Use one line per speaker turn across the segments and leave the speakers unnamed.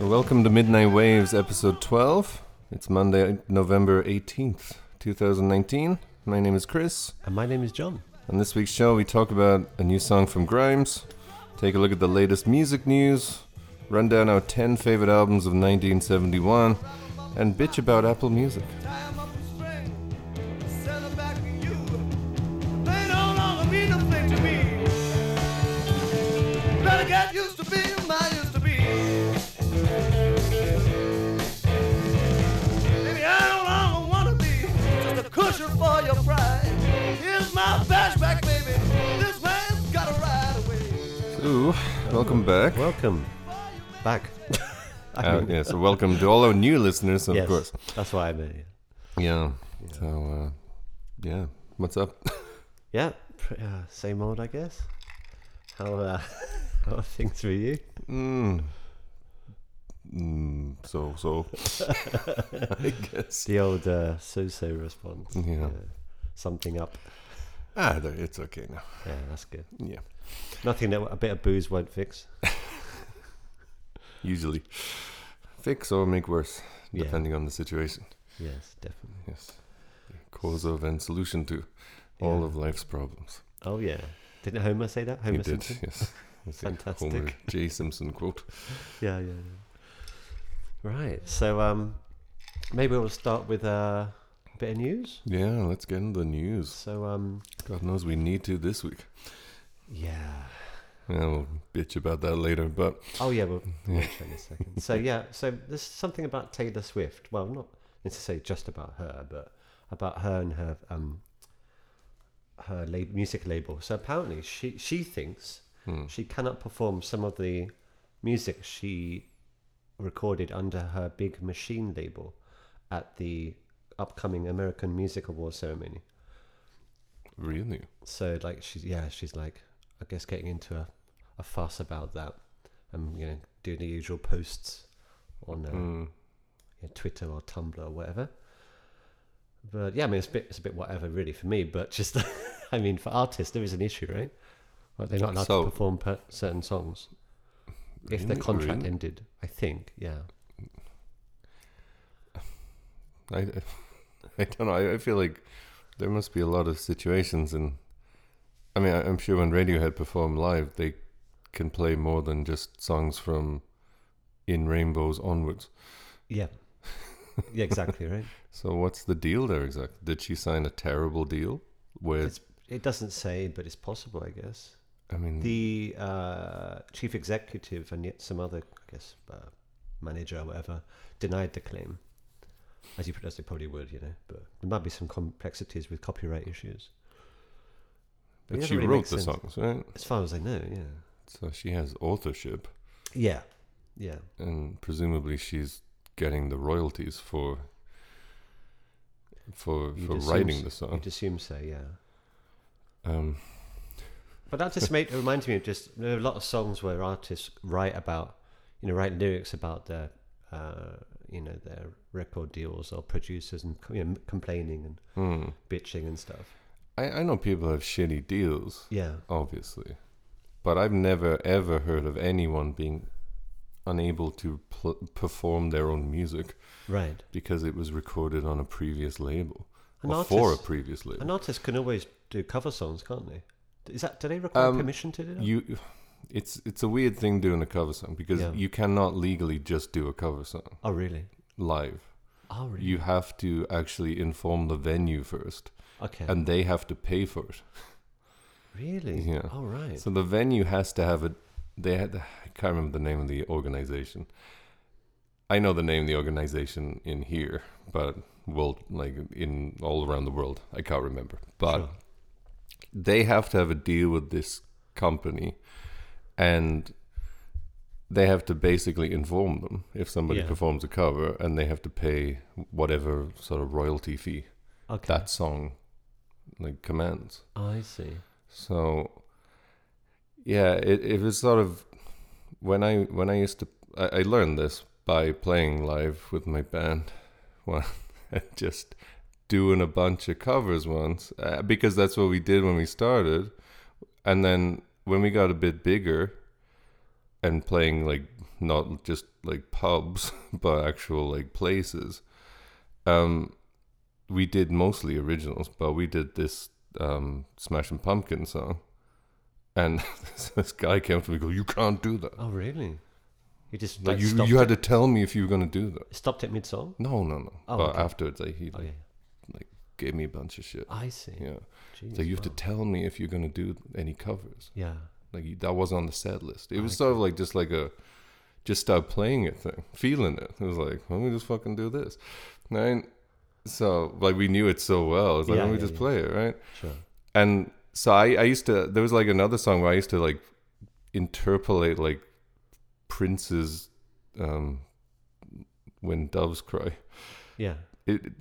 Welcome to Midnight Waves, episode 12. It's Monday, November 18th, 2019. My name is Chris.
And my name is John.
On this week's show, we talk about a new song from Grimes, take a look at the latest music news, run down our 10 favorite albums of 1971, and bitch about Apple Music.
Tie 'em up in string, sell 'em back to you. They no longer mean a thing to me. Better get used to being I used to be. Maybe I no longer wanna be just a cushion for your pride. Here's my flashback, baby. This man's got a ride away.
So, welcome back.
Welcome back.
Uh, yeah, so welcome to all our new listeners, of
Yes,
course.
That's why I'm here.
Yeah. So, uh, yeah, what's up?
Yeah, pr- uh, same old, I guess. How, uh, how are things for you?
Mm, so, so. I guess.
The old uh, so-so response.
Yeah.
something up.
Ah, there- it's okay now.
Yeah, that's good.
Yeah,
Nothing that a bit of booze won't fix.
usually. Fix or make worse,
Yeah.
depending on the situation.
Yes, definitely.
Yes. Cause of and solution to all
Yeah.
of life's problems.
Oh yeah. Didn't Homer say that? Homer
he did,
Simpson.
yes. It's a
Fantastic.
Homer J. Simpson quote.
Yeah, yeah, yeah. Right. So um, maybe we'll start with uh, a bit of news.
Yeah, let's get into the news.
So um,
God knows we need to this week.
yeah.
Yeah, we'll bitch about that later, but
Oh yeah, we'll we'll show in a second. So yeah, so there's something about Taylor Swift. Well, not necessarily just about her, but about her and her um her lab- music label. So apparently, she she thinks she cannot perform some of the music she recorded under her Big Machine label at the upcoming American Music Awards ceremony.
really.
So like she's yeah she's like I guess getting into a, a fuss about that and you know doing the usual posts on uh,
Mm.
you know, Twitter or Tumblr or whatever. But yeah, I mean it's a bit it's a bit whatever really for me. But just I mean for artists there is an issue, right? Like they're not allowed
So-
to perform per- certain songs if their
Really?
contract
Really?
ended. I think yeah.
I, I, I don't know. I, I feel like there must be a lot of situations, and I mean, I, I'm sure when Radiohead perform live, they can play more than just songs from In Rainbows onwards.
Yeah. Yeah, exactly, right?
So what's the deal there exactly? Did she sign a terrible deal? Where
It's, it doesn't say, but it's possible, I guess.
I mean,
the uh, chief executive and yet some other, I guess, uh, manager or whatever, denied the claim. As you put as they probably would, you know, but there might be some complexities with copyright issues. it
but
doesn't
she
really
wrote
make
the
sense.
songs, right?
As far as I know, yeah,
So she has authorship,
yeah, yeah,
and presumably she's getting the royalties for for
You'd
for
assume
writing
so.
the song.
You'd assume so, yeah.
Um,
But that just made it reminds me of just there are a lot of songs where artists write about, you know, write lyrics about their, uh, you know, their record deals or producers and you know, complaining and
hmm.
bitching and stuff.
I, I know people have shitty deals,
Yeah,
obviously, but I've never ever heard of anyone being unable to pl- perform their own music
right.
because it was recorded on a previous label
An
or for a
artist-
previous label.
An artist can always do cover songs, can't they? Is that do they require
Um,
permission to do that?
You, it's it's a weird thing doing a cover song because
Yeah.
you cannot legally just do a cover song
oh really?
live.
Oh really?
You have to actually inform the venue first,
okay.
and they have to pay for it.
really?
Yeah.
All right.
So the venue has to have a. They had. I can't remember the name of the organization. I know the name of the organization in here, but world like in all around the world, I can't remember. But
Sure.
they have to have a deal with this company, and they have to basically inform them if somebody
Yeah.
performs a cover, and they have to pay whatever sort of royalty fee
okay.
that song like commands.
I see.
So, yeah, it, it was sort of when I when I used to I, I learned this by playing live with my band, one just doing a bunch of covers once uh, because that's what we did when we started, and then when we got a bit bigger and playing like not just like pubs, but actual like places. Um, we did mostly originals, but we did this um, Smashing Pumpkin song. And this guy came to me and go, You can't do that.
Oh, really? You just
Like
like,
you,
stopped,
you had
it,
to tell me if you were going to do that.
stopped it mid song?
No, no, no.
Oh,
but
okay.
afterwards, like, he
Oh, yeah.
gave me a bunch of shit.
I see.
yeah.
Jeez,
So you have to
wow.
tell me if you're going to do any covers.
Yeah.
Like you- that was on the set list. It was sort of like just like a just start playing it thing, feeling it. It was like, let me just fucking do this. Right? So like we knew it so well. It's like,
Yeah,
let me
yeah,
just
yeah.
play it, right?
Sure.
And so I, I used to there was like another song where I used to like interpolate like Prince's um When Doves Cry.
Yeah.
It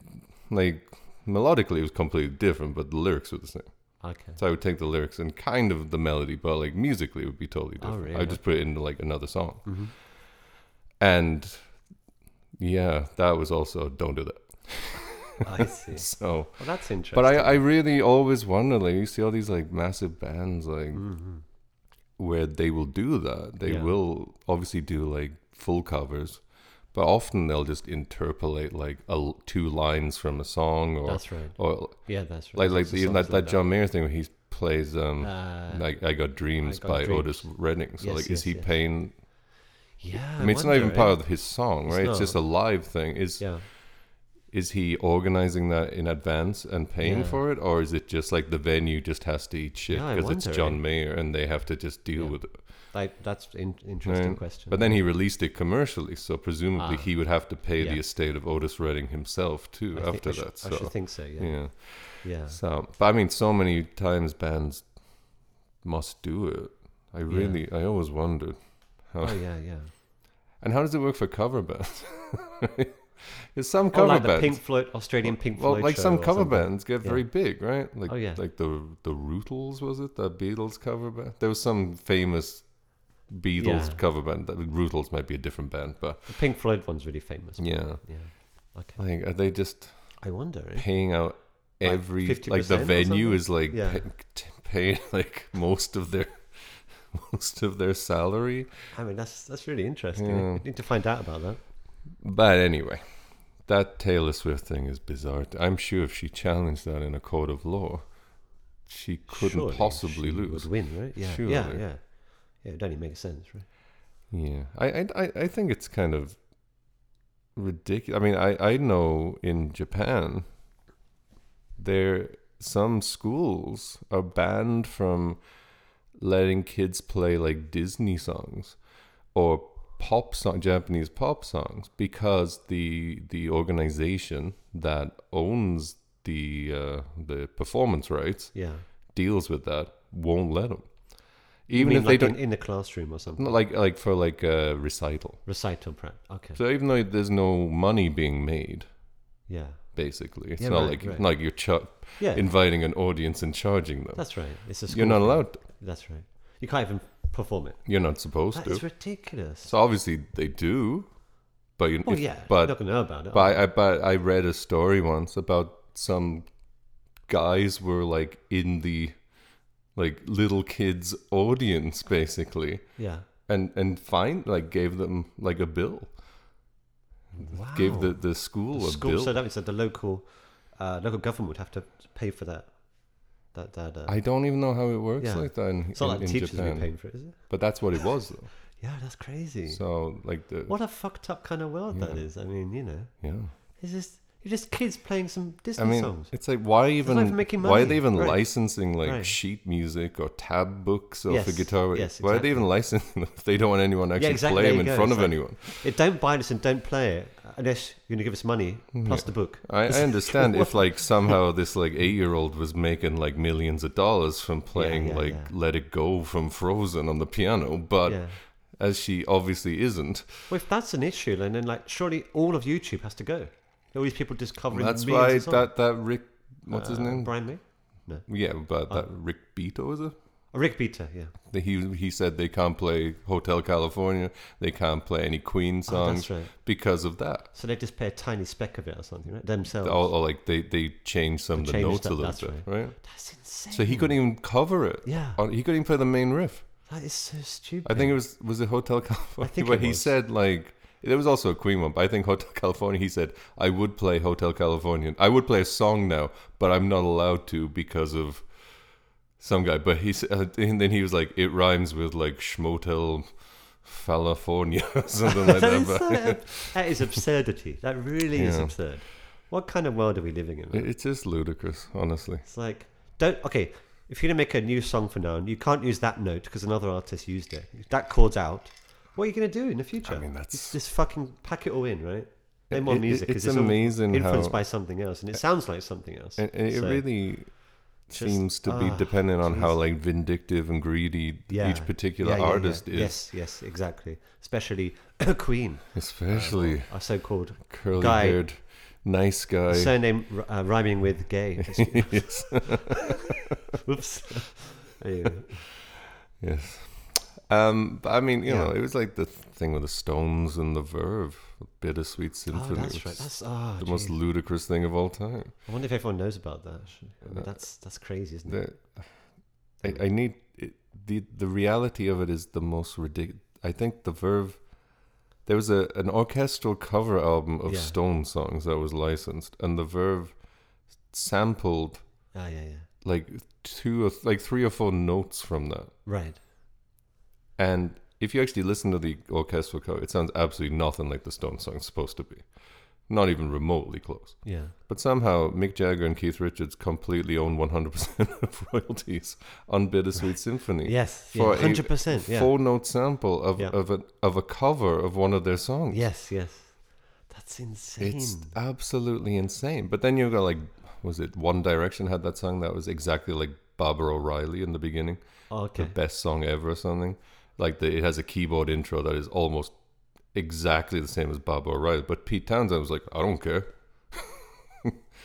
like melodically it was completely different, but the lyrics were the same.
Okay.
So I would take the lyrics and kind of the melody, but like musically it would be totally
Oh,
different. I
really?
would just put it into like another song.
Mhm.
And yeah, that was also don't do that.
I see.
So
Well, that's interesting.
but I, I really always wonder like you see all these like massive bands like where they will do that. They
Mm-hmm. Yeah.
will obviously do like full covers, but often they'll just interpolate like a l two lines from a song or
That's right.
or
Yeah, that's right.
like like
Lots of
the,
songs
that, that
like
John Mayer thing where he plays um
that. Uh,
like I got dreams
I Got
by
Dreams.
Otis Redding. So
Yes,
like,
yes,
is he
yes.
paying?
yeah.
I mean, it's not even part of his song,
It's
right? It's, just a live thing. Is
Yeah.
is he organizing that in advance and paying
Yeah.
for it, or is it just like the venue just has to eat shit
Yeah, I
because it's
wonder, eh?
John Mayer and they have to just deal
Yeah.
with it?
Like, that's an interesting
right?
question.
But then he released it commercially, so presumably
Ah.
he would have to pay the
Yeah.
estate of Otis Redding himself too
I think-
after
I should-
that.
I should
So
think so. Yeah.
yeah,
Yeah.
so but I mean, so many times bands must do it. I really, I always wondered how.
Oh yeah, yeah.
And how does it work for cover bands? Because some
Oh,
cover
like the
bands,
Pink Floyd, Australian Pink Floyd.
well, like
show
some
or
cover
something.
bands get
Yeah.
very big, right? Like,
Oh, yeah.
like the the Rootles was it? That Beatles cover band. There was some famous Beatles
Yeah.
cover band. That Rootles might be a different band, but
The Pink Floyd one's really famous.
yeah,
Yeah. Okay.
like are they just
I wonder. eh?
paying out
Like
every like, the
50% or
venue
something?
is like
Yeah.
pay, t- pay like most of their most of their salary.
I mean, that's that's really interesting.
Yeah.
We need to find out about that.
But anyway, that Taylor Swift thing is bizarre. I'm sure if she challenged that in a court of law, she couldn't
Surely
possibly
she
lose.
Would win, right? Yeah. Yeah.
Surely.
Yeah. Yeah. It only makes sense, right?
Yeah, I, I, I- I think it's kind of ridiculous. I mean, I, I know in Japan, there some schools are banned from letting kids play like Disney songs or pop song Japanese pop songs because the the organization that owns the uh, the performance rights
Yeah.
deals with that won't let them
You
even
mean
if they
like in-
don't
in, the classroom or something.
not like like for like a recital
Recital prep. Okay.
so even though there's no money being made,
yeah.
basically, it's
Yeah,
not
right,
like
right.
like you're char-
Yeah.
inviting an audience and charging them.
that's right. It's a school
You're not
thing.
allowed. To.
That's right. You can't even perform it.
You're not supposed
That
to.
is ridiculous.
so obviously they do, but you.
oh
if-
yeah. You're not
But
gonna know about it.
but I, I but I read a story once about some guys were like in the like little kids audience basically
yeah.
and and fined like gave them like a bill
Wow.
gave the the school
Oh. the
a
school,
bill
so that means that the local uh, local government would have to pay for that. That that. Uh,
I don't even know how it works
Yeah.
like that in,
it's not
in,
like
in
teachers would
Japan.
be paying for it, is it?
But that's what it was though.
Yeah, that's crazy.
So like the
what a fucked up kind of world that is. I mean, you know,
yeah.
it's just you're just kids playing some Disney
I mean,
songs.
it's like why even,
even making
why are they
money.
even
Right.
licensing like
Right.
sheet music or tab books or for
Yes.
guitar?
Yes,
Why are they even licensing them if they don't want anyone to actually
exactly.
play
There
them
you
in
go.
front of
It's like-
anyone?
It, don't buy this and don't play it unless you're gonna give us money
Mm,
plus the book.
I, I understand if like somehow this like eight year old was making like millions of dollars from playing
yeah,
like
yeah.
Let It Go from Frozen on the piano, but
Yeah.
as she obviously isn't,
Well, if that's an issue, then, then like surely all of YouTube has to go. All these people discovering.
that's
millions
why
of songs.
that that Rick what's his
Uh,
name?
Brian May.
Yeah, but that Rick Beato is it?
Oh, Rick Beater, yeah.
That He he said they can't play Hotel California, they can't play any Queen
Oh,
songs
that's right.
because of that.
So they just play a tiny speck of it or something, right? Themselves.
Or, or like they they changed some of the
Changed
notes
that-
a little
that's
bit, right.
That's insane.
So he couldn't even cover it.
Yeah.
Or he couldn't even play the main riff.
That is so stupid.
I think it was was it Hotel California.
think
but
it
he
was.
said like there was also a Queen one. But I think Hotel California. He said I would play Hotel California. I would play a song now, but I'm not allowed to because of some guy. But he s- uh, and then he was like it rhymes with like Schmotel California or something like
that,
that.
is,
But
so- that is absurdity. That really is
Yeah.
absurd. What kind of world are we living in?
it- it's just ludicrous, honestly.
It's like, don't, okay, if you're going to make a new song for now, and you can't use that note because another artist used it. That chord's out. What are you going to do in the future?
I mean, that's-
Just fucking pack it all in, right? No
It-
more
it-
music. 'cause
it's
all
amazing
Influenced
how-
by something else, and it sounds like something else.
And, and it
So,
really
just-
seems to be
ah,
dependent on how like vindictive and greedy
yeah.
each particular
Yeah, yeah, yeah.
artist is,
Yes, yes, exactly. Especially Queen,
especially
our so called
curly
guy-
haired, nice guy.
surname r- uh, rhyming with gay.
yes.
Oops. Anyway.
yes. Um, but I mean, you
Yeah.
know, it was like the thing with the Stones and the Verve, Bittersweet Symphony.
Oh, that's
which
right.
is
That's ah.
the most
gee.
ludicrous thing of all time.
I wonder if everyone knows about that. Actually. I mean, that's that's crazy, isn't it?
The, I, I need it, the the reality of it is the most ridiculous. I think the Verve. There was a an orchestral cover album of
Yeah.
Stone songs that was licensed, and the Verve sampled
Ah, yeah, yeah.
like two or like three or four notes from that.
Right.
And if you actually listen to the orchestral cover, it sounds absolutely nothing like the Stone song's supposed to be. Not even remotely close.
Yeah.
But somehow Mick Jagger and Keith Richards completely own 100% of royalties on Bittersweet Symphony.
Yes.
For
yeah.
a
100%. Yeah.
Four note sample of,
Yeah.
of, a, of a cover of one of their songs.
Yes, yes. That's insane.
It's absolutely insane. But then you've got like, was it One Direction had that song that was exactly like Barbara O'Reilly in the beginning?
Oh, okay.
the best song ever or something. Like the, it has a keyboard intro that is almost exactly the same as Bob O'Reilly. But Pete Townsend was like, I don't care.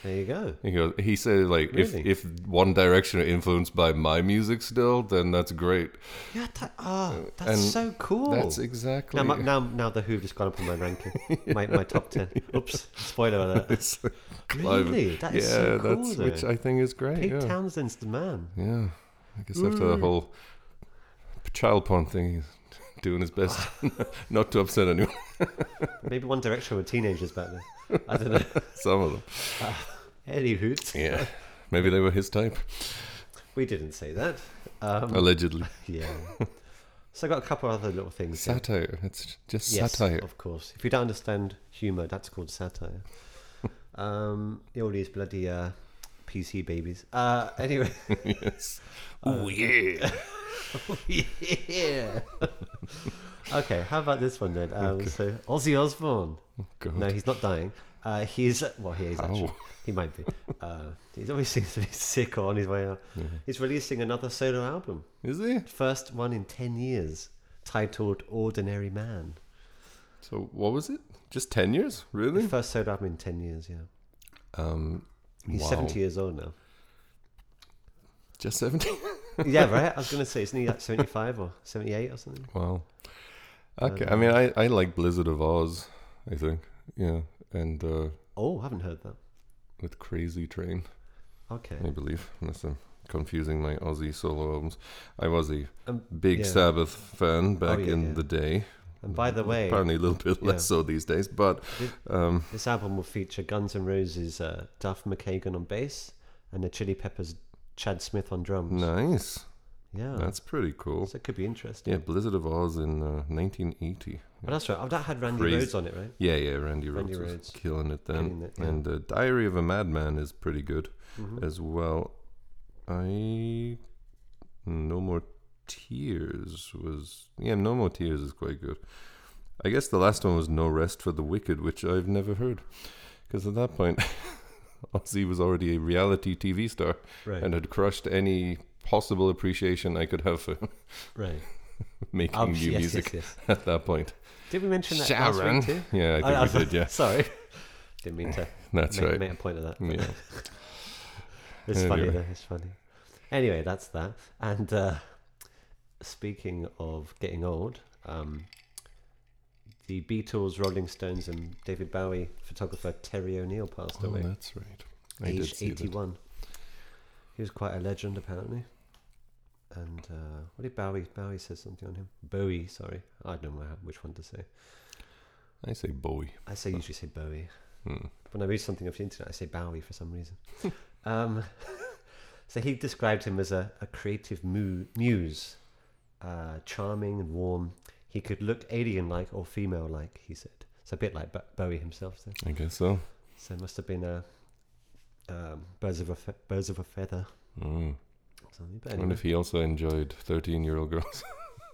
There you go.
He goes, he said like,
Really?
if if One Direction are influenced by my music still, then that's great.
Yeah, that, ah, that's
Uh, and
so cool.
That's exactly.
now, my, now, now the Who just gone up on my ranking, my, my top 10. Oops, spoiler alert.
It's live.
Really? That is so cool, though.
which I think is great.
Pete Mm.
yeah.
Townsend's the man.
yeah, I guess after the whole child porn thing, he's doing his best not to upset anyone.
Maybe One Direction were teenagers back then. I don't know.
Some of them,
Any hoots.
yeah, maybe they were his type,
We didn't say that. Um,
allegedly.
Yeah. so I got a couple other little things. here.
Satire. It's just
Yes,
satire.
of course. If you don't understand humour, that's called satire. um, all these bloody uh, PC babies. Uh, anyway,
yes. oh yeah.
yeah. okay, how about this one then? Um, So Ozzy Osbourne.
God. Oh.
No, he's not dying. Uh, he's well, he is actually.
How?
He might be. Uh, he's always seems to be sick or on his way out. He's releasing another solo album.
Is he?
First one in 10 years, titled Ordinary Man.
So what was it? Just ten years?
The
Really?
first solo album in 10 years, yeah.
Um.
He's
wow.
70 years old now.
Just seventy.
Yeah, right? I was going to say, isn't he like 75 or 78 or something?
wow. Okay.
Uh,
I mean, I I like Blizzard of Oz. I think. Yeah. And uh,
Oh, I haven't heard that.
with Crazy Train,
Okay.
I believe. Unless I'm confusing my Aussie solo albums. I was a
Um,
big
yeah. Oh,
Sabbath fan back
yeah,
in
yeah.
the day.
And by the way,
Apparently a little bit less so these days, but um,
this album will feature Guns N' Roses' uh, Duff McKagan on bass and the Chili Peppers' Chad Smith on drums.
nice.
Yeah.
That's pretty cool.
so it could be interesting.
Yeah, Blizzard of Oz in uh, 1980.
Oh, that's right. Oh, that had Randy
Crazy.
Rhodes on it, right?
Yeah, yeah, Randy Rhodes,
Randy
was
Rhodes.
killing it then.
Killing it, yeah.
And uh, Diary of a Madman is pretty good
Mm-hmm.
as well. I No More Tears was yeah, No More Tears is quite good. I guess the last one was No Rest for the Wicked, which I've never heard because at that point Ozzy was already a reality TV star
Right.
and had crushed any possible appreciation I could have for
Right.
making
Oh,
new
yes,
music
yes, yes.
at that point.
Did we mention that
Sharon.
last week too?
Yeah, I think
Oh,
we did. Yeah,
Sorry. Didn't mean to
that's
make,
right.
make a point of that.
Yeah,
It's funny
Anyway.
though. It's funny. Anyway, that's that. And uh, speaking of getting old, um, the Beatles, Rolling Stones, and David Bowie photographer Terry O'Neill passed
oh,
away,
that's right. I did
aged
see that.
eighty-one. He was quite a legend, apparently. and uh, what did Bowie? Bowie says something on him. Bowie, sorry, I don't know wh- which one to say.
I say Bowie.
I say usually say Bowie.
Hmm.
When I read something off the internet, I say Bowie for some reason. um, so he described him as a, a creative mu- muse, uh, charming and warm. He could look alien-like or female-like. He said it's a bit like Bo- Bowie himself. Then.
I guess so.
So it must have been a um, birds of a fe- birds of a feather.
Hmm.
or Something. But
I wonder
anyway,
if he also enjoyed 13 year old girls.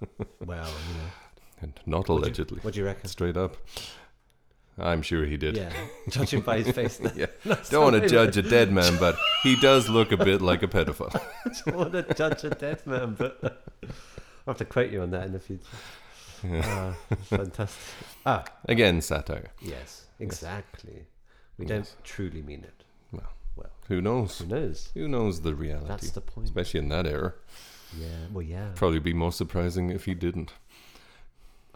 well, you know,
and not
Would you-
allegedly.
what do you reckon?
Straight up. I'm sure he did.
Yeah, judging by his face.
Yeah. Don't want to judge a dead man, but he does look a bit like a pedophile.
don't want to judge a dead man, but I'll have to quote you on that in the future. Ah, fantastic. Ah,
Again, satire.
yes, exactly. We don't truly mean it.
Well,
Well,
who knows?
who knows?
Who knows the reality?
That's the point.
Especially in that era.
Yeah, well, yeah.
Probably be more surprising if he didn't.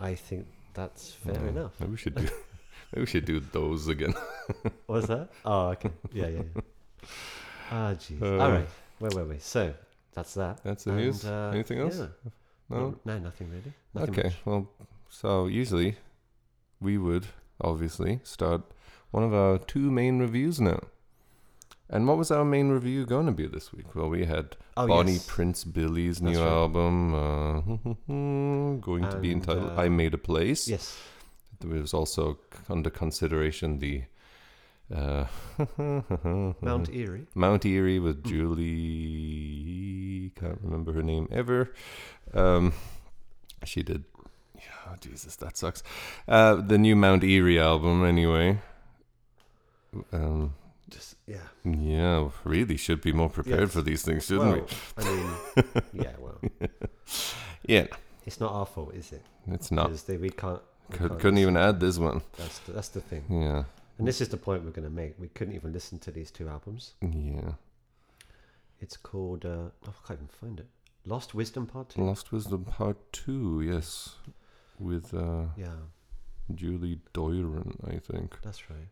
I think that's fair
Yeah.
enough.
Maybe we should do. maybe we should do those again.
What was that? Oh, okay. Yeah, yeah. yeah. Ah, jeez.
Uh,
All right. Where were we? So that's that. uh,
That's the news. Anything else?
yeah.
No.
No, nothing really. Nothing
okay.
much.
Well, so usually we would obviously start one of our two main reviews now. And what was our main review going to be this week? Well, we had
Oh,
Bonnie
yes.
Prince Billy's new
That's right.
album, uh, going to be
And,
entitled
uh,
"I Made a Place."
Yes.
There was also c- under consideration the uh,
Mount Erie.
Mount Erie with
Mm.
Julie. Can't remember her name ever. Um, she did. Yeah, Jesus, that sucks. Uh, the new Mount Erie album, anyway. Um,
Just yeah.
yeah, really should be more prepared
Yes.
for these things, shouldn't we?
Well, I mean, yeah. Well,
Yeah,
it's not our fault, is it?
it's not.
Because we can't. we
Could,
can't
couldn't
listen.
even add this one.
That's the, that's the thing.
Yeah,
And this is the point we're going to make. We couldn't even listen to these two albums.
yeah.
It's called. Uh, oh, I can't even find it. Lost Wisdom Part Two.
Lost Wisdom Part Two, yes, with uh,
Yeah,
Julie Doiron, I think.
that's right.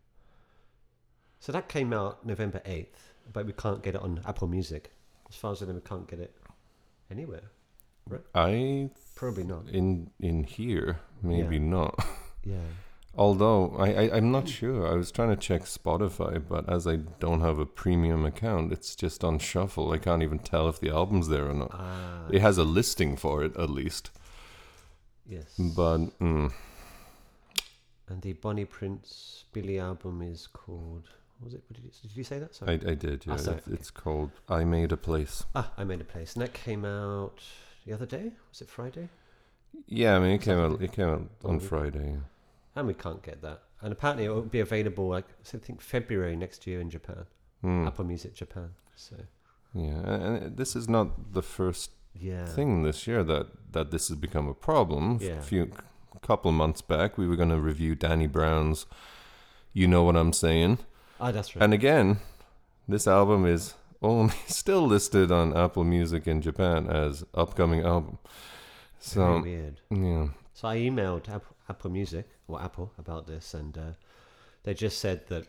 So that came out November eighth, but we can't get it on Apple Music. As far as I know, we can't get it anywhere.
I
Probably not.
in in here maybe
Yeah.
not.
Yeah.
Although I, I I'm not sure. I was trying to check Spotify, but as I don't have a premium account, it's just on shuffle. I can't even tell if the album's there or not.
Ah.
It has a listing for it at least,
Yes.
but mm,
And the Bonnie Prince Billy album is called. What was it? What did, you, did you say that?
I I
Sorry.
did.
Ah,
Yeah,
sorry,
It's- it's called I Made a Place.
ah, I made a place, and that came out the other day. Was it Friday?
Yeah, I mean it Oh. came out it came out on
Probably.
Friday.
And we can't get that. And apparently, it will be available like so I think February next year in Japan.
Mm.
Apple Music Japan. So
Yeah, and and this is not the first
yeah,
thing this year that that this has become a problem.
Yeah.
A few couple months back, we were going to review Danny Brown's "You Know What I'm Saying,"
ah, that's right.
and again, this album is only still listed on Apple Music in Japan as upcoming album.
Very
So
weird.
yeah,
So I emailed Apple, Apple Music or Apple about this, and uh, they just said that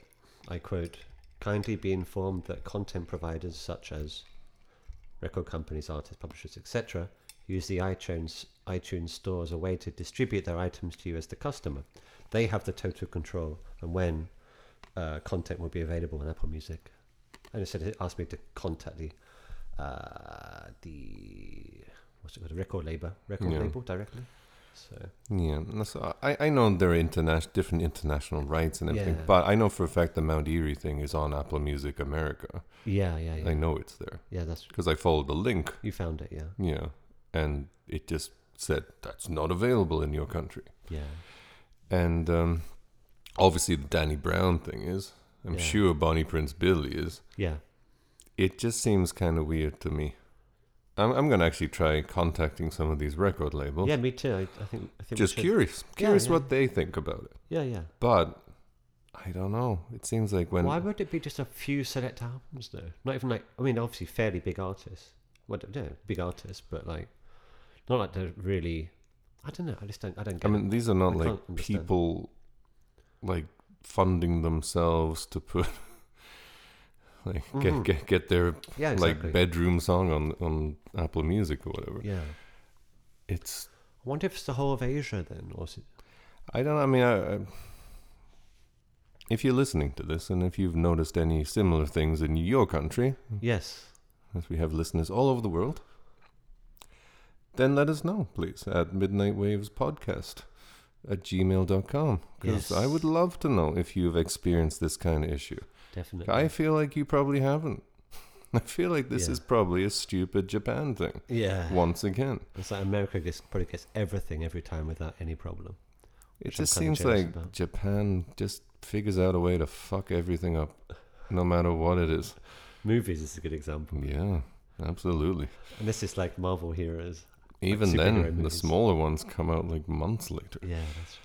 I quote, "Kindly be informed that content providers such as record companies, artists, publishers, etc., use the iTunes iTunes store as a way to distribute their items to you as the customer. They have the total control and when uh, content will be available on Apple Music." And it said it asked me to contact the uh, the what's it called, the record label, record
Yeah.
label directly. So
yeah. and So I I know there are interna- different international rights and everything,
Yeah.
but I know for a fact the Mount Erie thing is on Apple Music America.
yeah, yeah, yeah.
I know it's there
Yeah, that's
because I followed the link.
you found it. Yeah,
Yeah. And it just said, that's not available in your country.
yeah,
And um, obviously, the Danny Brown thing is. I'm
Yeah.
sure Bonnie Prince Billy is.
yeah.
It just seems kind of weird to me. I'm, I'm going to actually try contacting some of these record labels.
yeah, me too. I, I think I think we
just
should-
curious. Curious
yeah.
what they think about it.
Yeah, yeah.
But I don't know. It seems like when.
Why would it be just a few select albums though? Not even like I mean, obviously fairly big artists. Well, no, big artists, but like not like the really. I don't know. I just don't. I don't get.
I mean, these are not
I
like
can't understand.
people like funding themselves to put Like get, get get their
Mm-hmm. Yeah, exactly.
like bedroom song on on Apple Music or whatever.
Yeah.
It's
I wonder if it's the whole of Asia then, or is it?
I don't. I mean, I, I, if you're listening to this and if you've noticed any similar things in your country,
Yes.
as we have listeners all over the world, then let us know, please, at Midnight Waves Podcast at gmail.com. Because
Yes.
I would love to know if you've experienced this kind of issue.
Definitely.
I feel like you probably haven't. I feel like this
Yeah.
is probably a stupid Japan thing
yeah.
once again.
It's like America gets, probably gets everything every time without any problem.
It
I'm
just
kinda
seems
jealous
like
about.
Japan just figures out a way to fuck everything up, no matter what it is.
Movies is a good example.
Yeah, absolutely.
And this is like Marvel heroes.
Even then,
superhero
the
movies.
smaller ones come out like months later.
Yeah, that's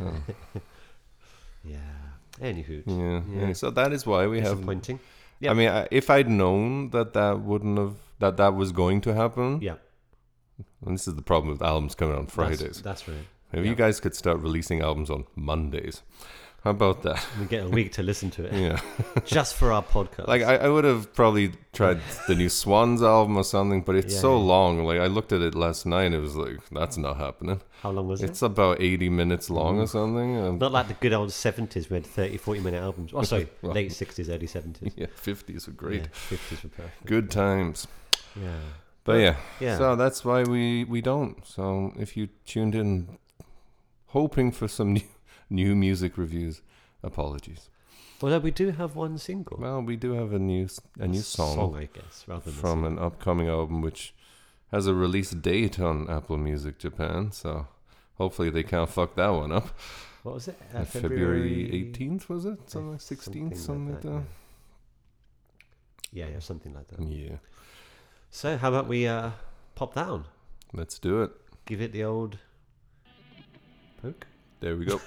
right.
So,
Yeah. Anywho,
yeah, yeah.
Yeah.
So that is why we have.
disappointing.
I mean, I, if I'd known that that wouldn't have that that was going to happen,
Yeah.
and this is the problem with albums coming out on
that's-
Fridays.
That's, right.
Maybe you
yeah.
guys could start releasing albums on Mondays. How about that?
We get a week to listen to it
Yeah.
just for our podcast.
Like I, I would have probably tried the new Swans album or something, but it's
Yeah,
so
yeah.
long. Like I looked at it last night, it was like that's not happening.
How long was it?
It's about eighty minutes long
Mm.
or something. and-
Not like the good old 70s, we had 30, 40 minute albums. Oh, sorry,
Well-
late 60s, early 70s.
yeah, fifties were great.
Yeah, 50s were perfect.
Good times.
Yeah.
But yeah,
Yeah.
So that's why we we don't. So if you tuned in, hoping for some new new music reviews, apologies.
Although we do have one single.
Well, we do have a new s- a new song
I guess, rather than a
from an upcoming album which has a release date on Apple Music Japan. So hopefully they can't fuck that one up.
What was it? Uh,
Uh, February 18th was it? Something like 16th,
something
something,
like
like
that,
that. Mm.
Yeah, yeah, something like that.
Yeah,
So, how about we uh, pop that on?
let's do it.
Give it the old poke.
There we go.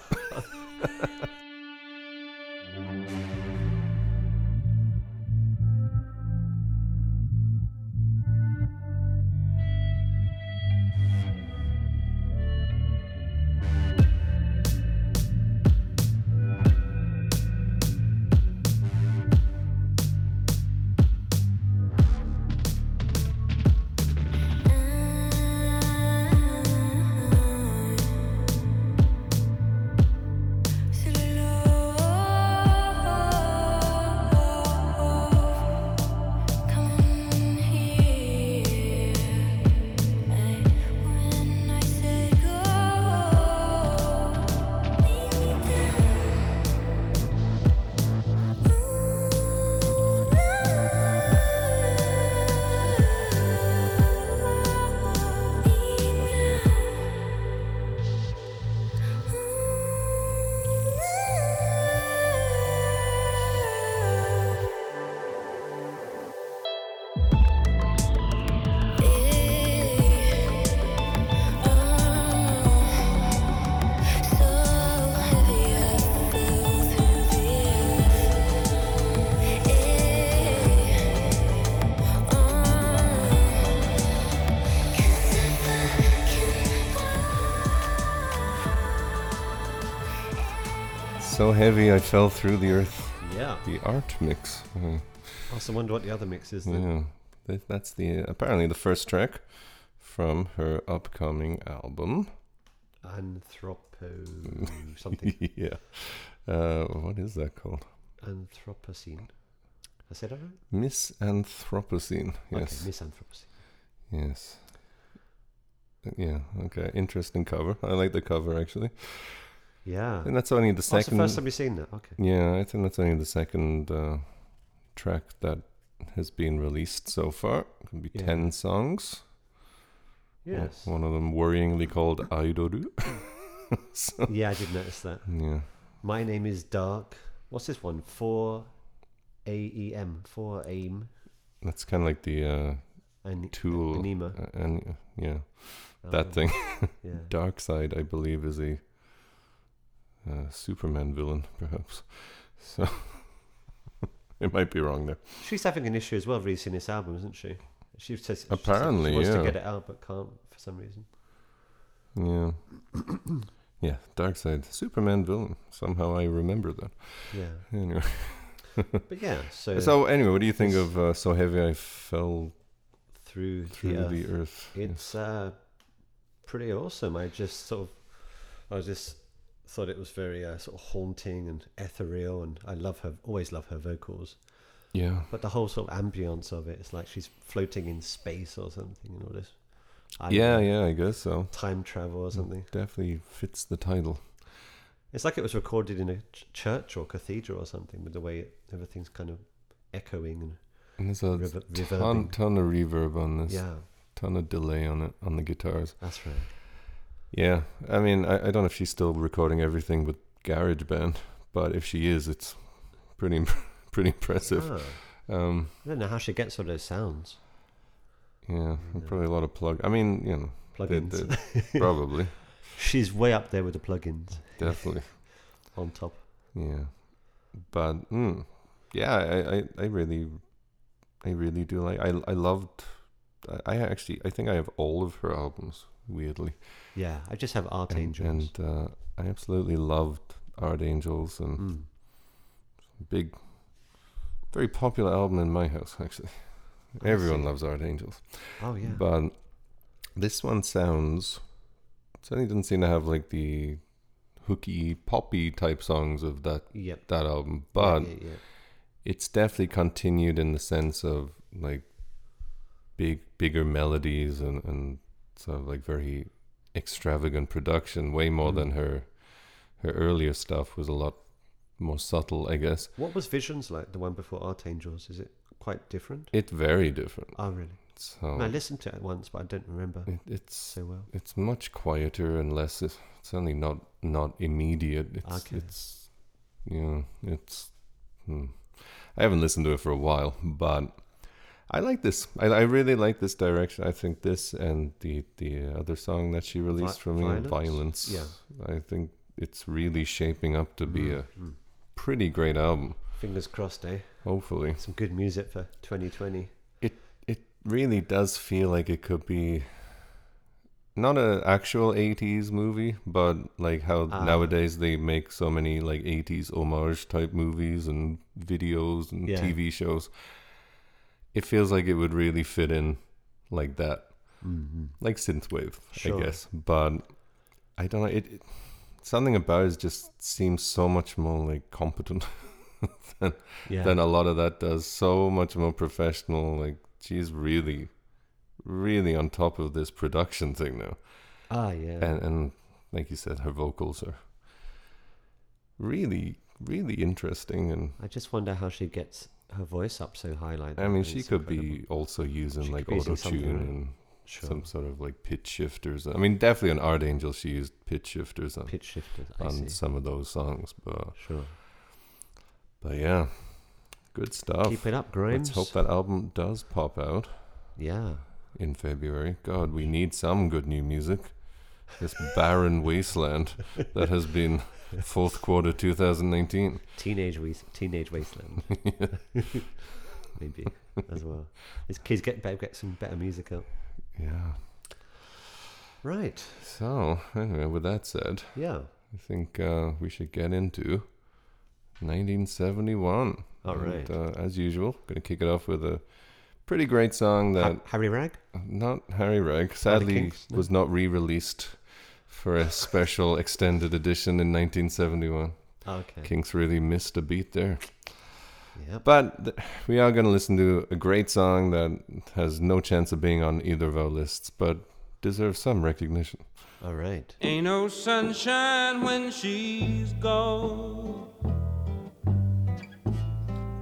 so heavy I fell through the earth.
Yeah.
The art mix. Mm.
I also wonder what the other mix is. Then.
Yeah, Th- that's the apparently the first track from her upcoming album.
Anthropo something.
yeah, uh, what is that called?
Anthropocene. I said that right?
Miss Anthropocene. Yes,
Okay, misanthropocene.
yes, Uh, yeah. Okay, interesting cover. I like the cover actually,
Yeah.
and that's only the
Oh, it's the
second.
first time you've seen that. Okay.
yeah, I think that's only the second uh, track that has been released so far. It can be
Yeah.
ten songs.
Yes.
One of them worryingly called Aidoru. so,
Yeah, I did notice that.
yeah.
My name is Dark. What's this one? Four A E M. Four aim.
That's kind of like the uh,
And
Tool.
Anima.
uh, and uh, yeah,
album.
that thing.
Yeah.
Dark Side, I believe, is a uh, Superman villain, perhaps. So it might be wrong there.
She's having an issue as well releasing this album, isn't she? She says she said
Apparently,
she wants
yeah.
to get it out but can't for some reason.
Yeah, yeah. Dark Side, Superman villain. Somehow I remember that.
Yeah.
Anyway,
but yeah, so,
So anyway, what do you think of uh, "So Heavy I Fell
through
Through
the,
the
earth,
Earth"?
it's uh, pretty awesome. I just sort of, I just thought it was very uh, sort of haunting and ethereal, and I love her, always love her vocals.
Yeah,
But the whole sort of ambience of it, it's like she's floating in space or something, and all this. I don't
yeah, Mm.
know,
yeah. I guess so.
Time travel or something.
Definitely fits the title.
It's like it was recorded in a ch- church or cathedral or something, with the way it, everything's kind of echoing and
And there's a
Rever-
ton,
reverbing.
ton of reverb on this.
yeah,
Ton of delay on it on the guitars.
that's right.
Yeah, I mean, I, I don't know if she's still recording everything with GarageBand, but if she is, it's pretty imp- pretty impressive.
Ah,
Um,
I don't know how she gets all those sounds.
yeah, probably a lot of plug. I mean, you know, they-
Plugins.
they- probably,
She's way up there with the plugins
definitely,
on top.
yeah. But mm, yeah, I, I, I really, I really do like. I I loved. I- I actually, I think I have all of her albums. Weirdly,
Yeah, I just have Art
and,
Angels.
and uh, I absolutely loved Art Angels and
Mm.
big, very popular album in my house, actually.
I
Everyone
see.
loves Art Angels.
Oh yeah.
But this one sounds, certainly doesn't seem to have like the hooky, poppy type songs of that,
yep.
that album,
Yeah,
but
yeah, yeah.
it's definitely continued in the sense of like big, bigger melodies and, and sort of like very extravagant production, way more
Mm.
than her, her earlier stuff was a lot more subtle, I guess.
What was Visions like? The one before Art Angels? Is it quite different?
It's very different.
Oh really?
So
I listened to it once, but I don't remember
it, it's
so well.
it's much quieter and less. It's certainly not not immediate. It's
Okay.
it's yeah. It's hmm. I haven't listened to it for a while, but I like this. I, I really like this direction. I think this and the the other song that she released from
Violence?
Violence.
Yeah.
I think it's really shaping up to be a
Mm.
pretty great album.
Fingers crossed, eh?
Hopefully.
Some good music for 2020.
it really does feel like it could be not an actual 80s movie but like how
Ah.
nowadays they make so many like 80s homage type movies and videos and
Yeah.
tv shows it feels like it would really fit in like that
Mm-hmm.
like synthwave
Sure.
i guess but i don't know it, it something about it just seems so much more like competent
Yeah.
then a lot of that does so much more professional like she's really really on top of this production thing now
ah yeah.
and and like you said her vocals are really really interesting and
I just wonder how she gets her voice up so high like that.
i mean
It's
she could
incredible.
be also using
She
like
could be using
auto
something,
tune
right?
and
sure.
some sort of like pitch shifters i mean definitely on art angel she used pitch shifters on,
pitch shifters. I
on
see.
some of those songs but
Sure.
but yeah good stuff
Keep it up, Grimes.
Oh, let's hope that album does pop out
Yeah.
in February. God, we need some good new music. This barren wasteland that has been fourth quarter 2019.
Teenage waste, teenage wasteland. Maybe as well. These kids get better get some better music out.
Yeah.
Right.
So, anyway, with that said,
Yeah.
I think uh, we should get into 1971.
All right.
And, uh, as usual, going to kick it off with a pretty great song
Ha-
that
Harry Rag.
not Harry Rag sadly
Kinks, no?
was not re-released for a special extended edition in 1971.
Okay.
Kinks really missed a beat there.
Yep.
But th- we are going to listen to a great song that has no chance of being on either of our lists, but deserves some recognition.
All right.
Ain't no sunshine when she's gone.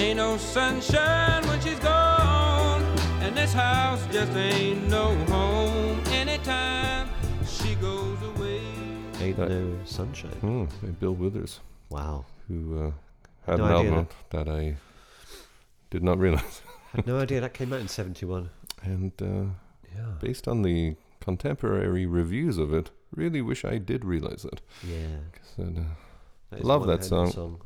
Ain't no sunshine when she's gone, and this house just ain't no home anytime she goes away.
Ain't
Uh,
no sunshine.
Hmm, by Bill Withers,
Wow.
who uh, had
No
an
idea
album that I did not realize.
Had no idea that came out in '71.
And uh,
Yeah.
based on the contemporary reviews of it, really wish I did realize it.
Yeah.
'Cause it, uh,
That is
Love
one
that
hell of
song.
a So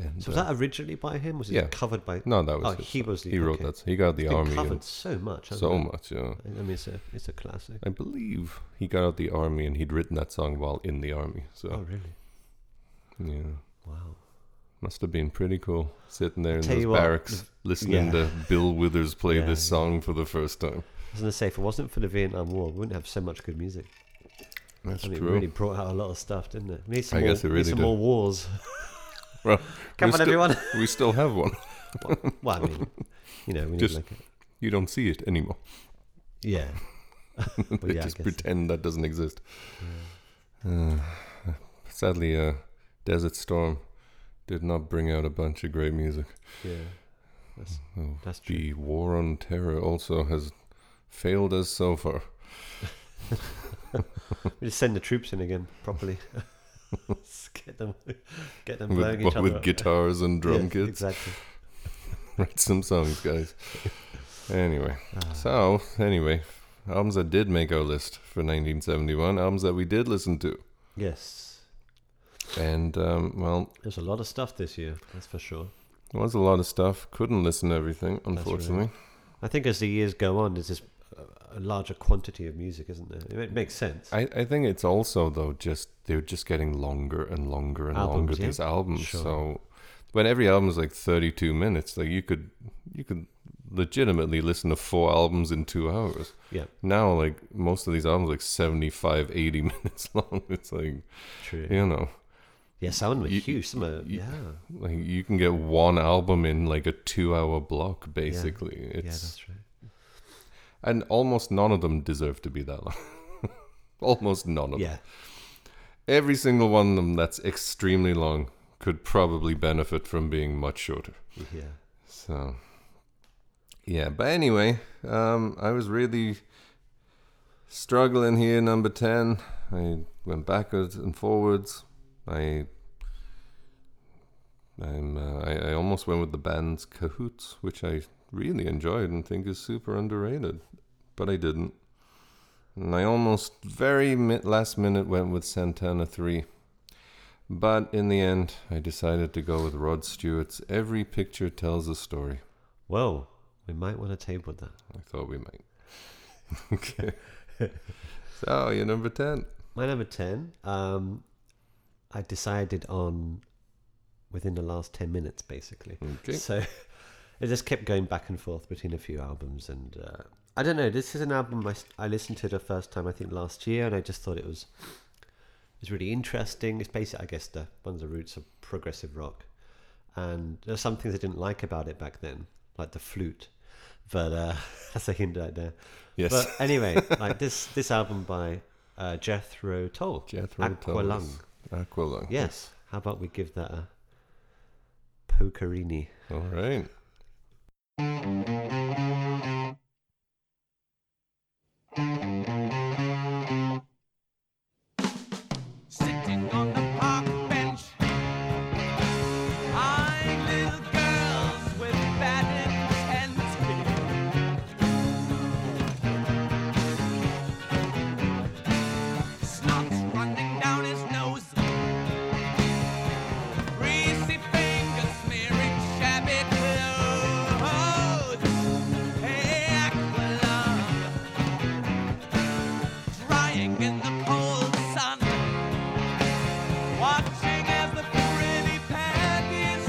and,
was
uh,
that originally by him? Was it
yeah.
covered by?
no, that was
oh,
his
he
song.
was the.
He wrote
okay.
that. He got the
It's been
army.
covered
and
so much. hasn't
So
it?
much. Yeah.
I mean, it's a it's a classic.
I believe he got out the army and he'd written that song while in the army.
Oh,
So
really? Oh.
yeah,
Wow.
must have been pretty cool sitting there in
tell
those
you what,
barracks listening
yeah.
to Bill Withers play
Yeah,
this
yeah.
song for the first time.
I was going to say, if it wasn't for the Vietnam War, we wouldn't have so much good music.
That's
and
true.
it really brought out a lot of stuff, didn't it? We need some,
I
more,
guess it
we need
really
some
did.
more wars.
Well,
Come
we
on,
still-
everyone.
we still have one.
well, I mean, you know, we need
Just-
like a,
You don't see it anymore.
yeah.
they
yeah, I
just
guess.
pretend that doesn't exist. Uh, sadly, uh, Desert Storm did not bring out a bunch of great music.
Yeah. That's,
Oh,
that's true.
The War on Terror also has failed us so far.
We just send the troops in again properly. Just get them, get them blowing
With,
each other.
with
up.
guitars and drum
Yes,
kits.
Exactly.
Write some songs, guys. anyway,
Ah.
so, anyway, albums that did make our list for 1971, albums that we did listen to.
Yes.
And, um, well,
There's a lot of stuff this year, that's for sure.
It was a lot of stuff. Couldn't listen to everything,
right.
unfortunately.
I think as the years go on, there's just a- a larger quantity of music, isn't there? It makes sense.
I, I think it's also though just they're just getting longer and longer and
Albums,
longer
yeah?
these albums.
Sure.
So when every album is like thirty two minutes, like you could you could legitimately listen to four albums in two hours.
yeah,
Now like most of these albums are like 75, 80 minutes long. It's like
true.
you know,
Yeah, some were
You-
huge. Some were,
you-
yeah.
like you can get one album in like a two hour block basically.
Yeah,
It's
that's right.
and almost none of them deserve to be that long. almost none of them.
Yeah,
Every single one of them that's extremely long could probably benefit from being much shorter.
yeah.
So, yeah. But anyway, um, I was really struggling here, number 10. I went backwards and forwards. I. I'm, uh, I, I almost went with the band's Cahoots, which I really enjoyed and think is super underrated, but I didn't. And I almost very mi- last minute went with Santana 3. But in the end, I decided to go with Rod Stewart's Every Picture Tells a Story.
Well, we might want to table that.
I thought we might. okay. so, you're number 10.
My number 10, um, I decided on within the last 10 minutes, basically.
Okay.
So it just kept going back and forth between a few albums. And uh, I don't know, this is an album I, s- I listened to the first time, I think, last year, and I just thought it was it was really interesting. It's basically, I guess, the one of the roots of progressive rock. And there's some things I didn't like about it back then, like the flute. But uh, that's a hint right there.
Yes.
But anyway, like this this album by uh, Jethro Tull.
Jethro Tull is-
Aqualung.
Aqualung.
Yes. How about we give that a pokerini?
All right.
sitting on the park bench. Eyeing little girls with bad intent. Snot running down his nose. Greasy fingers smearing shabby clothes. Hey, Aqualung. Drying in the cold sun. Watching as the pretty panties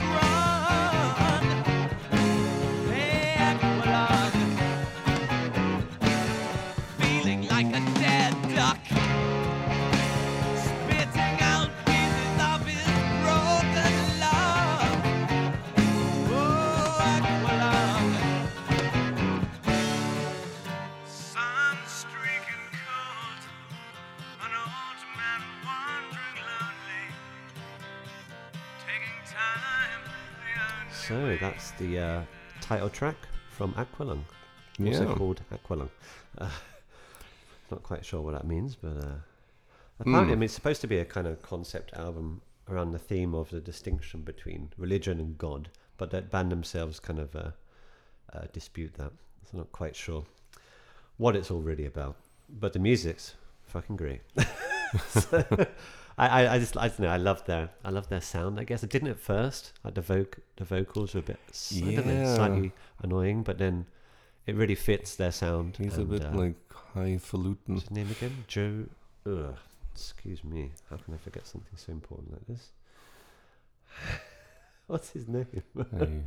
run. Hey, Aqualung. Feeling like a dead duck. Spitting out pieces of his broken love. Oh, Aqualung. Sun-streaking cold. An old man wandering lonely, taking time the only
So that's the uh, title track from Aqualung. Also
Yeah.
called Aqualung. Uh,
Hmm.
not quite sure what that means, but uh, apparently, I mean, it's supposed to be a kind of concept album around the theme of the distinction between religion and God, but that band themselves kind of uh, uh, dispute that. So I'm not quite sure what it's all really about, but the music's fucking great. So, I, I, I just I don't know I love their I love their sound I guess I didn't at first like the voc- the vocals were a bit s- I don't know,
Yeah.
slightly annoying but then it really fits their sound
He's
and,
a bit
uh,
like highfalutin.
What's his name again? Joe. Ugh, excuse me. How can I forget something so important like this? What's his name?
Hey,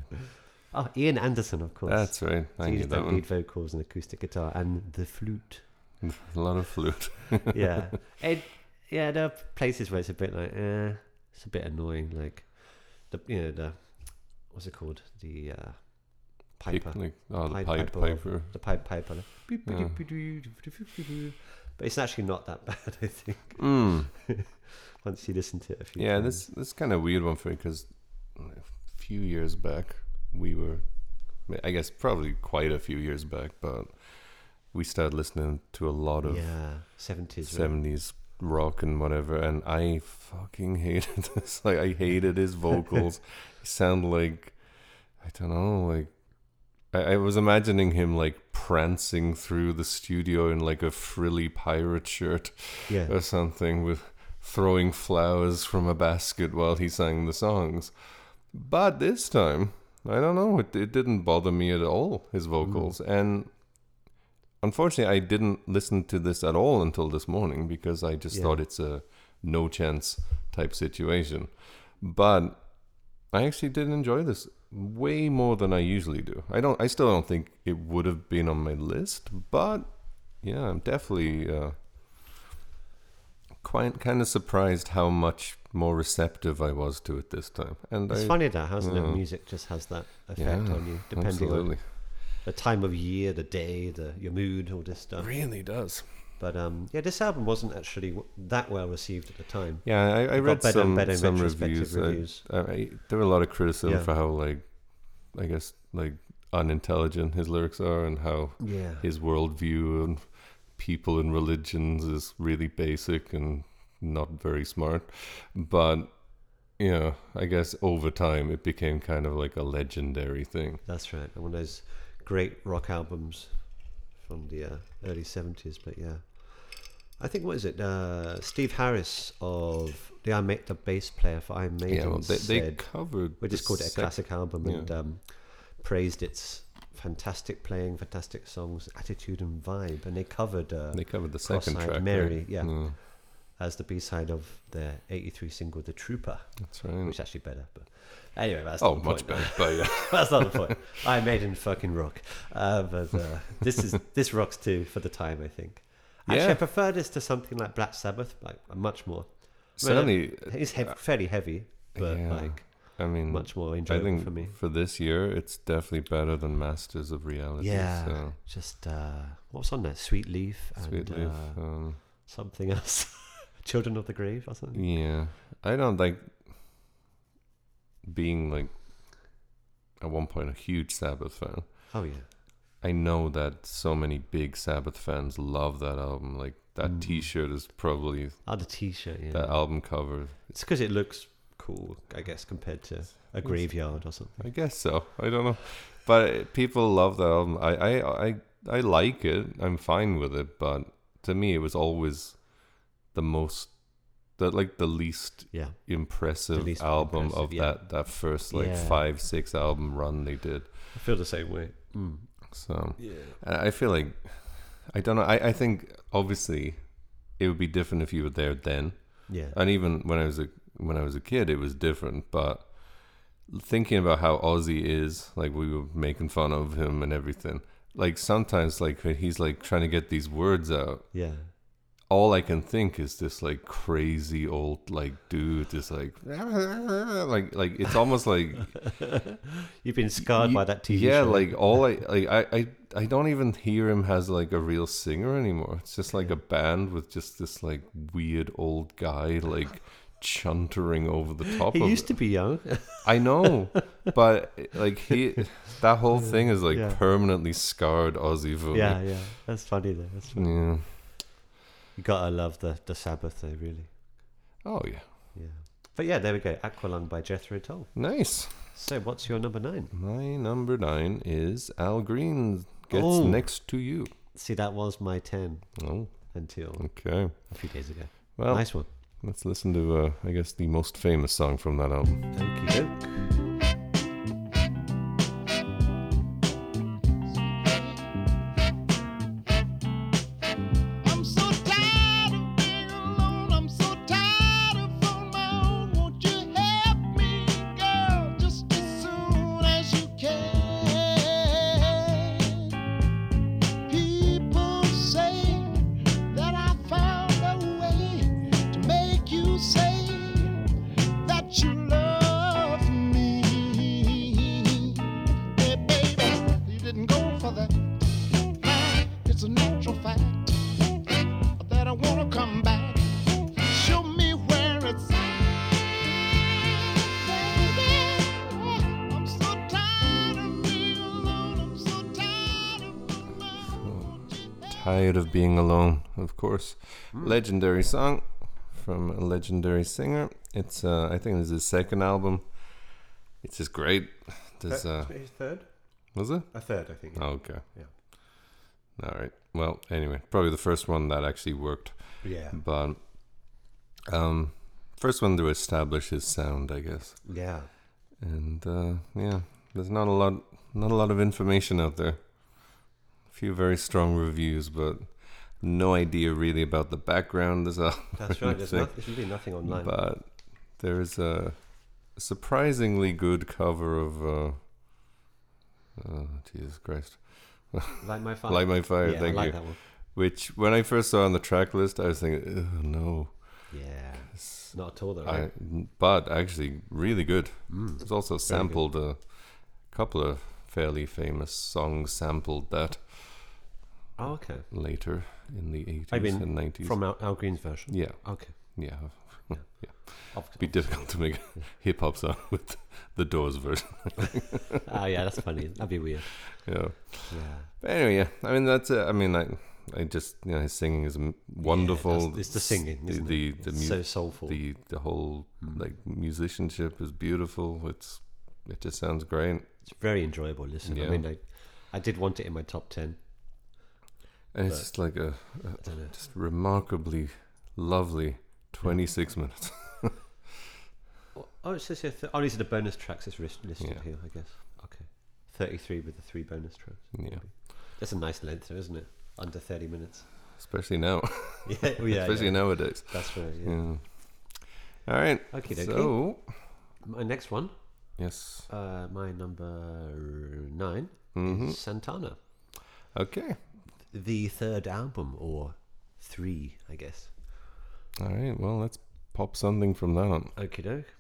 Oh, Ian Anderson, of course.
that's right.
so
I
he
knew
did
that
the lead
one.
vocals and acoustic guitar and the flute.
A lot of flute.
Yeah, it, yeah. There are places where it's a bit like, eh, it's a bit annoying. Like the, you know, the what's it called? The uh,
Pic-
piper.
Like, oh, the
Pied
Pied
Piper.
Piper.
The pipe piper. like, beep,
Yeah.
beep, beep, beep, beep, beep. But it's actually not that bad, I think.
Mm.
Once you listen to it a few
Yeah,
times.
this this is kind of weird one for me because a few years back we were, I guess probably quite a few years back, but we started listening to a lot of
yeah, seventies.
seventies rock and whatever, and I fucking hated this. Like I hated his vocals. he sounded like I don't know, like I, I was imagining him like prancing through the studio in like a frilly pirate shirt
Yeah,
or something with throwing flowers from a basket while he sang the songs. But this time, I don't know, it, it didn't bother me at all, his
Hmm.
vocals. And unfortunately, I didn't listen to this at all until this morning because I just
Yeah.
thought it's a no chance type situation. But I actually did enjoy this way more than I usually do. I don't. I still don't think it would have been on my list, but yeah, I'm definitely uh, quite kind of surprised how much more receptive I was to it this time. And
it's
I,
funny that, hasn't it?
yeah.
Music just has that
yeah,
effect on you, depending
absolutely.
on the time of year, the day, the your mood, all this stuff.
really does.
But um, yeah, this album wasn't actually w- that well received at the time.
Yeah, I, I
It got
read
better and
some
better in
some reviews.
retrospective reviews.
I, I, there were a lot of criticism
Yeah.
for how like, I guess like unintelligent his lyrics are and how
Yeah,
his worldview and people and religions is really basic and not very smart. But you know, I guess over time it became kind of like a legendary thing.
that's right. One of those great rock albums from the uh, early seventies. But yeah, I think what is it? Uh, Steve Harris of the I Make the bass player for Iron Maiden.
yeah, well, they, they
said-
covered.
we
the
just called it a
sec-
classic album
yeah.
and um, praised its fantastic playing, fantastic songs, attitude and vibe. And they covered uh,
They covered the second
Cross-Eyed
track. right?
Mary, yeah.
Mm,
as the B-side of their '83 single "The Trooper,"
that's right.
which is actually better. But anyway, that's
Oh,
not the
much
point.
better. But yeah.
that's not the point. I made in fucking rock, uh, but uh, this is this rocks too for the time. I think. Actually,
Yeah.
I prefer this to something like Black Sabbath, like much more. uh,
Certainly,
It's hev- fairly heavy, but
Uh, yeah.
like
I mean,
much more
I
enjoyable
think
for me.
this year, it's definitely better than Masters of Reality.
Yeah,
so,
just uh, what's on there? Sweet Leaf and
Sweet Leaf.
Uh,
um,
something else. Children of the Grave or something.
Yeah, I don't like being like at one point a huge Sabbath fan.
Oh yeah,
I know that so many big Sabbath fans love that album. Like that
Mm.
T-shirt is probably
oh the T-shirt. Yeah,
that album cover.
it's because it looks cool, I guess, compared to a graveyard or something.
I guess so. I don't know, but people love that album. I I I, I like it. I'm fine with it. But to me, it was always the most. The, like the least
Yeah,
impressive
least
album
impressive,
of
yeah.
that that first like
Yeah.
five six album run they did
I feel the same way. Mm.
So
Yeah,
I I feel like I don't know. I, I think obviously it would be different if you were there then,
yeah,
and even when I was a when I was a kid, it was different. But thinking about how Ozzy is, like we were making fun of him and everything. Like sometimes, like when he's like trying to get these words out,
yeah.
all I can think is this like crazy old like dude, just like like like it's almost like
You've been scarred
Ye-
by that TV
yeah
show.
like all i like I, I i don't even hear him as like a real singer anymore it's just like a band with just this like weird old guy like chuntering over the top
he
of
used
it.
to be young.
i know but like he that whole thing is like
Yeah.
permanently scarred aussie for me.
yeah, yeah. That's funny though. That's funny.
yeah
You gotta love the the Sabbath though, really.
oh yeah
Yeah. But yeah, there we go. Aqualung by Jethro Tull.
Nice.
So what's your number nine?
My number nine is Al Green gets
Oh.
next to you.
See, that was my ten
Oh,
until
okay.
a few days ago.
Well,
nice one.
let's listen to, uh, I guess, the most famous song from that album.
Okie doke.
I'm so tired of being alone. I'm so tired of on my own. Won't you help me, girl, just as soon as you can? People say that I found a way to make you say that you love me. Hey, baby, you didn't go for that. It's a natural fact that I wanna come back. Show me where it's at, baby. I'm so tired of being alone. I'm so tired of being alone.
Tired of Being Alone, of course. Legendary song from a legendary singer. It's, uh, I think, this is his second album. It's just great. There's, uh,
third?
was it?
A third, I think.
Oh, okay.
Yeah.
All right. Well, anyway, probably the first one that actually worked.
Yeah.
But um, first one to establish his sound, I guess.
Yeah.
And uh, yeah, there's not a lot, not a lot of information out there. A few very strong reviews, but no idea really about the background. There's a
That's right. There's, nothing, there's really nothing online.
but there is a surprisingly good cover of. Uh, oh, Jesus Christ!
like my father.
Light my fire.
yeah,
thank
I like
you.
that one.
Which, when I first saw on the track list, I was thinking, oh no.
Yeah. Not at all, though, right? Mm,
I, but actually, really good. It's also sampled a couple of fairly famous songs, sampled that
oh, okay.
later in the 80s
I
and
mean,
90s.
from Al, Al Green's version.
yeah,
Okay.
yeah. yeah.
Of-
Be difficult to make a hip hop song with the Doors version.
oh, yeah, that's funny. That'd be weird.
Yeah.
Yeah.
But anyway, yeah. I mean, that's it. I mean, I, I just, you know, his singing is m- wonderful.
that's- it's the singing,
The,
isn't it?
the, the,
It's
mu-
so Hmm. soulful.
the, the whole, like, musicianship is beautiful. It's, it just sounds great.
It's very enjoyable. Listen, I
Yeah.
mean, I, I did want it in my top ten.
And it's just like a, a
I don't know.
just remarkably lovely 26 minutes.
Oh, it says here. Th- oh, these are the bonus tracks that's ris- listed
Yeah.
here. I guess. Okay. Thirty-three with the three bonus tracks.
yeah,
That's a nice length, though, isn't it? Under thirty minutes.
especially now,
Yeah. well, yeah,
especially
yeah.
nowadays.
That's right. Yeah.
Yeah. All right.
Okie dokie.
So,
My next one,
yes.
uh, my number 9
Mm-hmm.
is Santana.
Okay.
The third album, or three, I guess.
All right. Well, let's pop something from that on.
Okie doke.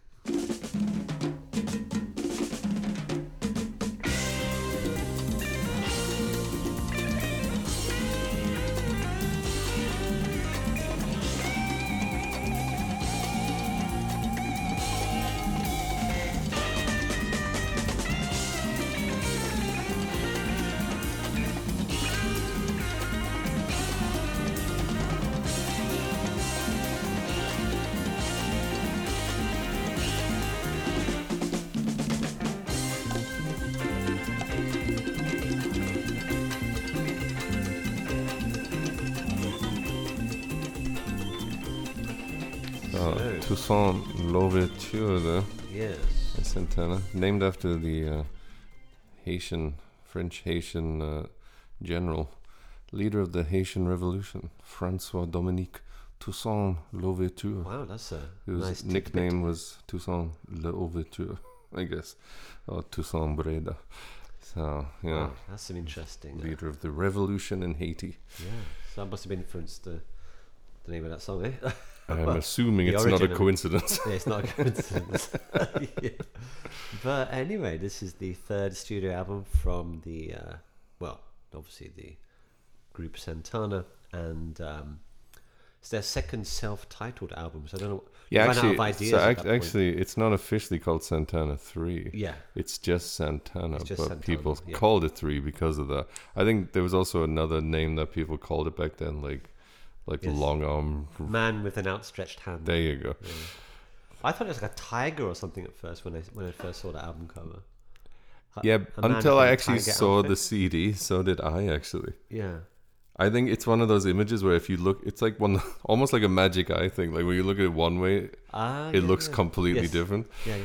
Uh, Toussaint L'Ouverture de
Yes.
Santana, named after the uh, Haitian, French Haitian uh, general, leader of the Haitian Revolution, Francois Dominique Toussaint L'Ouverture.
Wow, that's a
Whose
nice
nickname
tidbit.
was Toussaint L'Ouverture, I guess, or Toussaint Breda. So, yeah,
Wow, that's some interesting. uh,
leader of the revolution in Haiti.
yeah. So that must have been influenced the, the name of that song, eh?
I'm assuming
the
it's not a
origin of-
coincidence.
Yeah, it's not a coincidence. Yeah. But anyway, this is the third studio album from the, uh, well, obviously the group Santana, and um, it's their second self-titled album. So I don't know.
yeah,
they ran
actually,
out of ideas
so
at
act-
that point.
actually, it's not officially called Santana Three.
yeah,
It's just Santana,
It's just
but
Santana,
people
yeah.
called it three because of that. I think there was also another name that people called it back then, like, like
Yes.
long arm.
man with an outstretched hand.
There you go.
I thought it was like a tiger or something at first when I when I first saw the album cover. A-
Yeah,
a man
until
in
I
a
actually
tiger
saw the
outfit.
CD, so did I actually.
Yeah,
I think it's one of those images where if you look, it's like one, almost like a magic eye thing. Like when you look at it one way,
ah,
it
yeah,
looks
yeah.
completely
Yes.
different.
Yeah, yeah,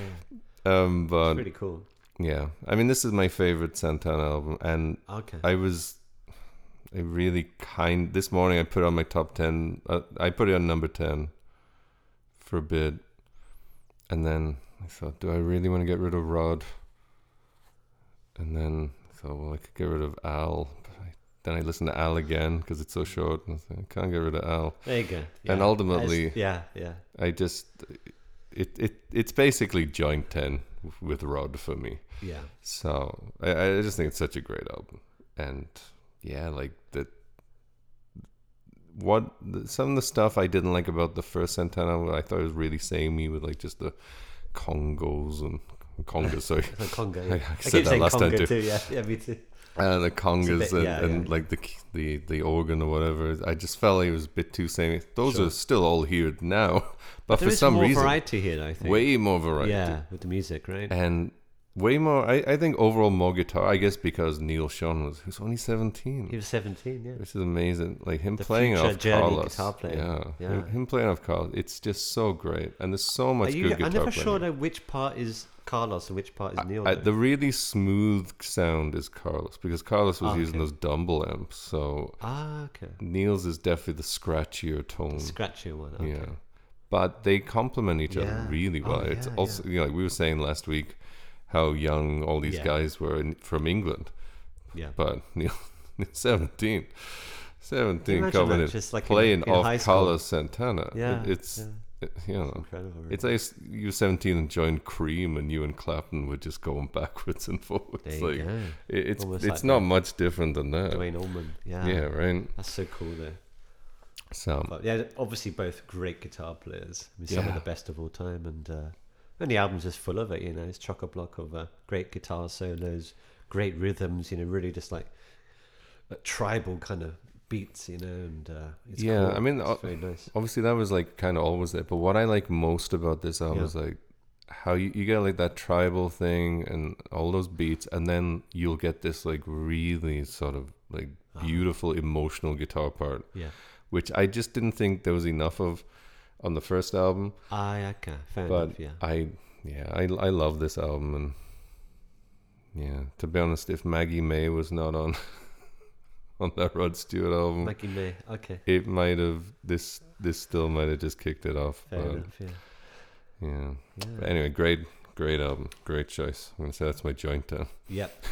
yeah.
Um, but
pretty cool.
yeah, I mean, this is my favorite Santana album, and
Okay,
I was, I really kind. This morning, I put on my top ten. Uh, I put it on number ten for a bit, and then I thought, do I really want to get rid of Rod? And then I thought, well, I could get rid of Al. But I, then I listened to Al again because it's so short, and I, thought, I can't get rid of Al.
there you go.
And
Yeah.
ultimately,
As- yeah, yeah.
I just it it it's basically joint ten with Rod for me.
Yeah.
So I, I just think it's such a great album, and yeah, like the what the, some of the stuff I didn't like about the first Santana, I thought it was really samey with like just the congos and congas, sorry,
The Congo.
I
I,
said
keep
that
saying
last time
Congo
too.
Yeah, yeah, me too.
uh, the congas
bit-
and,
yeah,
and
yeah.
like the the the organ or whatever. I just felt like it was a bit too samey. Those
Sure.
are still all here now, but
There
for
is
some
more
reason,
variety here, though, I think.
way more variety.
yeah, with the music, right?
and way more. I, I think overall more guitar. I guess because Neil Sean was who's only seventeen.
He was 17, yeah.
this is amazing. Like him playing
future
off
Journey
Carlos.
guitar player.
Yeah,
Yeah.
Him, him playing off Carlos. It's just so great, and there's so
Are
much
you,
good
I'm
guitar
never
playing.
sure, though, which part is Carlos and which part is Neil.
I-
though.
the really smooth sound is Carlos because Carlos was
Ah,
using
okay.
those dumble amps. So
ah, okay.
Neil's is definitely the scratchier tone.
Scratchy one. Okay.
Mm. Yeah. But they complement each other
Yeah.
really
Oh,
well. it's
yeah,
also you know, like we were saying last week how young all these
Yeah.
guys were in, from England.
Yeah.
But Neil 17. 17
imagine
coming
that,
in,
just like in-
playing
in high
off
school?
Carlos Santana. It-
Yeah,
it's it- you know
Incredible, really.
it's like s- you were 17 and joined Cream and you and Clapton were just going backwards and forwards.
There you
like
go.
it- it's
Almost
it's
like
not
that.
much different than that.
Dwayne Allman. Yeah.
yeah, right.
That's so cool, though.
So
But yeah, obviously both great guitar players. I mean, some
Yeah.
of the best of all time, and uh, and the album's just full of it. You know, it's chock a block of uh, great guitar solos, great rhythms. You know, really just like uh, tribal kind of beats. You know, and uh, it's
Yeah,
cool.
I mean,
it's
uh,
very nice.
obviously that was like kind of always there but what i like most about this album
Yeah.
is like how you, you get like that tribal thing and all those beats and then you'll get this like really sort of like
Uh-huh.
beautiful emotional guitar part
Yeah,
which i just didn't think there was enough of on the first album
I okay, fair
but
enough. Yeah,
i yeah I, I love this album and yeah to be honest if maggie may was not on on that rod stewart album
Maggie May. Okay,
it might have this this still might have just kicked it off
fair
but
enough. Yeah.
yeah.
Yeah.
But anyway, great, great album, great choice. I'm gonna say that's my joint down.
Yep.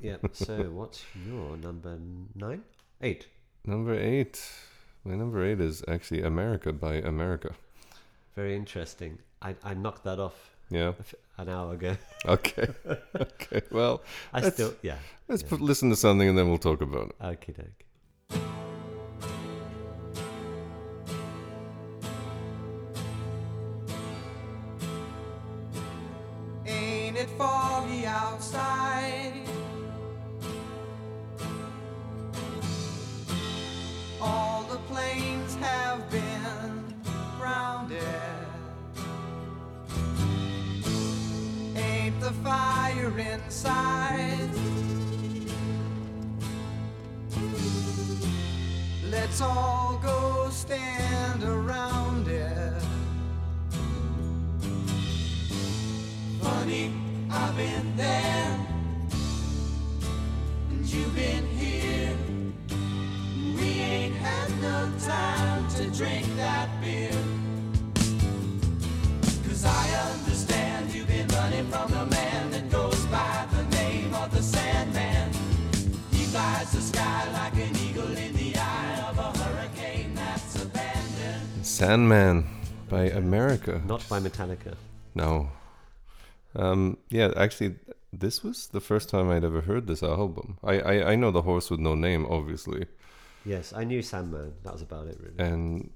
yep. So, what's your number nine? Eight.
Number eight. My number eight is actually America by America.
Very interesting. I, I knocked that off
Yeah.
a f- an hour ago.
Okay. okay. Well,
I
That's-
still, yeah.
let's
Yeah.
put, listen to something and then we'll talk about it.
Okie doke.
Ain't it foggy outside? All the planes have been grounded. Ain't the fire inside? Let's all go stand around it. Funny, I've been there, and you've been here. We ain't had no time to drink that beer. Cause I understand you've been running from the man that goes by the name of the Sandman. He flies the sky like an eagle in the eye of a hurricane that's abandoned.
Sandman by America.
Not by Metallica.
No. Um, yeah, actually, this was the first time I'd ever heard this album. I, I, I know The Horse with No Name, obviously.
Yes, I knew Sandman. That was about it, really.
And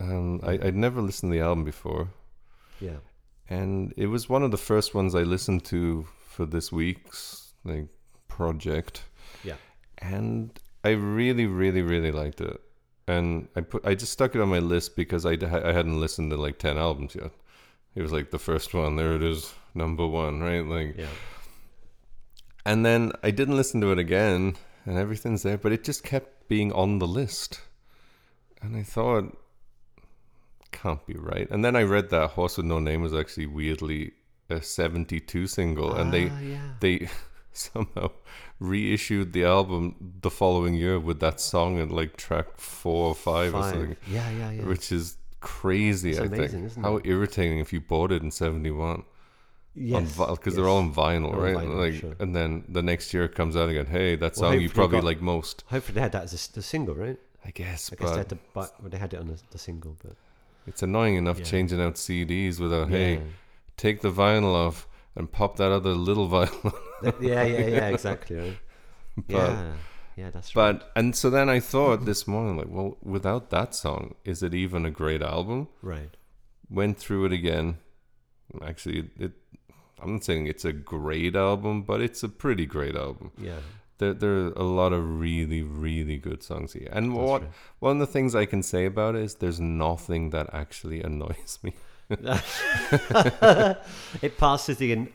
um, I, I'd never listened to the album before.
Yeah.
and it was one of the first ones I listened to for this week's like project,
Yeah.
and I really, really, really liked it. and I put I just stuck it on my list because I I hadn't listened to like ten albums yet. It was like the first one. There it is, number one, right? Like,
Yeah.
and then I didn't listen to it again, and everything's there, but it just kept being on the list. And I thought, can't be right. And then I read that Horse with No Name was actually weirdly a 72 single, and they,
Ah, yeah.
they somehow reissued the album the following year with that song at like track four or five, or
Five.
something,
Yeah, yeah, yeah.
which is crazy, I
amazing,
think.
isn't
How irritating if you bought it in 71 on
yes.
because they're
yes.
all on vinyl,
They're
right?
all vinyl,
like,
sure.
and then the next year it comes out again. Hey, that
Well,
song you
hopefully
probably
got-
like most,
Hopefully they had that as a, s- the single, right?
I guess.
I guess
but
they had to buy, well, they had it on the, the single, but
it's annoying enough
Yeah.
changing out CDs without hey,
Yeah.
take the vinyl off and pop that other little vinyl. on."
yeah, yeah, yeah, exactly. Right? yeah, yeah, that's right.
but and so then I thought this morning, like, well, without that song, is it even a great album?
Right.
Went through it again. Actually, it. it I'm not saying it's a great album, but it's a pretty great album.
Yeah.
there there are a lot of really really good songs here and what
right.
one of the things i can say about it is there's nothing that actually annoys me
It passes the. In-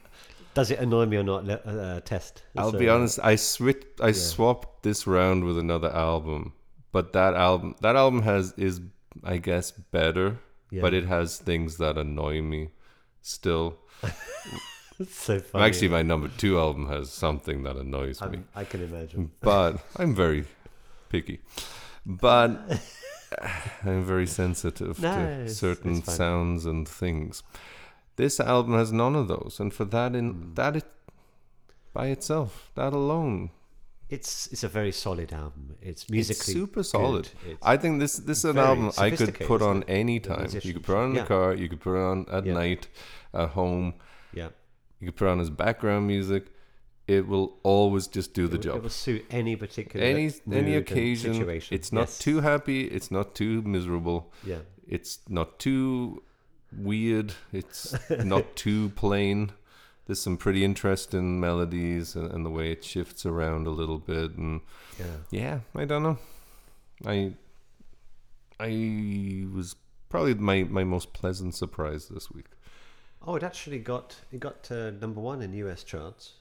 does it annoy me or not? le- Uh, test.
i'll
So,
be honest i switch i swapped this round with another album but that album that album has is i guess better but
Yeah.
it has things that annoy me still
It's so funny.
actually my number two album has something that annoys me
I'm, Oh, I can
Hmm.
imagine.
but i'm very picky but i'm very sensitive
No,
to
it's-
certain
it's fine.
sounds and things this album has none of those and for that in
Hmm.
that it by itself that alone
It's it's a very solid album.
it's
It's musically
super
good.
solid
It's-
i think this this is an
very
album i could
sophisticated,
put on
isn't
any time you could
musicians.
put it on in the
Yeah.
car you could put it on at
Yeah.
night at home
yeah.
you could put it on as background music it will always just do the job
It will suit any particular
any
mood
any
and
occasion
situation.
it's not
Yes.
too happy it's not too miserable
Yeah.
it's not too weird it's not too plain there's some pretty interesting melodies and, and the way it shifts around a little bit and
Yeah.
yeah i don't know i i was probably my my most pleasant surprise this week
Oh, it actually got it got to number one in U.S. charts.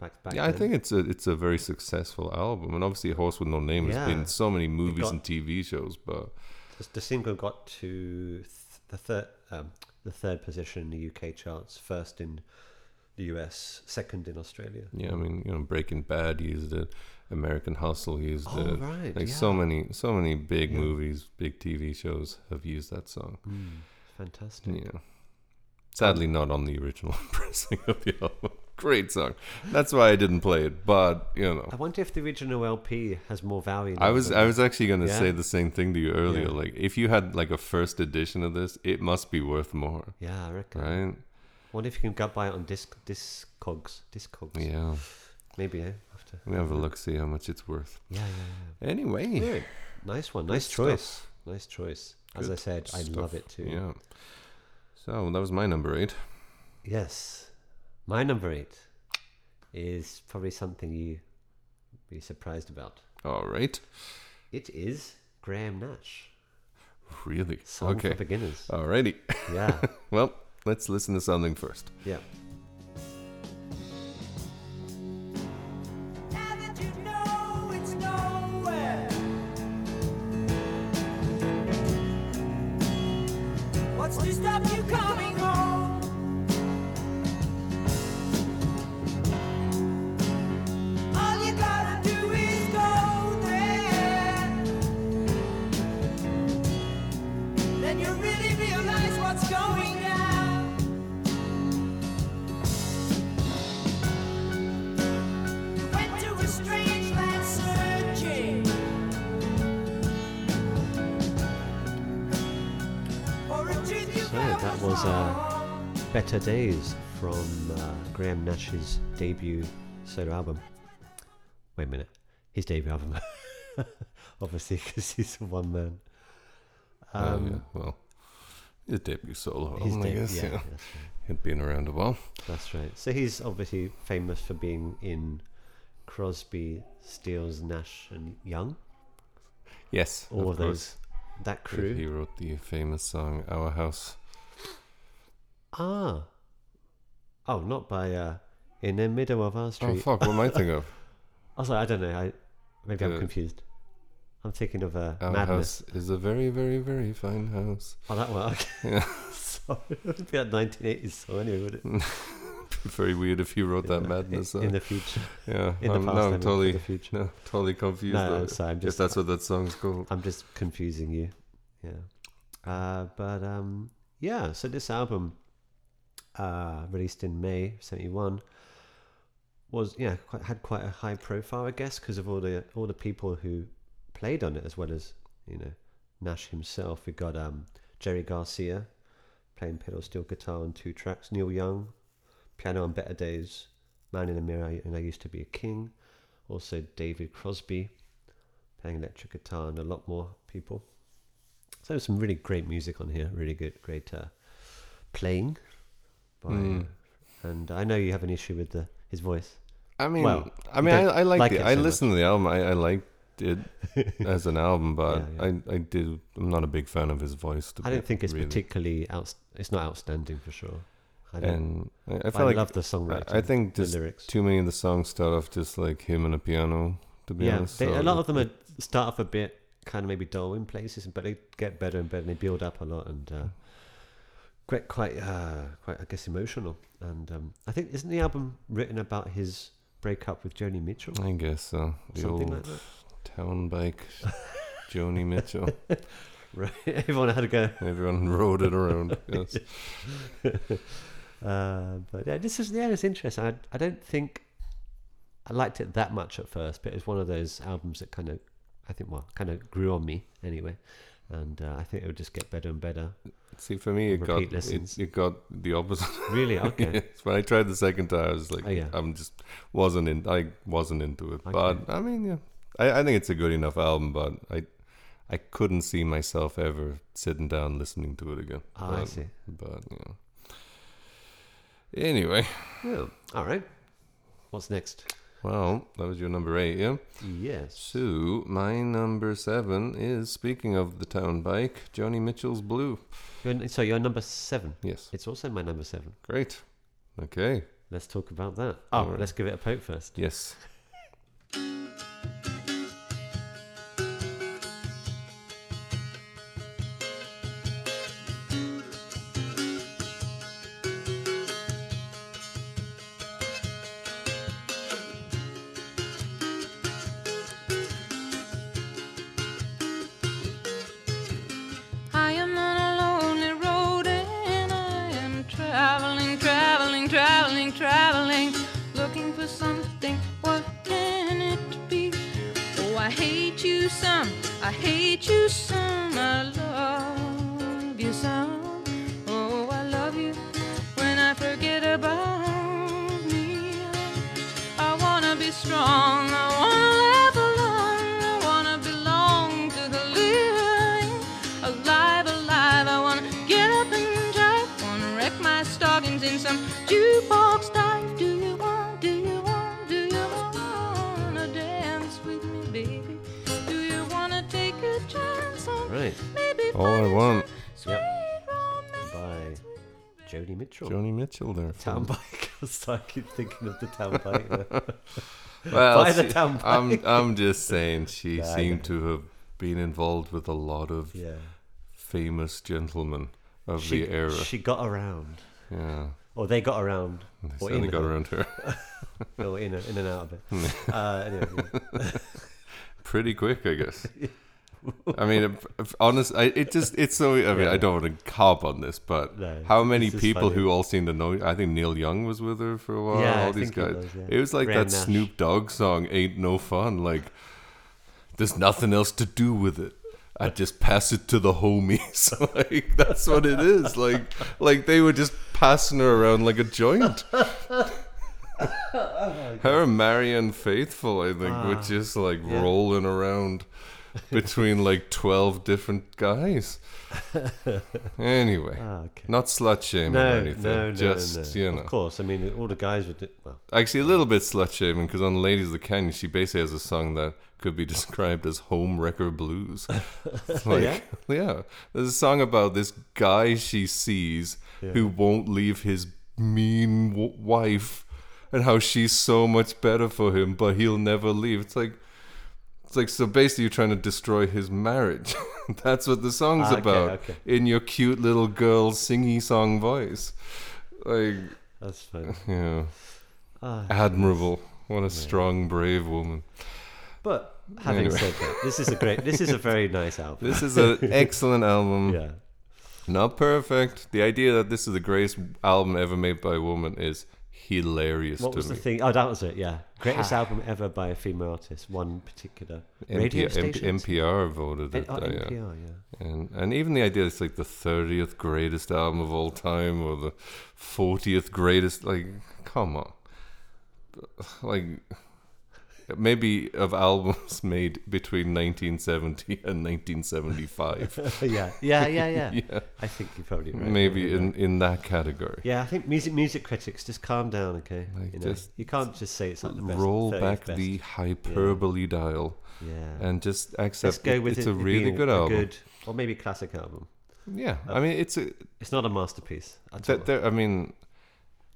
Back back.
yeah i
then.
think it's a it's a very successful album and obviously horse with no name has been
Yeah.
in so many movies
got-
and tv shows but
The- The single got to th- the third um, the third position in the UK charts, first in the US, second in Australia.
Yeah, I mean, you know, Breaking Bad used it, American Hustle used
Oh,
it.
right,
Like so many, so many big movies, big TV shows have used that song.
Fantastic.
Yeah. Sadly, not on the original pressing of the album. Great song. That's why I didn't play it. But you know,
I wonder if the original LP has more value.
I was I was actually gonna
Yeah.
say the same thing to you earlier.
Yeah.
Like, if you had like a first edition of this, it must be worth more,
yeah, I reckon.
right?
Wonder if you can go buy it on disc discogs discogs.
Yeah.
Maybe eh? after.
We have a look, see how much it's worth.
Yeah, yeah, yeah.
Anyway,
Nice one. Nice
stuff.
choice. Nice choice. As I
Good
said, I love it too.
yeah. So that was my number eight.
Yes. My number eight is probably something you be surprised about.
All right.
It is Graham Nash.
Really?
Song
okay. Uh.
for beginners.
Alrighty.
Yeah.
well, let's listen to something first.
yeah.
Now that you know it's nowhere, what's to stop you coming home? All you gotta do is go there. Then you really realize what's going down. Went to a strange land searching for a truth you
So that was uh,
found.
Better Days from uh, Graham Nash's debut solo album. Wait a minute. His debut album. Obviously, because he's a one man.
Um, well, his debut solo
His
album, I
debut-
guess. Yeah.
that's right.
It'd been around a while.
That's right. So he's obviously famous for being in Crosby, Steels, Nash, and Young.
Yes.
all
course.
of, those that crew.
He wrote the famous song Our House.
Ah. Oh, not by uh in the middle of our
Oh,
street.
fuck, what am I thinking of?
I was like, I don't know. I maybe I'm
Uh,
confused. I'm thinking of uh,
Our
madness.
house is a very, very, very fine house.
Oh, that one. Okay.
Yeah.
Sorry, it would be that 1980s song anyway, would it?
very weird if you wrote that
In the-
madness song.
in the future.
yeah.
in the
I'm,
past,
now
I mean,
I'm
for
totally,
the future.
no, totally confused.
No,
though,
I'm sorry, I'm
if
just-
that's what that song's called.
I'm just confusing you. Yeah. Uh, but um, yeah, so this album, uh, released in May '71, was yeah quite, had quite a high profile, I guess, because of all the all the people who played on it, as well as you know Nash himself. We got um, Jerry Garcia playing pedal steel guitar on two tracks, Neil Young, piano on Better Days, Man in the Mirror, and I Used to Be a King. Also David Crosby playing electric guitar and a lot more people. So there's some really great music on here, really good, great uh, playing. By,
Mm.
uh, and I know you have an issue with the, his voice.
I mean,
Well,
I mean, I,
don't
I liked
like
it.
it
I
so
listened to the album. I, I liked it as an album, but
Yeah, yeah.
I, I did. I'm not a big fan of his voice. To
I
be-
don't think it's
really.
particularly out. It's not outstanding for sure. I don't.
And I, I
but I,
felt like
love the
I-
songwriting.
I think
the
just
lyrics.
too many of the songs start off just like him and a piano. To be
yeah,
honest,
they,
so
a lot of
it-
them are start off a bit kind of maybe dull in places, but they get better and better. and They build up a lot and uh, quite quite uh, quite I guess emotional. And um, I think isn't the album written about his breakup with Joni Mitchell?
I guess so. Oh, The
Something
old
like that.
town bike, Joni Mitchell.
Right, everyone had a go.
Everyone rode it around. Yes.
Uh, but yeah, this is yeah, it's interesting. I, I don't think I liked it that much at first, but it's one of those albums that kind of I think well kind of grew on me anyway, and uh, I think it would just get better and better.
See, for me, it got
Repeat
it,
listens.
it got the opposite.
Really, okay.
Yes, when I tried the second time, I was like,
Oh, yeah.
I'm just wasn't in. I wasn't into it.
Okay.
But I mean, yeah, I, I think it's a good enough album. But I, I couldn't see myself ever sitting down listening to it again.
Ah,
but,
I see.
But you know. Anyway,
Yeah. All right. What's next?
well, that was your number eight, yeah.
Yes.
So my number seven is speaking of the town bike, Johnny Mitchell's Blue.
You're, so you're number seven.
Yes,
It's also my number seven.
great. Okay.
Let's talk about that. Oh, let's give it a poke first.
Yes.
I am on a lonely road and I am traveling, traveling, traveling, traveling, looking for something. What can it be? Oh, I hate you some, I hate you some, I love you some. Oh, I love you when I forget about me. I wanna be strong. I wanna live alone. I wanna belong to the living. Alive, alive. I wanna get up and drive. Wanna wreck my stockings in some jukebox dive. Do you want? Do you want? Do you wanna dance with me, baby? Do you wanna take a chance on
Right.
maybe
All I
finding
want.
some sweet romance
By
with me, baby?
Joni Mitchell.
Johnny Mitchell there.
Town bike. So I keep thinking of the town bike.
Well,
By the
she-
town
I'm I'm just saying she
Yeah, I
seemed to have been involved with a lot of
yeah.
famous gentlemen of the era.
she got around,
yeah,
or they got around,
they
or
certainly
in,
got
her-
around her
or in, in and out of it. uh, anyway, yeah.
pretty quick, I guess. I mean, if- if- honest, I, it just it's so. I mean, I don't want to harp on this, but
No,
how many
it's just
people
funny.
who all seem to know? I think Neil Young was with her for a while.
Yeah, I
all these
think he
guys.
was, yeah.
It was like
Graham
that
Nash.
Snoop Dogg song "Ain't No Fun." Like, there's nothing else to do with it. I just pass it to the homies. like that's what it is. Like, like they were just passing her around like a joint.
Ah,
her and Marianne Faithful, I think, were just like rolling around between like 12 different guys. Anyway,
Ah, okay.
not slut shaming or
No,
anything.
no, no,
just,
no.
you know.
Of course, I mean, all the guys would. Do, well,
Actually, a little bit slut shaming because on Ladies of the Canyon, she basically has a song that could be described as home wrecker blues. like, yeah? There's a song about this guy she sees who won't leave his mean w- wife and how she's so much better for him, but he'll never leave. It's like. It's like so basically you're trying to destroy his marriage. That's what the song's
Ah, okay,
about.
okay.
In your cute little girl singy song voice. Like
that's fine.
yeah.
Ah.
Admirable. What a strong, brave woman.
But having
Anyway.
said that, this is a great. This is a very nice album.
This is an excellent album.
yeah.
Not perfect. The idea that this is the greatest album ever made by a woman is hilarious
What
to
was
me.
the thing? Oh, that was it. Yeah, greatest album ever by a female artist. One particular radio
MP-
station.
NPR voted it.
oh,
uh, yeah.
NPR, yeah.
And, and even the idea it's like the 30th greatest album of all time or the 40th greatest, like, come on. Like, maybe of albums made between 1970 and 1975.
yeah, yeah, yeah, yeah.
Yeah.
I think you're probably right.
maybe
Yeah.
in, in that category.
Yeah, I think music music critics just calm down, okay?
Like,
you, know,
just
you can't just say it's like the best.
roll
30th
back
best.
the hyperbole dial
yeah.
and just
Let's
accept
go
it-
with
it's
it
a really
being
good album.
good or maybe classic album.
yeah, I mean it's a
It's not a masterpiece at all.
that there. I mean,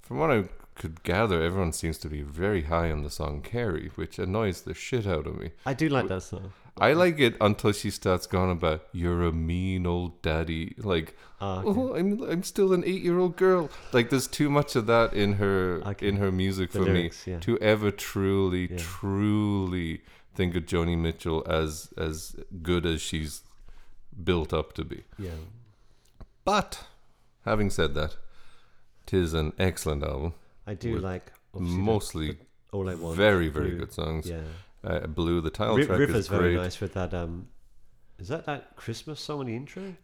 from what I could gather, everyone seems to be very high on the song "Carrie," which annoys the shit out of me.
I do like that song.
I like it until she starts going about "You're a mean old daddy." Like,
Ah,
oh, I'm I'm still an eight year old girl. Like, there's too much of that in her
Okay.
in her music
The
for
lyrics,
me
yeah.
to ever truly
Yeah.
truly think of Joni Mitchell as as good as she's built up to be.
Yeah.
But having said that, 'tis an excellent album.
I do
With
like obviously the-
Mostly
all I want.
very very
Blue.
good songs.
Yeah.
Uh, Blue, the title
Ri-
track
River's
is great.
very nice with that um is that that Christmas song in the intro?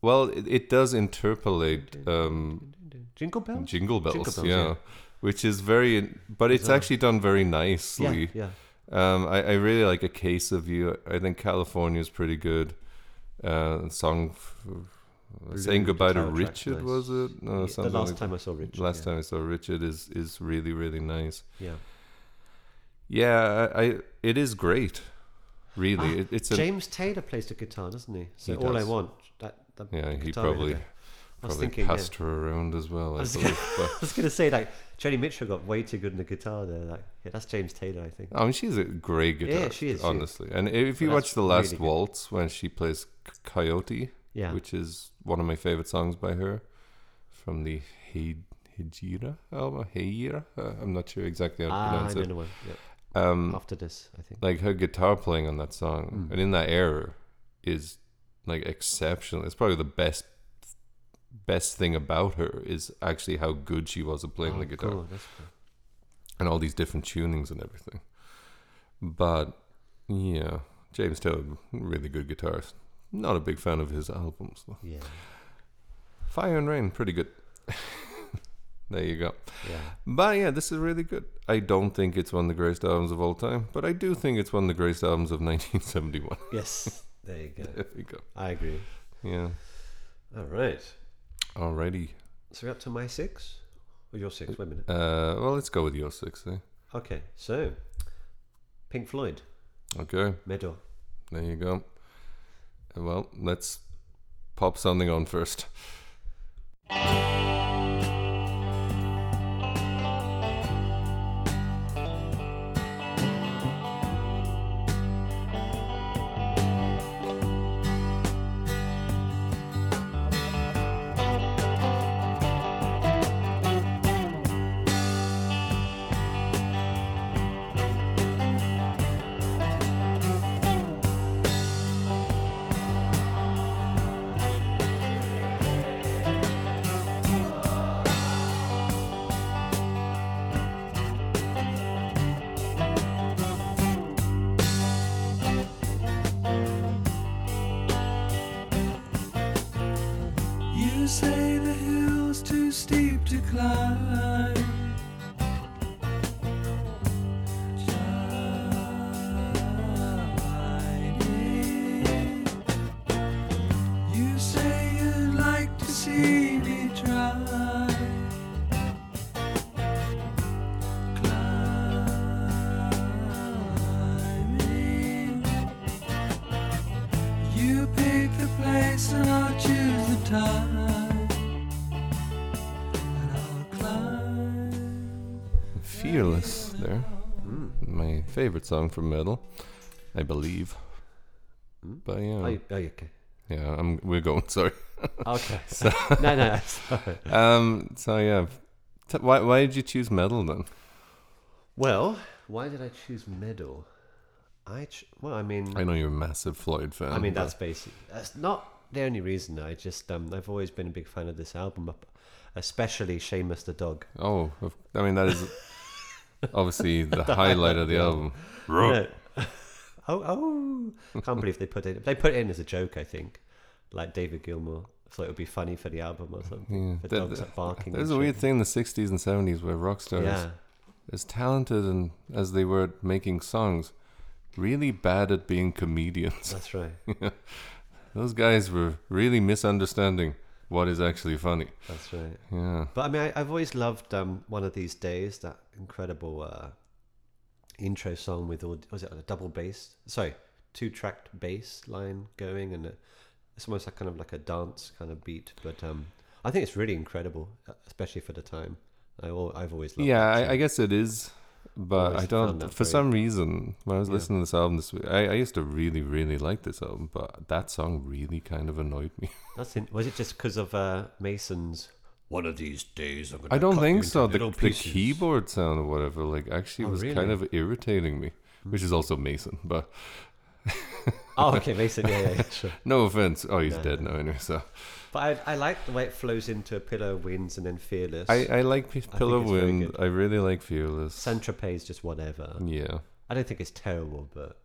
Well, it, it does interpolate um,
Jingle Bells?
Jingle bells,
Jingle bells,
yeah.
yeah.
which is very, but it's actually done very nicely.
yeah, yeah.
Um, I, I really like a case of you. I think California is pretty good. Uh, song f- saying goodbye to
title track's
Richard
nice.
was it? No,
Yeah, the
something
last
like
time I saw Richard.
last
yeah.
time I saw Richard is is really really nice.
Yeah.
Yeah, I, I it is great.
Ah,
Really, it, it's a
James Taylor plays the guitar, doesn't he? So
He
all I
does.
want that, that
yeah. He
guitar over
probably
there. I was
probably
thinking, yeah.
passed her around as well. I,
was-
believe, but
I was going to say like Jenny Mitchell got way too good in the guitar there. Like yeah, that's James Taylor, I think.
I mean, she's a great guitarist,
Yeah, she is, she is.
honestly. And if you
But that's
watch the last
really good.
waltz when she plays C- Coyote,
Yeah.
which is one of my favorite songs by her, from the He- Hejira album, Hejira. Uh, I'm not sure exactly how to
Ah, I
pronounce
know
it.
the one. Yep.
Um,
After this, I think.
like her guitar playing on that song
Hmm.
and in that era is like exceptional. It's probably the best best thing about her is actually how good she was at playing
Oh,
the guitar
cool, that's cool.
and all these different tunings and everything. But yeah, James Taylor, really good guitarist. Not a big fan of his albums though.
Yeah,
Fire and Rain, pretty good. there you go.
yeah.
But yeah, this is really good. I don't think it's one of the greatest albums of all time, but I do think it's one of the greatest albums of 1971.
Yes, there you go.
there you go.
I agree.
Yeah.
All right.
Alrighty.
So we're up to my six or your six? Wait a minute.
Uh, well, let's go with your six. Eh?
Okay, so Pink Floyd,
Okay.
Meadow.
There you go. Uh, Well, let's pop something on first.
You say the hill's too steep to climb. Slide in.
Fearless there.
Hmm.
My favorite song from metal, I believe. But yeah,
Oh, you- oh, you okay.
yeah, I'm, we're going. Sorry.
Okay. no, no. sorry.
Um. So yeah, T- why why did you choose metal then?
Well, why did I choose metal? I ch- well, I mean,
I know you're a massive Floyd fan.
I mean,
but-
that's basic. That's not the only reason. I just um, I've always been a big fan of this album, especially Seamus the Dog.
oh, of- I mean that is obviously the highlight of the album.
No. oh, oh! Can't believe they put it. They put it in as a joke, I think, like David Gilmour thought it would be funny for the album or something. The
There-
dogs are barking.
There's
and
a
shit.
weird thing in the '60s and '70s where rock stars,
Yeah,
as talented and as they were at making songs, really bad at being comedians.
that's right.
Those guys were really misunderstanding what is actually funny.
That's right.
Yeah.
But I mean, I, I've always loved um, one of these days that incredible uh, intro song with all was it a double bass? Sorry, two tracked bass line going, and it's almost like kind of like a dance kind of beat. But um, I think it's really incredible, uh, especially for the time. I al- I've always loved.
Yeah,
that
I,
tune.
I guess it is. But
Always
I
found
don't.
that
For
very-
some reason, when I was listening to this album this week, I, I used to really, really like this album, but that song really kind of annoyed me.
That's in, was it just because of uh, Mason's? One of these days, I'm gonna
I don't
cut you
think
into
so. The,
little
the
pieces."
keyboard sound or whatever, like, actually
Oh,
was
really? Hmm.
kind of irritating me, which is also Mason. But
Oh, okay, Mason. Yeah, yeah, sure.
no offense. Oh, he's
No,
dead now, anyway. So
But I, I like the way it flows into a pillow, wins, and then fearless.
I, I like P- Pillow
it's very
Wind.
good.
I really like Fearless.
Saint Tropez is just whatever.
yeah.
I don't think it's terrible, but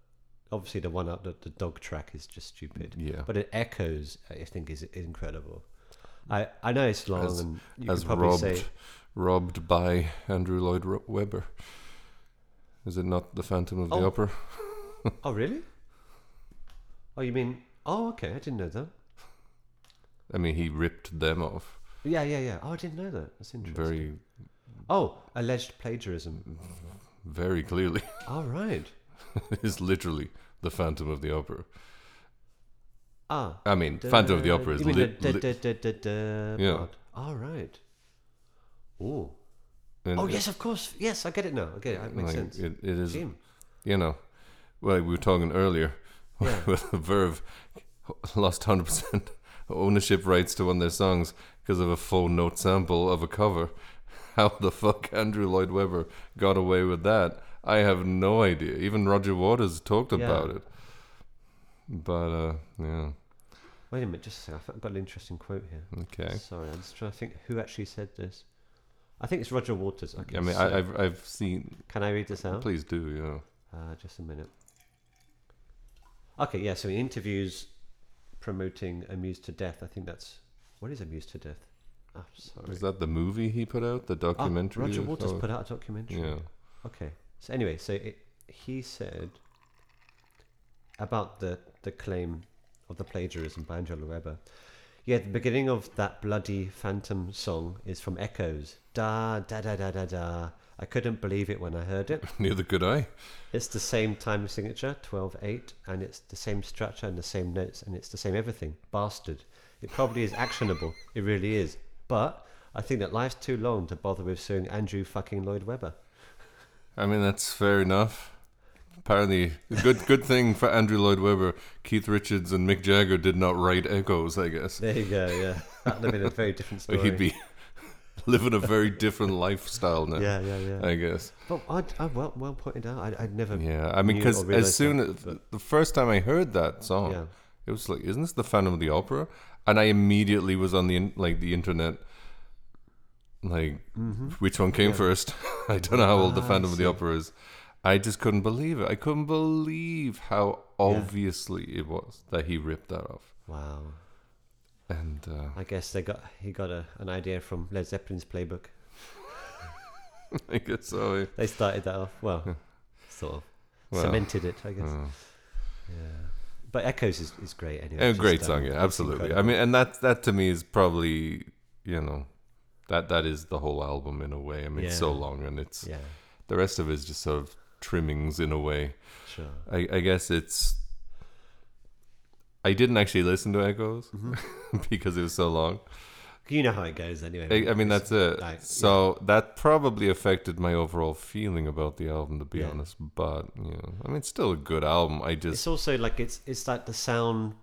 obviously the one up the, the dog track is just stupid.
Yeah.
But it echoes. I think is incredible. I I know it's long
As-
and you
as
could probably
robbed,
say
robbed by Andrew Lloyd Ro- Webber. Is it not the Phantom of the
Oh.
Opera?
Oh really? Oh, you mean? Oh, okay. I didn't know that.
I mean, he ripped them off.
Yeah, yeah, yeah. Oh, I didn't know that. That's interesting.
Very,
Oh, alleged plagiarism.
very clearly.
All right.
it's literally the Phantom of the Opera.
Ah.
I mean, Phantom of the Opera is
You mean
lit.
the
lit-
da- da- da- da- da
Yeah.
part. All right. Oh.
and
Oh
it-
yes, of course. Yes, I get it now. I get it. That makes
like,
sense.
It, it is,
Jim.
you know, well, we were talking earlier
Yeah.
with Verve lost 100% ownership rights to one of their songs because of a full note sample of a cover. How the fuck Andrew Lloyd Webber got away with that, I have no idea. Even Roger Waters talked
Yeah.
about it. But, uh, yeah,
Wait a minute, just a second. I've got an interesting quote here.
okay.
Sorry, I'm just trying to think who actually said this. I think it's Roger Waters. Okay,
I mean,
so-
I, I've, I've seen.
can I read this out?
Please do, yeah.
Uh, just a minute. Okay, yeah, so in interviews promoting Amused to Death, I think that's. What is Amused to Death? Oh, sorry.
Is that the movie he put out? The
Ah,
documentary?
Roger
or-
Waters
oh,
put out a documentary.
Yeah.
Okay. So anyway, so it, he said about the the claim of the plagiarism by Angela Weber. Yeah, the beginning of that bloody Phantom song is from Echoes. Da da da da da da. I couldn't believe it when I heard it.
Neither could I.
It's the same time signature, 12 8, and it's the same structure and the same notes, and it's the same everything. Bastard. It probably is actionable. It really is. But I think that life's too long to bother with suing Andrew fucking Lloyd Webber.
I mean, that's fair enough. Apparently, good good thing for Andrew Lloyd Webber, Keith Richards, and Mick Jagger did not write Echoes. I guess
There you go. Yeah, that would have been a very different
Or
story.
he'd be living a very different lifestyle now.
Yeah, yeah, yeah.
I guess.
But I, I well, well pointed out. I, I'd never.
Yeah, I mean,
knew or
because
realised
as soon
that,
as
but-
the first time I heard that song,
Yeah.
it was like, "Isn't this the Phantom of the Opera?" And I immediately was on the in, like the internet, like
Mm-hmm.
which one came first? I don't know how
Ah,
old the Phantom of the Opera is. I just couldn't believe it. I couldn't believe how obviously it was that he ripped that off.
wow.
And uh,
I guess they got he got a, an idea from Led Zeppelin's playbook.
I guess so. eh?
They started that off. Well, sort of
Well,
cemented it, I guess.
uh.
Yeah. But Echoes is, is great anyway.
A
Just,
great
um,
song, yeah,
it's
absolutely. I
incredible.
mean, and that that to me is probably you know that that is the whole album in a way. I mean, it's so
Yeah.
long, and it's
yeah,
the rest of it is just sort of trimmings in a way.
sure.
I, I guess it's. I didn't actually listen to Echoes because it was so long,
You know how it goes anyway.
I, I mean, that's it.
Like,
so that probably affected my overall feeling about the album, to be
Yeah.
honest. But you know, I mean, it's still a good album. I just
It's also like it's it's like the sound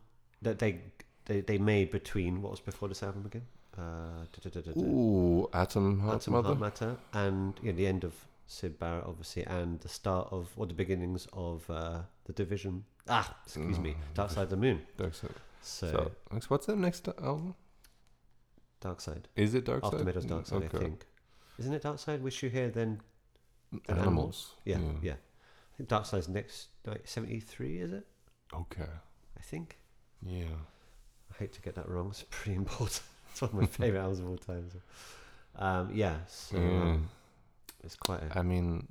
that they they, they made between what was before this album again. Uh, da- da- da- da- da.
ooh, Atom Heart
Atom
Mother.
Heart Matter, and you know, the end of Sid Barrett, obviously, and the start of or the beginnings of uh, the Division. Ah, excuse me, Dark Side of the Moon.
Dark Side.
So,
Mm. So, next- what's the next album?
Dark Side
Is it Dark
after
Side?
Meadows Dark Side, I think. Isn't it Dark Side? Wish you here then. then
Animals.
Yeah, yeah. I think Dark Side's next like, seventy three. Is it?
Okay.
I think.
Yeah.
I hate to get that wrong. It's pretty important. It's one of my favorite albums of all time. So. Um, yeah, so
Mm.
um, it's quite a
I mean,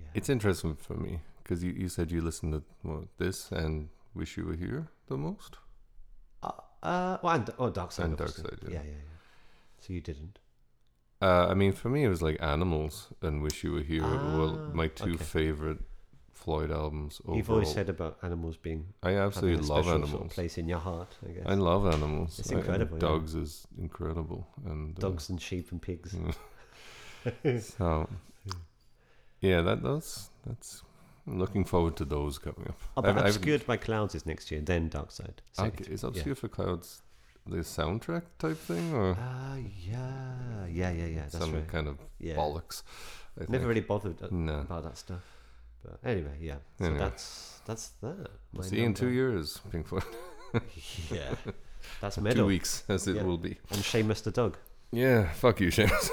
Yeah.
Uh, it's interesting for me because you, you said you listened to what, this and Wish You Were Here the most.
Uh, uh, well, and oh, Dark Side.
And Dark
obviously.
Side,
yeah.
yeah.
yeah, yeah, So you didn't.
Uh, I mean, for me, it was like Animals and Wish You Were Here
Ah,
were my two
okay.
favorite Floyd albums. Overall.
You've always said about animals being
I
having a
absolutely
special
love
sort of
animals.
place in your heart. I guess
I love animals.
It's
I- and
incredible, yeah.
dogs is incredible, and uh,
dogs and sheep and pigs.
Mm. So, yeah, that that's that's. I'm looking forward to those coming up.
Oh, but
I've- I've-
Obscured by Clouds is next year, then Dark Side. So
Okay,
it-
is Obscure for Clouds the soundtrack type thing or
Yeah. Ah, yeah, yeah, yeah, yeah. That's
some
right.
kind of
Yeah.
bollocks? I think.
Never really bothered a-
No.
about that stuff. But anyway, yeah. So
Anyway.
that's that's that. My
See you in two
number.
years, Pink Floyd.
Yeah. That's
two
metal.
weeks, as it
Yeah.
will be.
And Seamus the dog.
Yeah, fuck you, Seamus.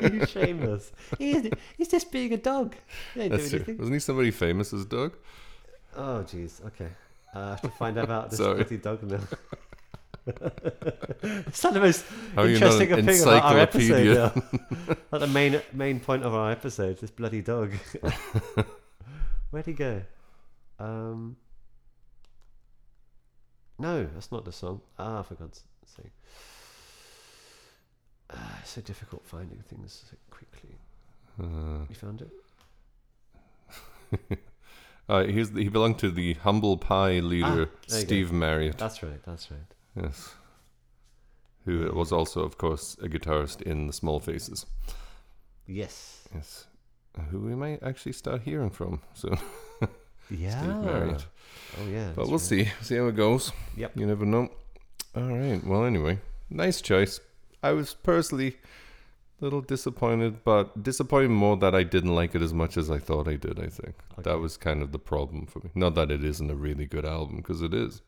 you Seamus. He is, he's just being a dog. He ain't
That's
doing
true.
anything.
Wasn't he somebody famous as Doug?
Oh, jeez. Okay. Uh, I have to find out about this
Sorry.
bloody dog now. it's not the most
How are you not
interesting
an
thing about our episode.
encyclopedia?
Yeah. not the main main point of our episode. This bloody dog. Where'd he go? Um, no, that's not the song. Ah, for God's sake. Ah, it's so difficult finding things so quickly.
Uh,
You found it?
uh, he, was the, he belonged to the humble pie leader
Ah, there you go.
Steve Marriott.
That's right. That's right.
Yes, who was also, of course, a guitarist in the Small Faces.
Yes.
Yes, who we might actually start hearing from soon.
Yeah.
Marriott.
Oh yeah.
But
that's
we'll
right.
see. See how it goes.
Yep.
You never know. All right. Well, anyway, nice choice. I was personally a little disappointed, but disappointed more that I didn't like it as much as I thought I did, I think.
Okay.
That was kind of the problem for me. Not that it isn't a really good album, because it is.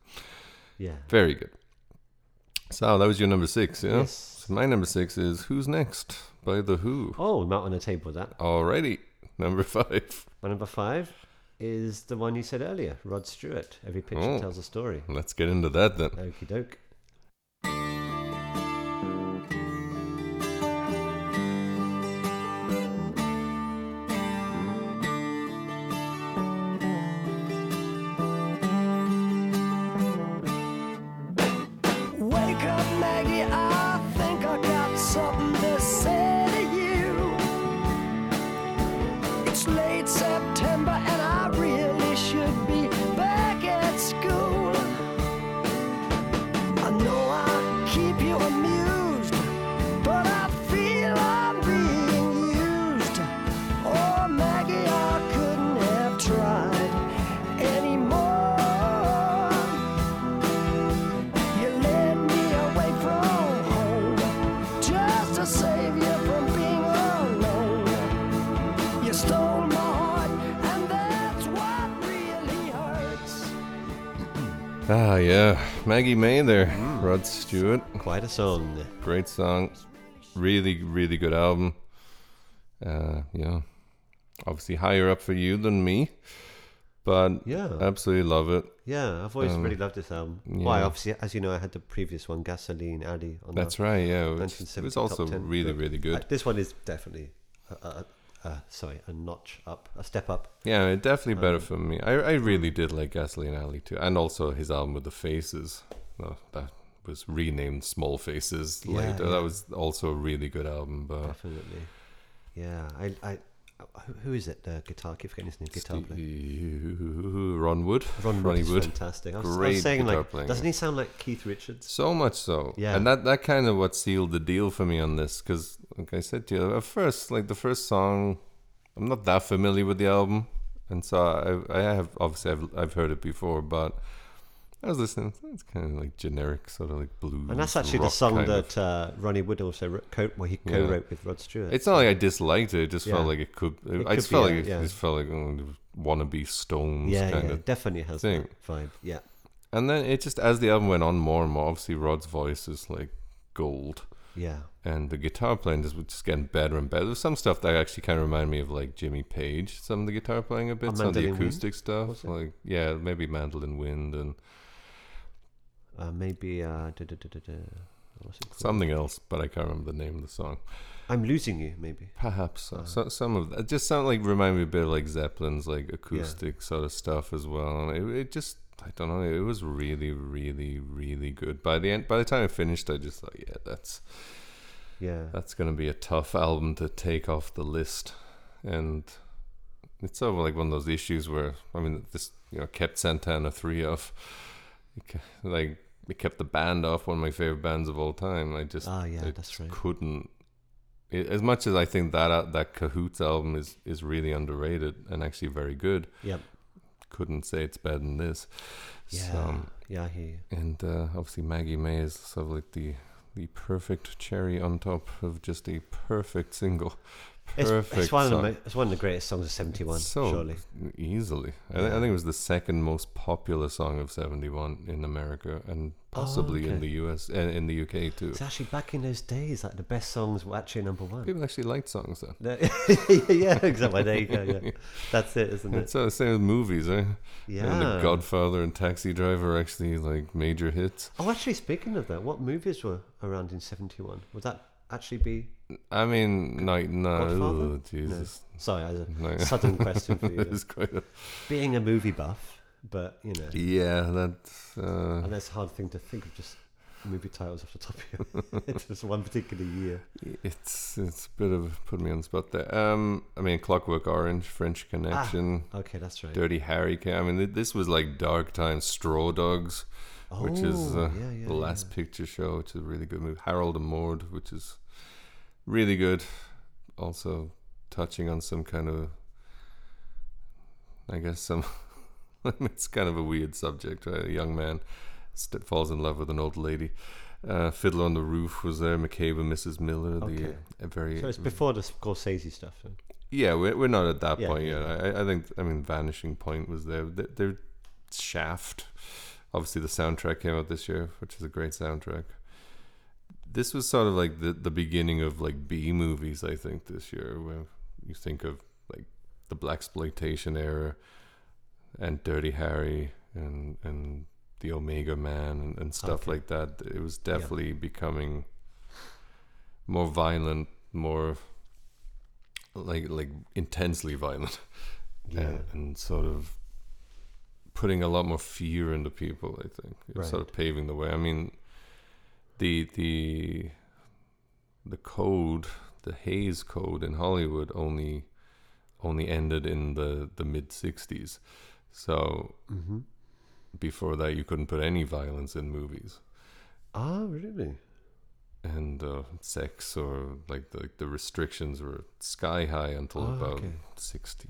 Yeah.
Very good. So that was your number six, yeah?
Yes.
So my number six is Who's Next by The Who.
Oh, we might want to table that.
Alrighty. Number five.
My number five is the one you said earlier, Rod Stewart. Every picture
Oh.
tells a story.
Let's get into that then.
Okie doke.
Wake up, Maggie. I think I got something to say to you. It's late September, and I really should be back at school. I know I keep you amused, but I feel I'm being used. Oh, Maggie, I couldn't have tried anymore. You led me away from home just to save you from being alone. You stole my heart, and that's what really hurts.
Ah, yeah. Maggie May there. Rod Stewart.
Quite a song.
Great song. Really, really good album. Uh, yeah. Obviously higher up for you than me. But
Yeah.
absolutely love it.
Yeah, I've always really loved this album. Why?
Um, yeah.
Obviously, as you know, I had the previous one, Gasoline Alley. On
That's
our
right, yeah. Which, it
1970
was
top
also
10,
really,
but,
really
uh,
good.
this one is definitely, a, a, a, a, sorry, a notch up, a step up.
Yeah, it definitely better for me. I, I really
Hmm.
did like Gasoline Alley too, and also his album with the Faces. No, that was renamed Small Faces
Yeah,
later.
yeah.
Oh. That was also a really good album. But
Definitely. Yeah, I, I, who- Who is it? The guitar. I keep forgetting his name. Guitar player.
Ron Wood.
Ron
Ronnie
Wood is
Wood.
fantastic. I was, I was
Great
saying
guitar
like,
playing.
doesn't he sound like Keith Richards?
So much so.
Yeah.
And that, that kind of what sealed the deal for me on this. Because, like I said to you, at first, like the first song, I'm not that familiar with the album. And so I, I have, obviously, I've, I've heard it before, but I was listening. It's kind of like generic, sort of like blues.
And that's actually the
rock
song
kind of.
that uh, Ronnie Wood also wrote, co- well, he
Yeah.
co-wrote with Rod Stewart.
It's not like I disliked it. It just
Yeah.
felt like it could.
It
I
could
just
be,
felt
yeah,
like it
yeah.
just felt like oh, wannabe Stones
yeah,
kind
yeah,
of
definitely has
thing.
that vibe. Yeah,
And then it just as the album went on more and more, obviously Rod's voice is like gold,
yeah,
and the guitar playing is just getting better and better. There's some stuff that actually kind of remind me of like Jimmy Page, some of the guitar playing a bit,
Oh,
some of the
Mandolin Wind,
acoustic stuff, like yeah, maybe Mandolin Wind and
uh, maybe. Uh, da, da, da, da, da. What's it called?
something else, but I can't remember the name of the song.
I'm losing you, maybe.
Perhaps so,
Uh.
so, some of that just sound like remind me a bit of like Zeppelin's like acoustic sort of stuff as well. And it, it just I don't know. It was really, really, really good. By the end, by the time I finished, I just thought, yeah, that's
Yeah,
that's gonna be a tough album to take off the list. And it's sort of like one of those issues where I mean, this you know kept Santana three off, It ke- like it kept the band off one of my favorite bands of all time. I just
Ah, yeah,
I
that's
just
right.
couldn't. i- as much as I think that uh, that Cahoots album is is really underrated and actually very good,
yeah,
couldn't say it's better than this.
yeah,
So, um,
yeah. I hear you.
and uh, obviously Maggie May is sort of like the the perfect cherry on top of just a perfect single.
It's,
Perfect
it's one of the
song.
mo- it's one of the greatest songs of '71.
so
surely,
easily. I, thi- I think it was the second most popular song of '71 in America and possibly in
okay.
the U.S. and in the U.K. too.
it's actually back in those days. Like the best songs were actually number one.
People actually liked songs then.
No- yeah, exactly. There you go. Yeah, that's it, isn't it?
It's uh, the same with movies, eh? And
Yeah.
The Godfather and Taxi Driver are actually like major hits.
Oh, actually, speaking of that, what movies were around in '71? Would that actually be?
I mean, like
Godfather?
no,
No.
Jesus,
Sorry, as a
No.
sudden question for you.
That
there.
is quite a,
Being a movie buff, but you know,
yeah. That's uh,
and that's a hard thing to think of just movie titles off the top of your head. just one particular year.
It's it's a bit of put me on the spot there. Um, I mean, Clockwork Orange, French Connection,
Okay, that's right.
Dirty Harry. Ca- I mean, th- this was like dark times. Straw Dogs, which is
Oh,
uh,
yeah, yeah,
the Last Picture Show, which is a really good movie. Harold and Maude, which is really good. Also touching on some kind of, I guess some. it's kind of a weird subject. Right? A young man st- falls in love with an old lady. Uh, Fiddler on the Roof was there. McCabe and Mrs. Miller, the
Okay.
uh, very
So it's before the Scorsese stuff. Then.
yeah, we're, we're not at that
Yeah,
point
yeah,
yet. I, I think, I mean, Vanishing Point was there. Their, their Shaft, obviously, the soundtrack came out this year, which is a great soundtrack. This was sort of like the, the beginning of like B movies, I think, this year, where you think of like the black exploitation era and Dirty Harry and and the Omega Man and, and stuff
Okay.
like that. It was definitely becoming more violent, more like like intensely violent, and, and sort of putting a lot more fear into people. I think it's sort of paving the way. I mean, the the the code, the Hayes Code in Hollywood only only ended in the the mid '60s, so before that you couldn't put any violence in movies
Ah, really?
and uh, sex or like the the restrictions were sky high until
Oh,
about
okay.
60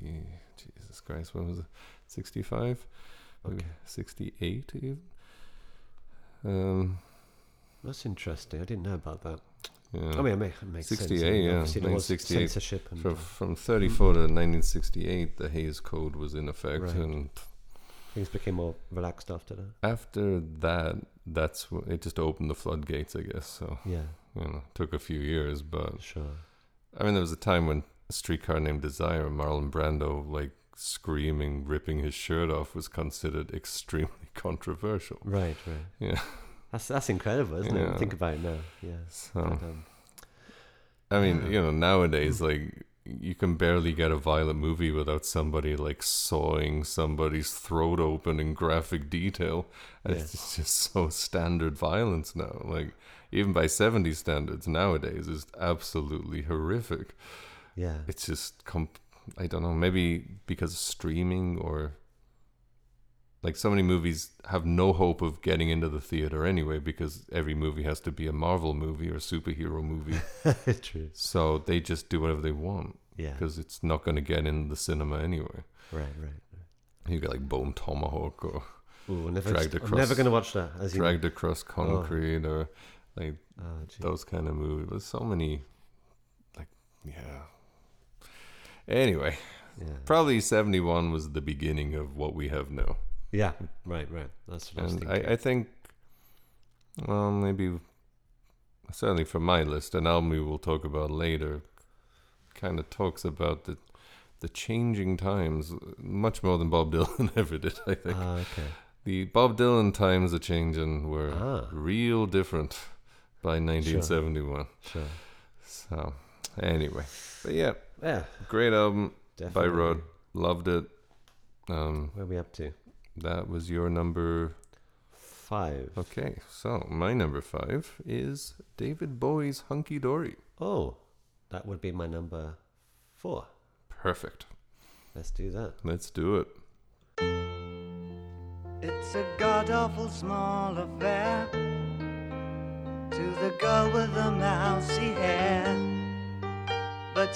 jesus christ when was it 65 okay. 68 even um
That's interesting. I didn't know about that.
yeah.
I mean, it, make, it makes
68,
sense. I mean,
yeah,
obviously there was
1968.
censorship and
from, from 34 to 1968 the hayes code was in effect
Right.
and
things became more relaxed after that.
after that that's wh- it just opened the floodgates i guess so
Yeah,
you know took a few years but
sure.
I mean, there was a time when a streetcar named Desire, Marlon Brando, like screaming, ripping his shirt off, was considered extremely controversial.
Right, right.
Yeah.
That's that's incredible, isn't it?
Yeah.
Think about it now. Yeah.
So,
But, um,
I mean, you know, nowadays, like, you can barely get a violent movie without somebody, like, sawing somebody's throat open in graphic detail. And
Yeah.
it's just so standard violence now. Like, even by 70 standards nowadays, is absolutely horrific.
yeah.
It's just com- I don't know, maybe because of streaming or like so many movies have no hope of getting into the theater anyway because every movie has to be a Marvel movie or superhero movie.
True.
so they just do whatever they want
Yeah.
because it's not going to get in the cinema anyway.
Right, right.
You get like Bone Tomahawk or
Ooh, I'm never,
Dragged
I'm never
across-
going to watch that. As you know.
Dragged Across Concrete or like
Oh, gee.
those kind of movies. There's so many, like, yeah. Anyway,
Yeah.
probably 71 was the beginning of what we have now.
yeah, right, right. That's what I was
And
thinking.
I, I think, well, maybe, certainly from my list, an album we will talk about later kind of talks about the, the changing times much more than Bob Dylan ever did, I think.
Ah, okay.
The Bob Dylan times are changing were
Ah.
real different by 1971.
Sure.
So, anyway, but yeah,
Yeah,
great album
definitely.
by Rod. Loved it. Um,
Where are we up to?
that was your number.
Five.
Okay, so my number five is David Bowie's Hunky Dory.
Oh, that would be my number four.
Perfect.
Let's do that.
Let's do it.
It's a god awful small affair to the girl with the mousy hair. But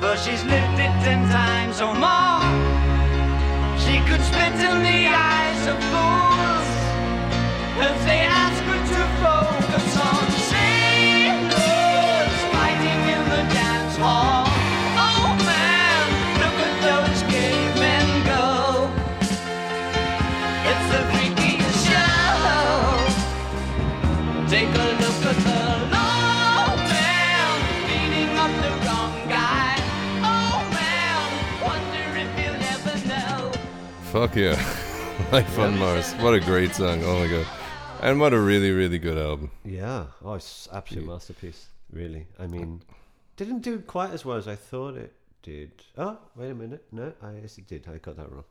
for she's lived it ten times or more. She could spit in the eyes of fools if they ask her to focus on sailors fighting in the dance hall. Oh man, look at those cavemen go. It's the freakiest show. Take a look at the old man beating up the wrong guy. Oh man, wonder if you'll ever know.
Fuck yeah. Life on Mars. What a great song. Oh my god. And what a really, really good album.
Yeah. Oh, it's absolute masterpiece. Really. I mean, didn't do quite as well as I thought it did. Oh, wait a minute. No, I yes, it did. I got that wrong.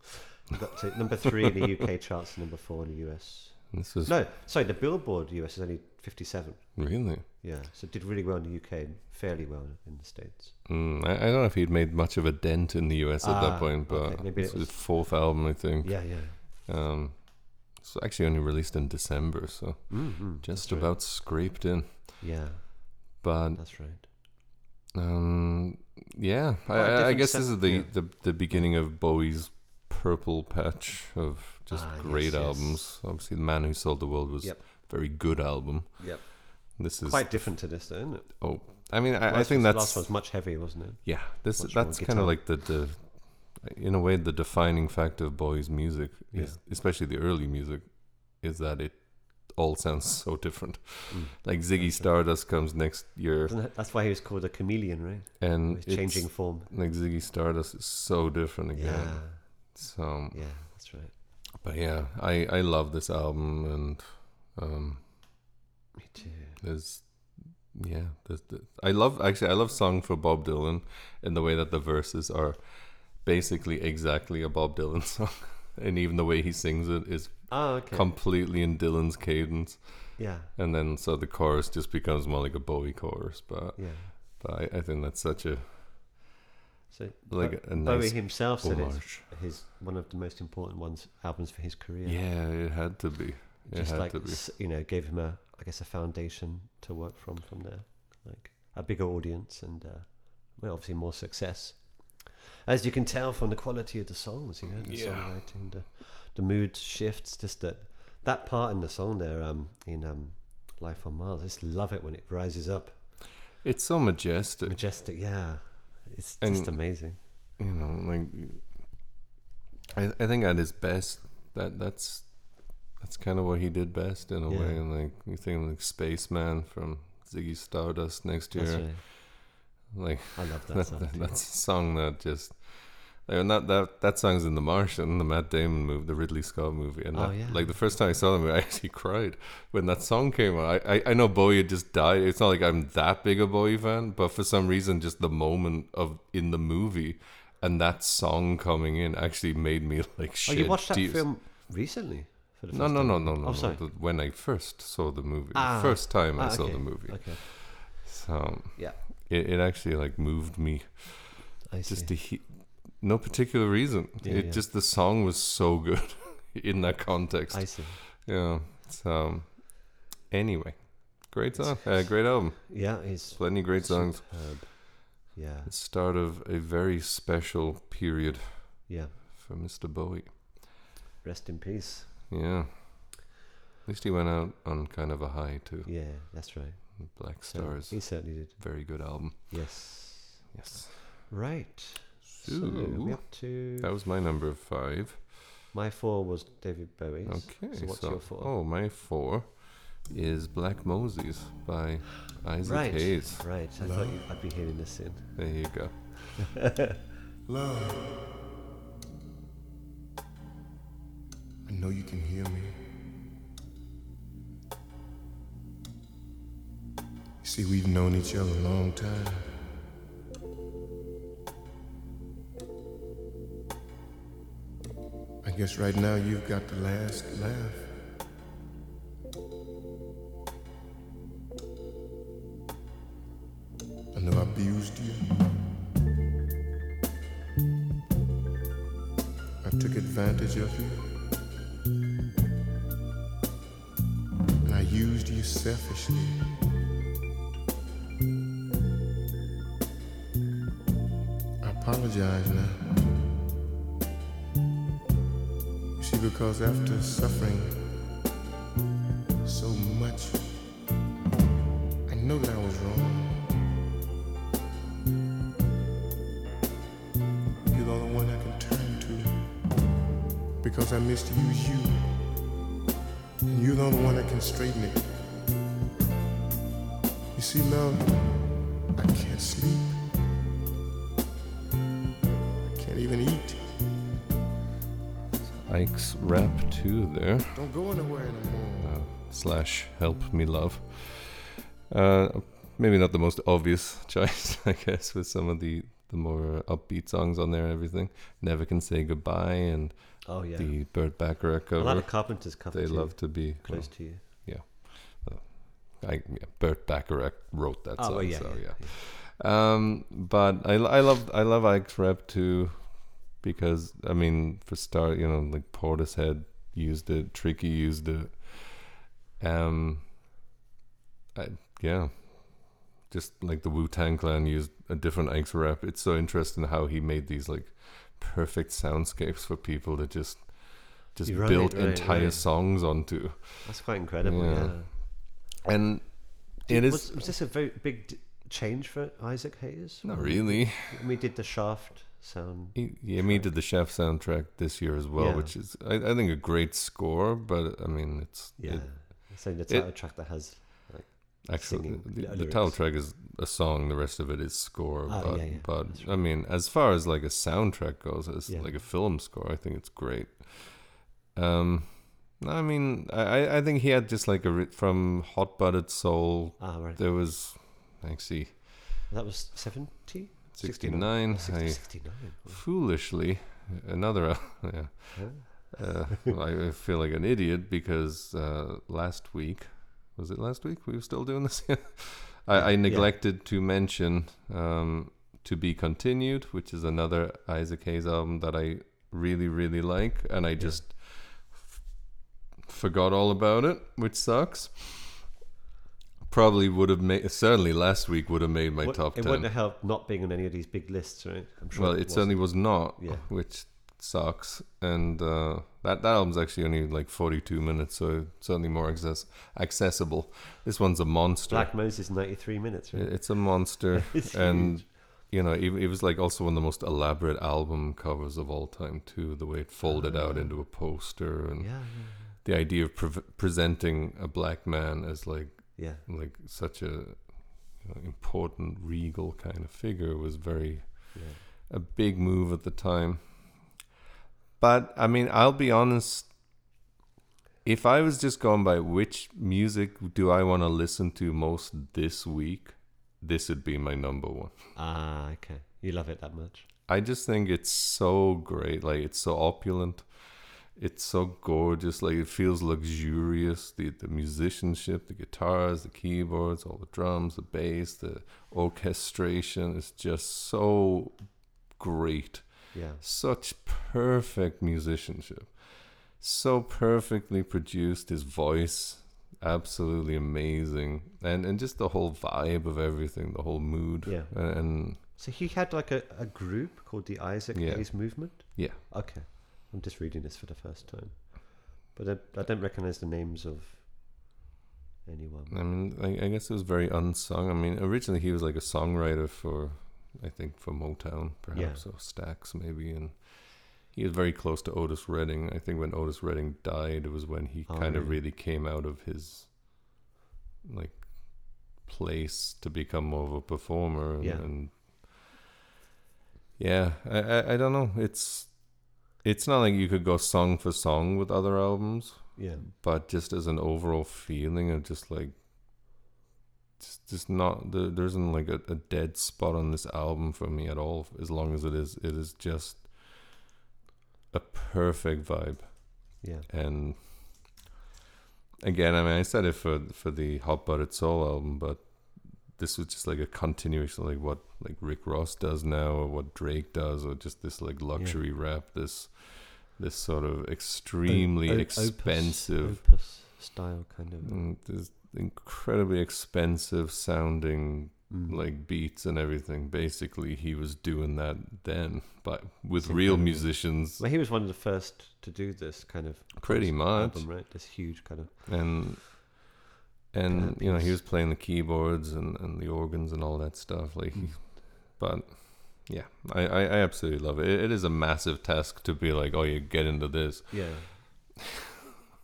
I got to number three in the UK charts, and number four in the US.
This is
No, sorry, the Billboard US is only fifty-seven.
really.
Yeah, so it did really well in the UK and fairly well in the States.
Mm, I, I don't know if he'd made much of a dent in the US at
Ah,
that point, but
okay, maybe
it's
it was-
his fourth album, I think.
Yeah, yeah.
Um, it's actually only released in December, so
Mm-hmm.
just about scraped in.
Yeah,
But
that's right.
um, yeah, I,
a
I- I
different
guess
set-
this is the,
yeah.
the the beginning of Bowie's purple patch of just
Ah, yes,
great
yes.
albums. Obviously, The Man Who Sold the World was
Yep.
a very good album.
Yep.
This is
Quite different to this, though, isn't it?
oh, I mean, I, I
Last
think
one's-
that's
last one's much heavier, wasn't it?
yeah. This
much more
that's kind of
guitar.
like the the in a way the defining factor of Bowie's music is especially the early music is that it all sounds so different.
Mm.
Like Ziggy Stardust comes next year,
Isn't it? That's why he was called a chameleon, right?
and
With changing
it's-
form.
like Ziggy Stardust is so different again.
Yeah,
So,
yeah, that's right.
but yeah, I I love this album, and um,
Me too.
there's yeah, there's, the I love actually I love "Song for Bob Dylan" in the way that the verses are basically exactly a Bob Dylan song, and even the way he sings it is
Oh, okay.
completely in Dylan's cadence.
yeah,
And then so the chorus just becomes more like a Bowie chorus, but
yeah.
but I, I think that's such a
So
Like
Bo-
a- a
Bowie
nice
himself said it's
homage.
his one of the most important ones albums for his career.
yeah, it had to be. It
just
had
like
to be.
s- you know, gave him a I guess a foundation to work from from there, like a bigger audience and uh, well, obviously more success. As you can tell from the quality of the songs, you know, the
Yeah.
songwriting, the, the mood shifts. Just that that part in the song there, um, in um, Life on Mars, I just love it when it rises up,
It's so majestic.
majestic. Yeah, it's
And-
just amazing.
you know, like I, I think at his best, that that's that's kind of what he did best in a
Yeah.
way. And like you think of like Spaceman from Ziggy Stardust next year,
That's right.
like
I love that
that,
song.
that-
too.
that's a song that just Like, and that, that that song's in The Martian, the Matt Damon movie, the Ridley Scott movie, and
Oh,
that-
yeah.
like the first time I saw the movie, I actually cried when that song came on. I, I, I know Bowie had just died. It's not like I'm that big a Bowie fan, but for some reason, just the moment of in the movie and that song coming in actually made me like
Oh,
shit.
you watched that
tears.
film recently? For the
No, no, no, no, no. no.
Oh, sorry.
The- When I first saw the movie,
Ah.
the first time I
Ah,
saw
okay.
the movie,
Okay.
so
Yeah.
it, it actually like moved me
I see.
just to he- no particular reason.
Yeah,
it
yeah.
just the song was so good in that context.
I see.
yeah. So anyway, great song, uh, great album,
Yeah, it's
plenty of great songs.
superb. Yeah.
The start of a very special period
Yeah.
for Mr. Bowie.
Rest in peace.
Yeah. At least he went out on kind of a high too.
Yeah, that's right.
Black
So
Stars,
He certainly did.
very good album.
Yes.
Yes.
Right. So, we
So
up to
that was my number five.
my four was David Bowie's.
Okay,
So what's your four?
Oh, my four is Black Moses by Isaac
right.
Hayes.
Right. I thought you, I'd be hearing this in.
There you go.
Love. I know you can hear me. You see, we've known each other a long time. I guess right now you've got the last laugh. I know I abused you. I took advantage of you. And I used you selfishly. I apologize now. You see, because after suffering so much, I know that I was wrong. You're the only one I can turn to because I misuse you. And you're the only one that can straighten it. You see, love, I can't sleep. I can't even eat.
Ike's rap two there
Don't go anywhere anymore.
slash Help Me Love. Uh, maybe not the most obvious choice, I guess, with some of the the more upbeat songs on there and everything. Never Can Say Goodbye and
Oh yeah.
the Burt Bacharach
I like
cover.
the Carpenter's cover.
They
too,
love to be well,
close to you.
I, yeah, Burt Bacharach wrote that
oh
song,
well, yeah,
so
yeah,
yeah.
yeah.
Um, but I, I love I love Ike's rap too, because I mean, for start, you know, like Portishead used it, Tricky used it. Um, I, yeah, just like the Wu Tang Clan used a different Ike's rap. It's so interesting how he made these like perfect soundscapes for people to just just
Right,
build
right,
entire
right.
songs onto,
That's quite incredible. Yeah.
Yeah. and it is
was, was this a very big d- change for Isaac Hayes?
not really.
When we did the Shaft sound.
He, yeah, me did the Chef soundtrack this year as well,
Yeah.
which is I, I think a great score, but I mean it's
Yeah.
it
so the title track that has
actually
Singing
the, the
lyrics.
title track is a song, the rest of it is score.
Ah,
but
yeah, yeah,
but
that's
I mean, as far as like a soundtrack goes, as
Yeah.
like a film score, I think it's great. Um, I mean, I I- I think he had just like a ri- from Hot Buttered Soul.
ah right.
There was actually
that was seventy.
sixty nine.
Sixty-nine.
foolishly another yeah uh, well, I I feel like an idiot because uh, last week was it last week we were still doing this I, I neglected to mention um, to be continued which is another Isaac Hayes album that I really really like and I just f- forgot all about it which sucks probably would have made certainly last week would have made my
What-
top
it
10
wouldn't have helped not being on any of these big lists, right? I'm sure.
well, it
wasn't.
certainly was not,
Yeah.
which sucks. And uh, that that album's actually only like 42 minutes, so certainly more access- accessible. This one's a monster.
Black Moses, ninety-three minutes, right?
It- It's a monster,
It's
and you know, it, it was like also one of the most elaborate album covers of all time too. The way it folded out into a poster, and
Uh. Yeah, yeah,
the idea of pre- presenting a black man as like
yeah.
like such a you know, important regal kind of figure was very
Yeah.
a big move at the time. But I mean, I'll be honest. If I was just going by which music do I want to listen to most this week, this would be my number one.
Ah, okay. You love it that much.
I just think it's so great. Like it's so opulent. It's so gorgeous. Like it feels luxurious. The the musicianship, the guitars, the keyboards, all the drums, the bass, the orchestration is just so great.
Yeah.
Such perfect musicianship. So perfectly produced his voice. Absolutely amazing. And and just the whole vibe of everything, the whole mood.
Yeah.
And, and
So he had like a, a group called the Isaac
Yeah.
Hayes Movement.
yeah.
Okay, I'm just reading this for the first time, but I, I don't recognize the names of anyone.
I mean, I, I guess it was very unsung. I mean, originally he was like a songwriter for, I think, for Motown, perhaps, or Stax, maybe. And he was very close to Otis Redding. I think when Otis Redding died, it was when he
Oh,
kind of really
really?
came out of his, like, place to become more of a performer. And,
Yeah.
And yeah, I, I, I don't know. It's, it's not like you could go song for song with other albums
Yeah,
but just as an overall feeling of just like just, just not there, there isn't like a, a dead spot on this album for me at all as long as it is it is just a perfect vibe
yeah,
and again i mean i said it for for the hot buttered soul album but this was just like a continuation like what like rick ross does now or what drake does or just this like luxury rap this this sort of extremely
O- o- opus-
expensive
opus style kind of.
Mm, there's incredibly expensive sounding
Mm.
like beats and everything. Basically, he was doing that then, but with real musicians,
Well, he was one of the first to do this kind of
pretty much.
album, right? This huge kind of
And and you know, he
piece.
was playing the keyboards and and the organs and all that stuff. Like, he, but. Yeah, I, I, I absolutely love it. it. It is a massive task to be like, oh, you get into this.
yeah,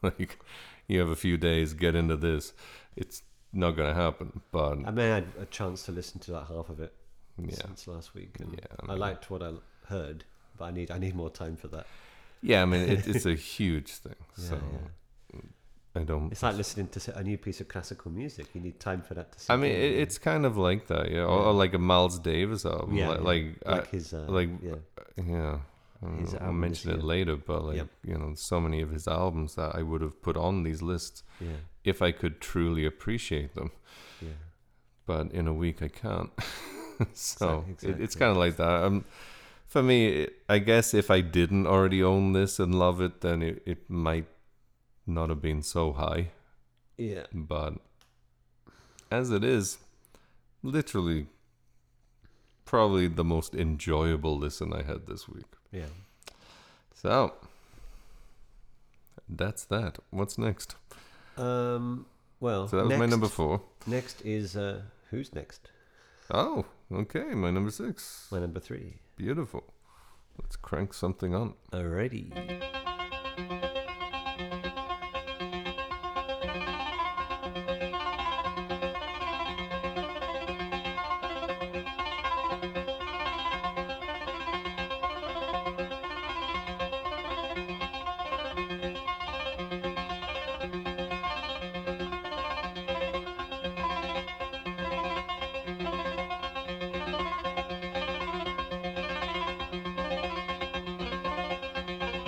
like, you have a few days, get into this. It's not going to happen. But
I mean, I had a chance to listen to that half of it
yeah,
since last week, and
Yeah, I
I,
mean-
liked what I heard, but I need I need more time for that.
Yeah, I mean it, it's a huge thing.
Yeah,
so
yeah.
I don't.
It's like listening to s- a new piece of classical music. You need time for that to.
I
sink
mean
in,
it,
you know?
it's kind of like that, yeah, or, or like a Miles Davis album,
Yeah,
like
yeah.
like, I-
like his uh,
like-
yeah.
yeah. I don't
his
know, I'll
album
mention
this
it
year.
later, but like
Yep.
you know, so many of his albums that I would have put on these lists
Yeah,
if I could truly appreciate them,
yeah,
but in a week I can't. so It,
Exac-
it's
exactly.
kind of like that. Um, for me, it, I guess if I didn't already own this and love it, then it, it might not have been so high.
yeah.
but as it is, literally, probably the most enjoyable listen I had this week.
Yeah.
So that's that. What's next?
Um, well,
So that was
next,
my number four.
Next is uh, who's next?
Oh, okay, my number six.
My number three.
Beautiful. Let's crank something on.
Alrighty.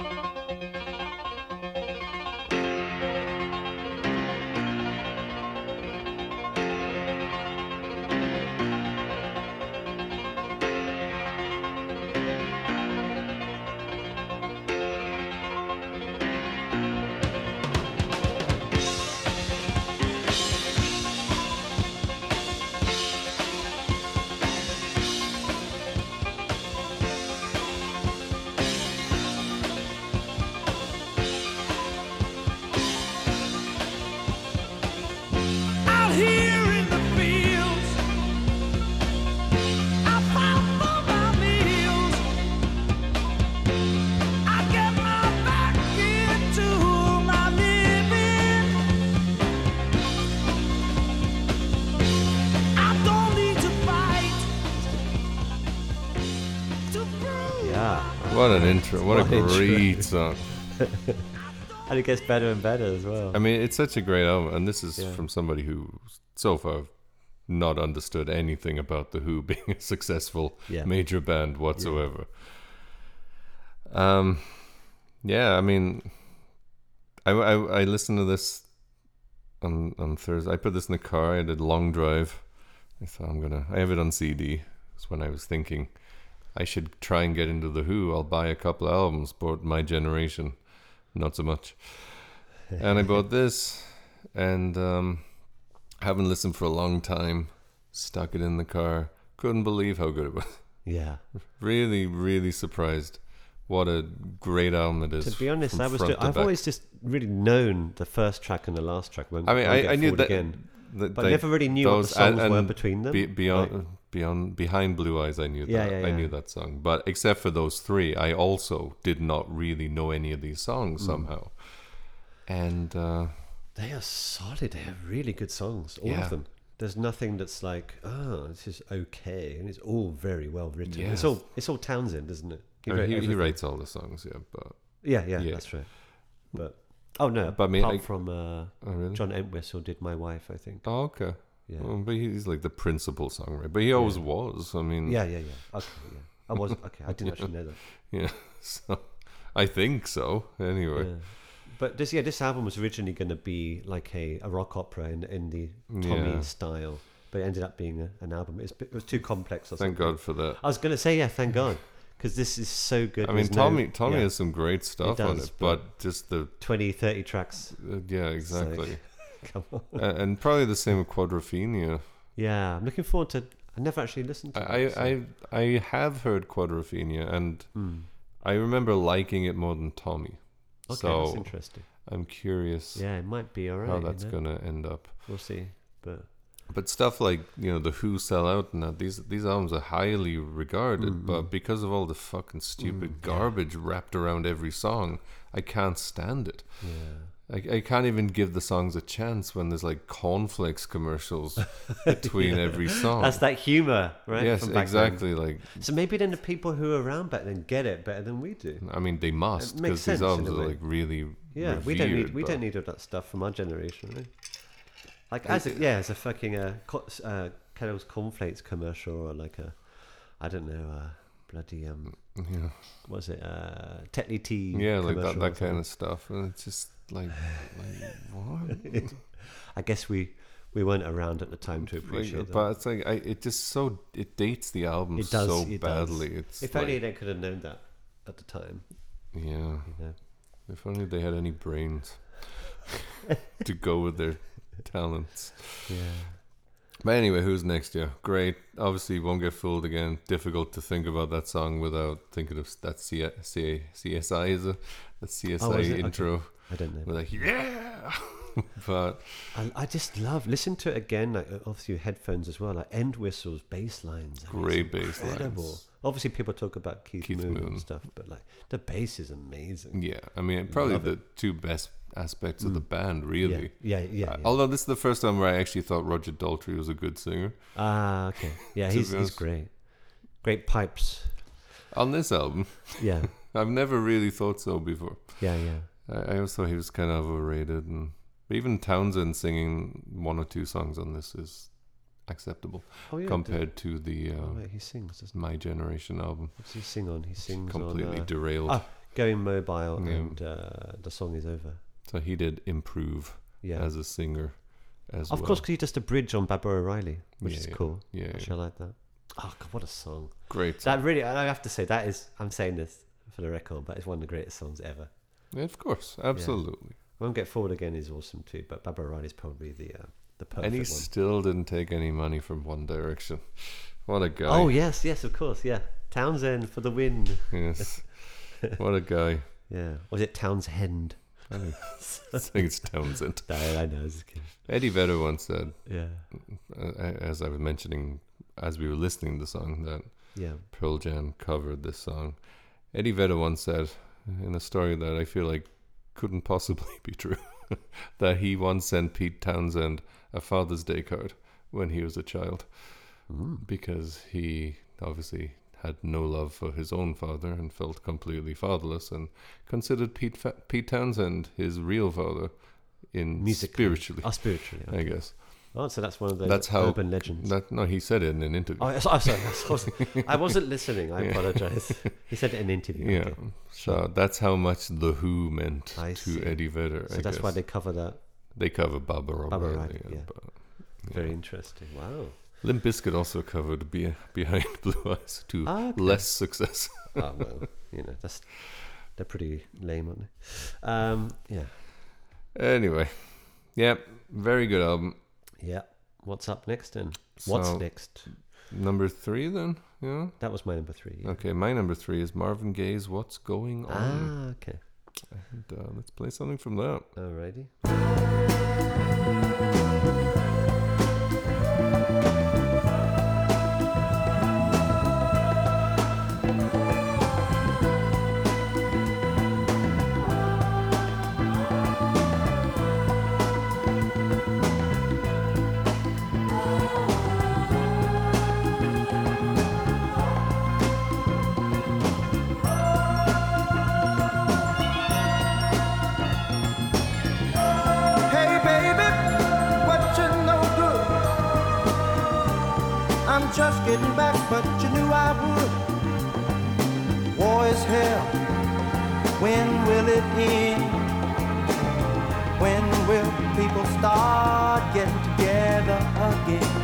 Thank
Yeah.
What an intro. What,
What
a
an intro.
great song.
And it gets better and better as well.
I mean, it's such a great album. And this is
Yeah.
from somebody who, so far, not understood anything about The Who being a successful
Yeah.
major band whatsoever. Um, yeah, I mean, I, I, I listened to this on, on Thursday. I put this in the car. I did a long drive. I thought I'm gonna. I have it on CD. That's when I was thinking I should try and get into the Who. I'll buy a couple albums. Bought My Generation, not so much. And I bought this, and um, haven't listened for a long time. Stuck it in the car. Couldn't believe how good it was.
Yeah.
Really, really surprised. What a great album it is.
To be honest,
from
I was.
front
Just,
to
I've
back.
always just really known the first track and the last track. When,
I mean,
when
I,
Get
I knew
Forward
that.
Again.
that
But I never really knew what the songs were between them,
be- beyond,
like-
beyond, behind Blue Eyes, I knew
Yeah,
that.
yeah,
I
yeah.
knew that song, but except for those three, I also did not really know any of these songs
Mm.
somehow. And uh,
They are solid. They have really good songs. All
Yeah.
of them. There's nothing that's like, oh, this is okay, and it's all very well written.
Yes.
It's all it's all Townsend, isn't it? He
I mean,
wrote
he, he
everything.
writes all the songs, yeah. But
Yeah, yeah,
Yeah.
that's right. But oh no,
But I
but
mean,
apart
I-
from uh,
oh, really?
John Entwistle did my wife, I think.
oh, okay.
Yeah,
Well, but he's like the principal songwriter, but he always was. I mean,
yeah, yeah, yeah. Okay, yeah. I was okay. I didn't actually know that.
yeah. So I think so. Anyway,
Yeah. But this, yeah, this album was originally going to be like a, a rock opera in, in the Tommy
Yeah.
style, but it ended up being a, an album. It's, it was too complex. Or
thank
something.
God for that.
I was going to say, yeah, thank God, because this is so good.
I mean,
There's no-
Tommy Tommy
yeah,
has some great stuff on
does,
it,
but-
but just the
20, 30 tracks.
uh, yeah, exactly.
Come on.
A- and probably the same with Quadrophenia.
Yeah, I'm looking forward to. I never actually listened to.
I,
it, so-
I I I have heard Quadrophenia, and
Hmm.
I remember liking it more than Tommy.
okay, that's
so
interesting.
I'm curious
Yeah, it might be alright.
how that's
you know?
gonna end up.
We'll see. But
But stuff like you know the Who sell out and that these these albums are highly regarded,
Mm-hmm.
but because of all the fucking stupid
Mm,
garbage wrapped around every song, I can't stand it. I, I can't even give the songs a chance when there's like cornflakes commercials between every song.
that's that humor, right?
Oh. yes,
from back
exactly. Like
Then. So maybe then the people who were around back then get it better than we do.
I mean, they must
It makes
because these
sense in
albums
a
are
way.
like really
Yeah, we don't need
revered,
we
but-
don't need all that stuff from our generation, right? Like as a, yeah, as a fucking uh, co- uh, Kettle's cornflakes commercial or like a I don't know uh, bloody um
yeah,
was it uh Tetley tea
yeah, like that
commercial or
that kind
something.
of stuff. And it's just like, like what?
I guess we we weren't around at the time to
Like,
appreciate that.
but it's like I, it just so it dates the album
It does.
so
it
badly.
Does.
It's
if
like,
only they could have known that at the time.
yeah.
You know.
If only they had any brains to go with their talents.
Yeah.
But anyway, who's next? Yeah, great. Obviously, won't get fooled again. Difficult to think about that song without thinking of that C- C- CSI is it? That CSI
Oh, is it? Okay.
intro.
I don't know.
We're like, yeah. but
I, I just love listen to it again, like uh, obviously your headphones as well, like end whistles, bass lines. I mean, it's
Great bass
incredible.
lines.
Obviously, people talk about Keith,
Keith
Moon,
Moon.
and stuff, but like the bass is amazing.
yeah, I mean, probably
Love Mm.
the two best aspects of the band, really.
Yeah, yeah, yeah.
Uh,
yeah.
Although this is the first time where I actually thought Roger Daltrey was a good singer
Ah, okay. Yeah, he's
be
he's
honest.
great. Great pipes.
on this album.
Yeah,
I've never really thought so before.
yeah, yeah.
I, I always thought he was kind of overrated, and but even Townsend singing one or two songs on this is acceptable
Oh yeah.
compared to the uh,
does- oh, wait, he sings. Doesn't
My Generation album.
he? What does he sing on? He sings
Completely
on uh,
derailed.
Ah. "Going Mobile"
Yeah.
and uh, "The Song Is Over."
So he did improve
Yeah,
as a singer, as
of
well.
course, because he does a bridge on Barbara O'Reilly, which
Yeah,
is
yeah.
cool.
Yeah, yeah.
Actually, I like that. Oh God, what a song!
great.
That really, and I have to say, that is, I'm saying this for the record, but it's one of the greatest songs ever.
Yeah, of course, absolutely.
Won't Get Forward Again is awesome too, but Baba Ride is probably the uh, the perfect
and he
one.
still didn't take any money from One Direction. What a guy!
Oh, yes, yes, of course, yeah. Townsend for the win.
yes, what a guy!
Yeah. Or is it Townshend?
I think it's Townsend.
No, I know, I was just kidding.
Eddie Vedder once said,
Yeah.
uh, as I was mentioning, as we were listening to the song, that
Yeah.
Pearl Jam covered this song. Eddie Vedder once said, in a story that I feel like couldn't possibly be true, that he once sent Pete Townsend a
Hmm.
Father's Day card when he was a child because he obviously had no love for his own father and felt completely fatherless, and considered Pete, Fa- Pete Townsend his real father in
Musically.
spiritually,
Oh, spiritually.
I guess.
Oh, so that's one of those
That's how
urban legends.
That, no, he said it in an interview.
Oh, yes, I'm sorry. I wasn't, I wasn't listening. I apologize. He said it in an interview.
yeah,
okay.
so that's how much the Who meant
I
to
see.
Eddie Vedder.
So
I
that's why
guess.
they cover that.
They cover Baba
Baba
O'Reilly.
O'Reilly,
and
yeah.
Ba-
Very interesting. Wow.
Limp Bizkit also covered be- Behind Blue Eyes to
Ah, okay.
less success.
Oh, well, you know, that's they're pretty lame, aren't they? Um, yeah.
anyway, yeah, very good album.
Yeah. What's up next then? What's
So-
next?
Number three, then. Yeah.
That was my number three. yeah.
Okay, my number three is Marvin Gaye's "What's Going On."
Ah, okay.
And, uh, let's play something from that.
Alrighty.
Hey baby, what you no good? I'm just getting back, but you knew I would. War is hell. When will it end? When will people start getting together again?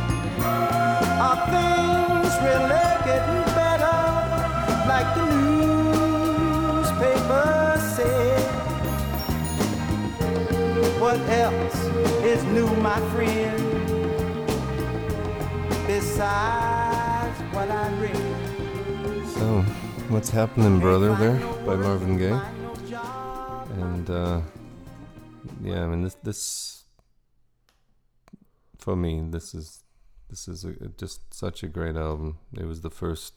Are things really getting better? Like the newspaper said. What else is new, my friend? Besides what I read.
So, what's happening, brother? There by Marvin Gaye,
Find no job.
and uh, yeah, I mean this this for me this is this is a, just such a great album. It was the first,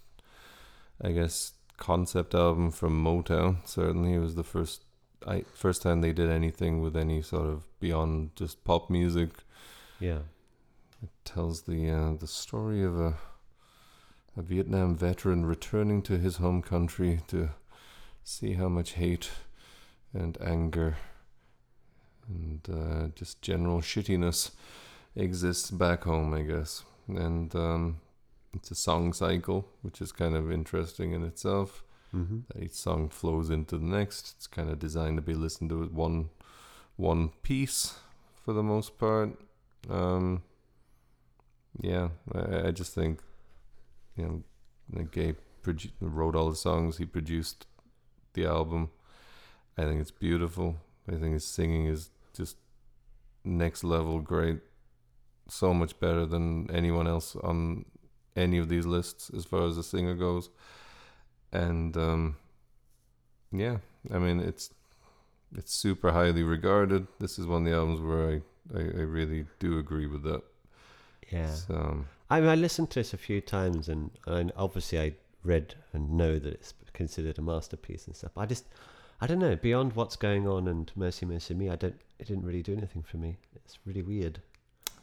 I guess, concept album from Motown. Certainly, it was the first I first time they did anything with any sort of beyond just pop music.
Yeah.
tells the uh, the story of a a Vietnam veteran returning to his home country to see how much hate and anger and uh, just general shittiness exists back home, I guess. And um, it's a song cycle, which is kind of interesting in itself.
Mm-hmm.
Each song flows into the next. It's kind of designed to be listened to with one one piece for the most part. Um, yeah, I, I just think you know, like Gabe produ- wrote all the songs. He produced the album. I think it's beautiful. I think his singing is just next level great. So much better than anyone else on any of these lists as far as the singer goes and um, yeah, I mean it's it's super highly regarded. This is one of the albums where I I, I really do agree with that.
Yeah.
So
I mean, I listened to this a few times, and, and obviously I read and know that it's considered a masterpiece and stuff. I just, I don't know. Beyond what's going on and Mercy Mercy Me, I don't. It didn't really do anything for me. It's really weird.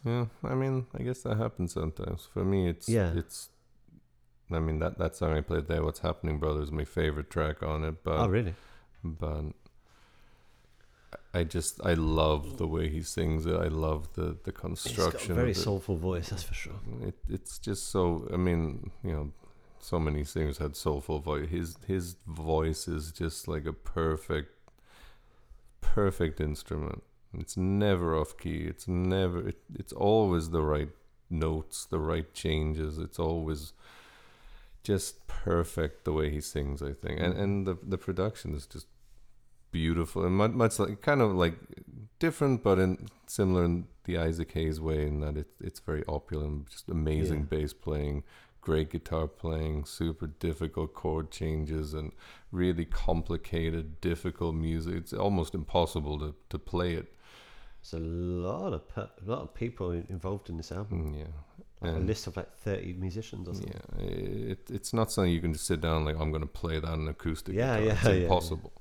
yeah, I mean I guess that happens sometimes. For me, it's
Yeah.
it's. I mean that that song I played there, "What's Happening, Brother," is my favorite track on it. But
oh, really?
but I just I love the way he sings it. I love the the
It's got a
construction.
very
of it.
soulful voice, that's for sure.
it, it's just so i mean you know so many singers had soulful voice his his voice is just like a perfect perfect instrument it's never off key it's never it, it's always the right notes the right changes it's always just perfect the way he sings i think and and the the production is just beautiful and much, much like kind of like different but in similar in the Isaac Hayes way in that it, it's very opulent just amazing bass playing great guitar playing super difficult chord changes and really complicated difficult music it's almost impossible to, to play it
There's a lot of per- a lot of people in- involved in this album.
Mm, yeah
Like a
And-
list of like thirty musicians or something.
Yeah, it, it's not something you can just sit down and like I'm going to play that on an acoustic.
Yeah,
guitar.
yeah,
it's
yeah, yeah.
impossible.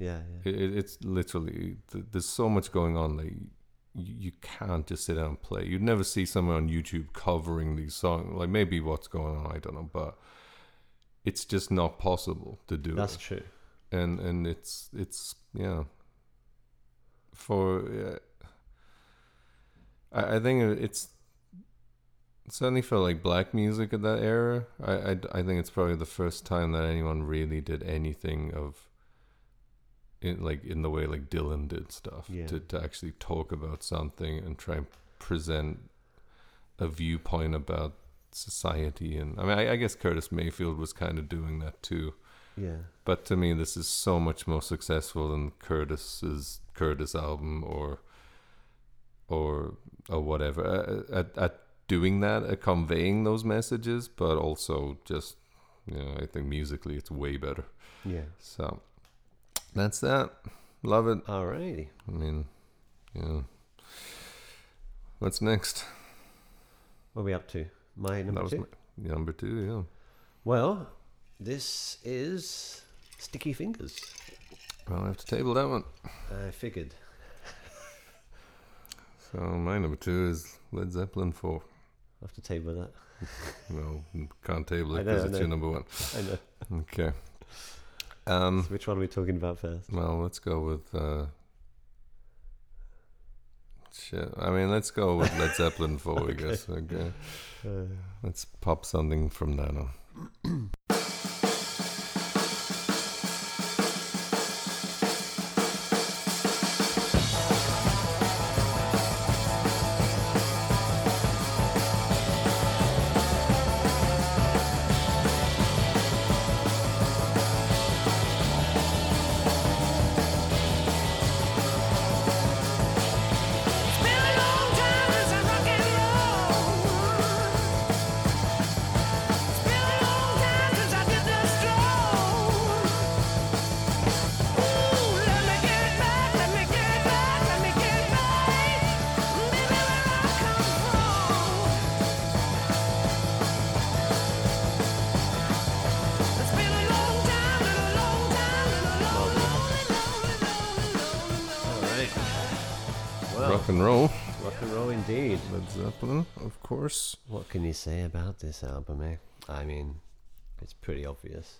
Yeah, yeah.
It, it, it's literally th- there's so much going on that you, you can't just sit down and play. You'd never see someone on YouTube covering these songs. Like maybe what's going on, I don't know, but it's just not possible to do
That's
it.
true.
and and it's it's yeah for uh, I, I think it's it certainly felt like black music at that era I, I i think it's probably the first time that anyone really did anything of in like in the way like dylan did stuff
Yeah.
to, to actually talk about something and try and present a viewpoint about society and i mean i, I guess curtis mayfield was kind of doing that too
Yeah.
but to me, this is so much more successful than Curtis's Curtis album or or or whatever Uh, at at doing that, at conveying those messages, but also just you know, I think musically it's way better.
Yeah.
So that's that. Love it.
Alrighty.
I mean, yeah. What's next?
What are we up to? My
that
number
was
two.
my, number two. Yeah.
Well, this is Sticky Fingers.
Well, I have to table that one.
I figured.
So my number two is Led Zeppelin four.
I have to table that.
No, can't table
I
it
know,
because
I
it's
know.
your number one.
I know.
Okay. Um,
Which one are we talking about first?
well, let's go with. Uh, shit. I mean, let's go with Led Zeppelin 4, I guess. Okay.
Uh.
let's pop something from that on.
It's been a long time, been a long time, been a long, long, long, long, long, long.
Rock and roll.
Rock and roll indeed.
Led Zeppelin, of course.
What can you say about this album, eh? I mean, it's pretty obvious.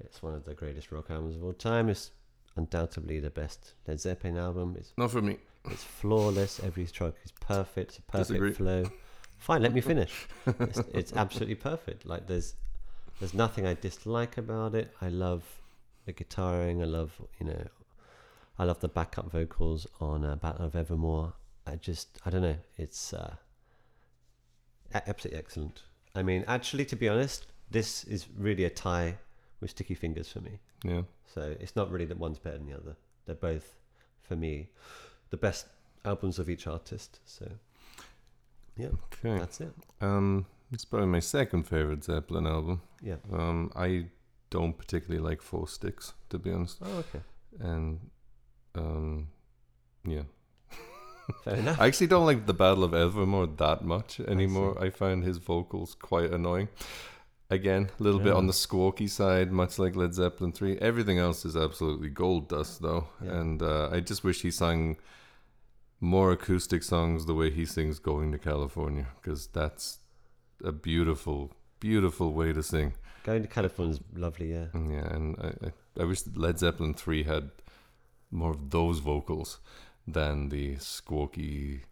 It's one of the greatest rock albums of all time. It's undoubtedly the best Led Zeppelin album. It's,
Not for me.
it's flawless. Every track is perfect. It's a perfect
Disagree.
flow. Fine, let me finish. It's, it's absolutely perfect. Like there's there's nothing I dislike about it. I love the guitaring. I love you know, I love the backup vocals on uh, Battle of Evermore. I just I don't know. It's uh, a- absolutely excellent. I mean, actually, to be honest, this is really a tie with Sticky Fingers for me.
Yeah.
So it's not really that one's better than the other. They're both, for me, the best albums of each artist. So, yeah,
Okay.
that's it.
Um, it's probably my second favorite Zeppelin album.
Yeah.
Um, I don't particularly like Four Sticks, to be honest.
Oh, okay.
And, um, yeah.
Fair enough.
I actually don't like the Battle of Evermore that much anymore. I, find his vocals quite annoying. Again, a little bit on the squawky side, much like Led Zeppelin 3. Everything else is absolutely gold dust, though.
Yeah.
And uh, I just wish he sang more acoustic songs the way he sings Going to California, because that's a beautiful, beautiful way to sing.
Going to California's lovely, uh, yeah.
Yeah, and I, I, I wish that Led Zeppelin 3 had more of those vocals than the squawky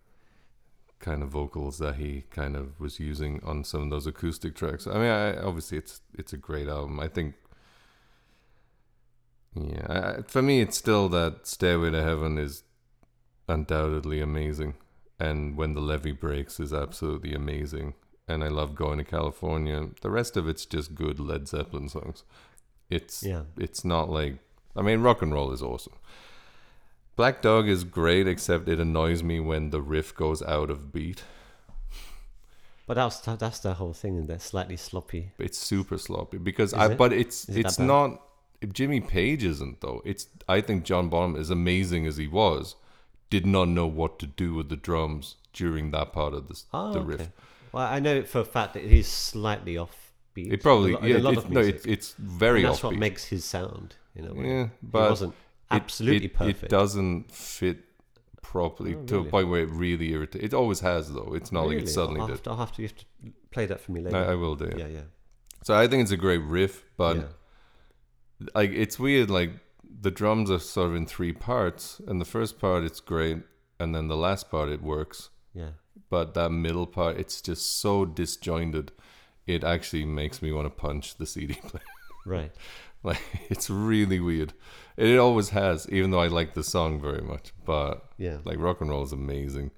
kind of vocals that he kind of was using on some of those acoustic tracks. I mean, I, obviously it's it's a great album. I think yeah, I, I- for me it's still that Stairway to Heaven is undoubtedly amazing and When the Levee Breaks is absolutely amazing. And I love going to California. The rest of it's just good Led Zeppelin songs. It's
Yeah.
it's not like I mean rock and roll is awesome. Black Dog is great, except it annoys me when the riff goes out of beat.
But that's that's the whole thing, and they're slightly sloppy.
It's super sloppy because I.
it?
But it's
Is it that
it's
bad?
not. Jimmy Page isn't though. It's I think John Bonham, as amazing as he was, did not know what to do with the drums during that part of this,
Oh,
the
okay.
riff.
Well, I know for a fact that it is slightly off beat.
It probably
a lot,
yeah.
a lot
it-
of
no,
music.
it, it's very
And that's
offbeat.
what makes his sound. You know,
Yeah,
it
but
wasn't
It-
absolutely
it, it,
perfect.
doesn't fit properly to a point where it really irritates. It always has though. It's not like
Really?
it suddenly
I'll
did.
have to- I'll have to, you have to play that for me later.
I, I will do. it.
yeah, yeah.
So I think it's a great riff, but
Yeah.
like it's weird. Like the drums are sort of in three parts, and the first part it's great, and then the last part it works,
Yeah.
but that middle part it's just so disjointed. It actually makes me want to punch the CD player.
Right.
Like it's really weird. And it always has, even though I like the song very much. But
Yeah.
like rock and roll is amazing.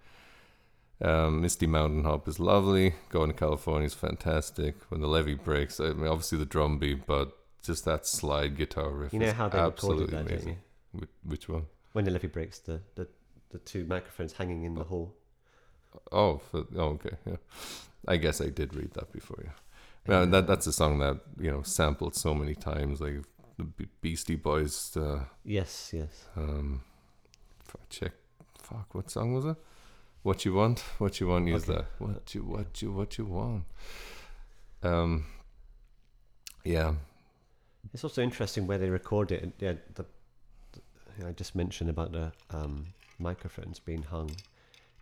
Um, Misty Mountain Hop is lovely. Going to California is fantastic. When the levee breaks, I mean, obviously the drum beat, but just that slide guitar riff.
You know
is
how they recorded
absolutely
that, don't
amazing.
you?
Wh- Which one?
When the levy breaks, the, the, the two microphones hanging in the hall.
Oh, for, oh, okay. Yeah, I guess I did read that before. Yeah, no, that that's a song that you know sampled so many times. Like the Be- Beastie Boys. Uh,
Yes, yes.
Um, if I check. Fuck, what song was it? What you want? What you want? Use
Okay.
that. What you? What you? What you want? Um. Yeah.
It's also interesting where they record it. and, Yeah, the, the- I just mentioned about the um, microphones being hung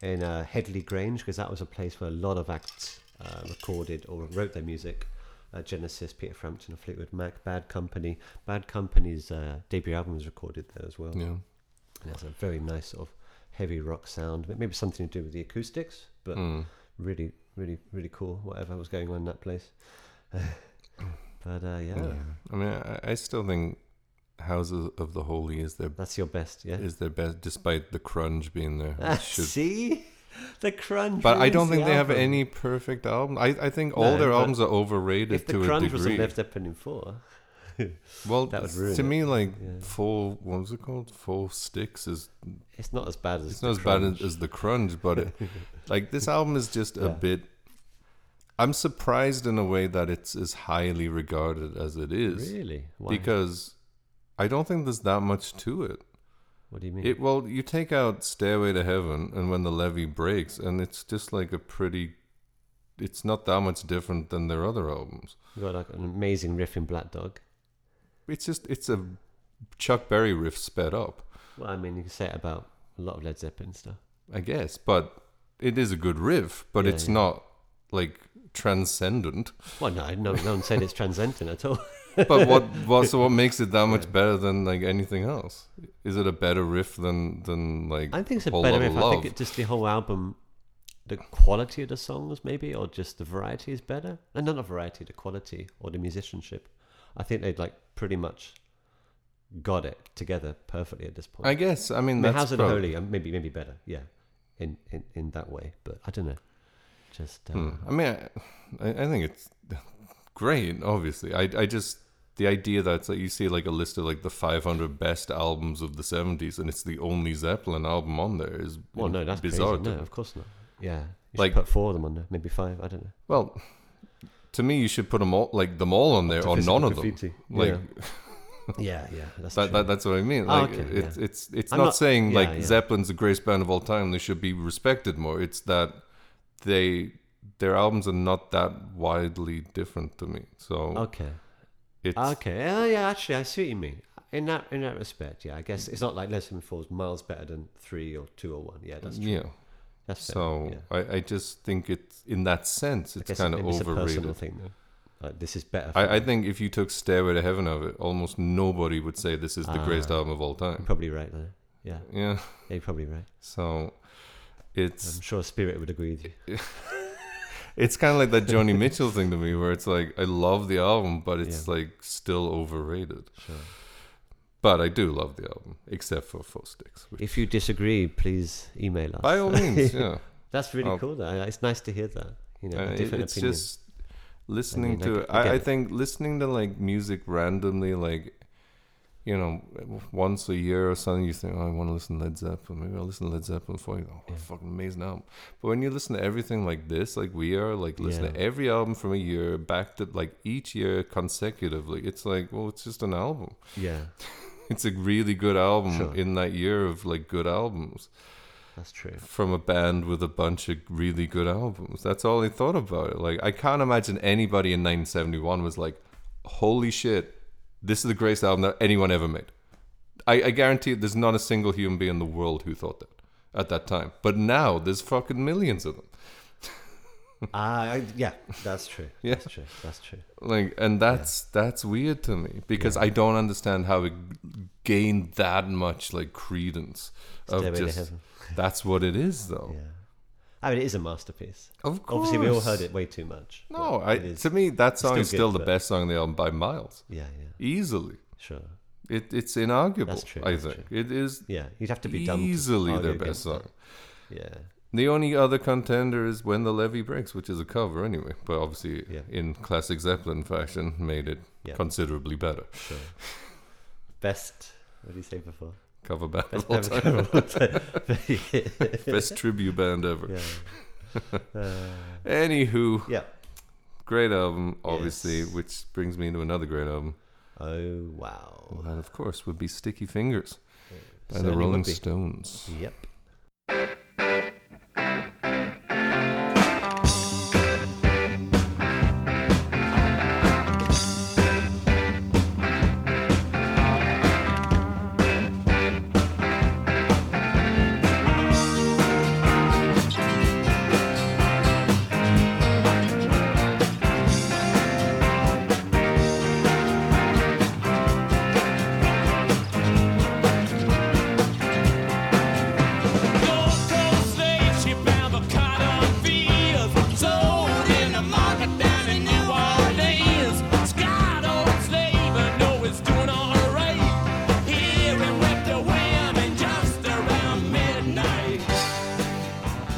in uh, Headley Grange because that was a place where a lot of acts uh, recorded or wrote their music. Uh, Genesis, Peter Frampton, Fleetwood Mac, Bad Company. Bad Company's uh, debut album was recorded there as well.
Yeah.
And it has a very nice sort of heavy rock sound. Maybe something to do with the acoustics, but
Mm.
really, really, really cool. Whatever was going on in that place. but uh, yeah,
Yeah. I mean, I, I still think Houses of the Holy is their
that's your best. Yeah.
is their best, despite the crunge being there.
Ah,
It should-
See, the crunch.
But I
ruins
don't
the
think they have
album.
any perfect album. I, I think all
No,
their
but
albums are overrated
If the
to a
crunch
degree.
wasn't left open in four,
well,
that would ruin
to
it.
me, like
Yeah.
four, what was it called? Four sticks is
it's not as bad as
it's
the
not as bad
crunch.
as, as the crunch but it, like this album is just a
Yeah.
bit i'm surprised in a way that it's as highly regarded as it is
really. Why?
because i don't think there's that much to it
what do you mean?
it well you take out stairway to heaven and when the levee breaks and it's just like a pretty it's not that much different than their other albums
You got like an amazing riff in Black Dog.
it's just it's a chuck berry riff sped up
Well, I mean, you can say it about a lot of Led Zeppelin stuff.
I guess, but it is a good riff, but
Yeah,
it's
yeah.
not like transcendent.
Well, no, no, no one said it's transcendent at all.
But what, what so what makes it that much better than like anything else? Is it a better riff than than like
I think it's a
Whole
better
Lotta
riff. I think
Love.
it just the whole album, the quality of the songs maybe, or just the variety is better. And not the variety, the quality or the musicianship. I think they'd like pretty much got it together perfectly at this point.
I guess I
I
mean
mean,
that's
House of the
prob-
Holy, uh, maybe maybe better, yeah, in, in in that way. But I don't know. Just uh,
hmm. I mean, I, I I think it's great. Obviously, I I just the idea that it's like you see like a list of like the 500 best albums of the 70s, and it's the only Zeppelin album on there is
well, no, that's
bizarre.
bizarre.
to
No,
me.
of course not. Yeah, you should
Like-
put four of them on there, maybe five. I don't know.
Well, to me, you should put them all like them all on there or
physical
none of them.
graffiti.
Like
Yeah, yeah, that's
that,
true.
that, that's what I mean.
Ah,
Like
okay,
it's
yeah.
it's it's
I'm
not,
not-
saying
yeah,
like
yeah.
Zeppelin's the greatest band of all time. They should be respected more. It's that they their albums are not that widely different to me. So
okay.
it's
Okay. Oh, yeah. Actually, I see what you mean. In that in that respect, yeah. I guess it's not like Led Zeppelin four is miles better than three or two or one. Yeah, that's true.
yeah.
That's fair.
So
yeah.
I, I just think it's in that sense
I
it's
guess
kind of
maybe It's a personal
overrated.
thing, though. Like this is better. for
I, I
me.
think if you took Stairway to Heaven of it, almost nobody would say this is the greatest
Ah.
album of all
you're
time.
probably right there. Yeah,
Yeah.
yeah, you're probably right.
So it's
I'm sure Spirit would agree with you.
it's kind of like that Joni Mitchell thing to me, where it's like I love the album, but it's like still overrated.
Sure.
But I do love the album, except for Four Sticks. Which,
If you disagree, please email us.
by all means, yeah.
That's really
I'll-
cool. Though. It's nice to hear that. You know,
Uh,
a
it-
different
it's
opinion.
just listening
I mean,
to.
I- I
I,
get
I
it.
think listening to like music randomly, like you know, once a year or something, you think, oh, I want to listen to Led Zeppelin. Maybe I'll listen to Led Zeppelin for you. Oh, what a fucking amazing album! But when you listen to everything like this, like we are, like listen to
Yeah.
every album from a year back to like each year consecutively, it's like, well, it's just an album.
yeah,
It's a really good album
Sure.
in that year of like good albums
that's true.
from a band with a bunch of really good albums. That's all they thought about it. Like I can't imagine anybody in 1971 was like, "Holy shit, this is the greatest album that anyone ever made." I, I guarantee you there's not a single human being in the world who thought that at that time. But now there's fucking millions of them.
Ah, I- yeah, that's true.
Yeah.
That's true. That's true.
Like, and that's that's weird to me because I don't understand how it gained that much like credence.
Stairway
Of
to
just,
Heaven.
that's what it is, though.
Yeah. I mean, it is a masterpiece.
Of course.
Obviously, we all heard it way too much.
No,
but
I,
it is-
to me that song
still
is still
good,
the
but-
best song on the album by miles,
Yeah, yeah,
easily.
sure.
It it's inarguable.
That's true,
I
that's
think it is
Yeah, you'd have to be dumb. to
easily
argue
their
against
best song.
that. Yeah,
The only other contender is When the Levee Breaks, which is a cover anyway, but obviously
Yeah.
in classic Zeppelin fashion made it
Yeah.
considerably better.
sure. best. What did you say before?
Cover band
Best
of all
ever
time. Best tribute band ever.
yeah. Uh,
Anywho,
yeah.
great album, obviously,
Yes.
which brings me to another great album.
Oh wow.
That, of course, would be Sticky Fingers by
Certainly
the
would
Rolling
be.
Stones.
Yep.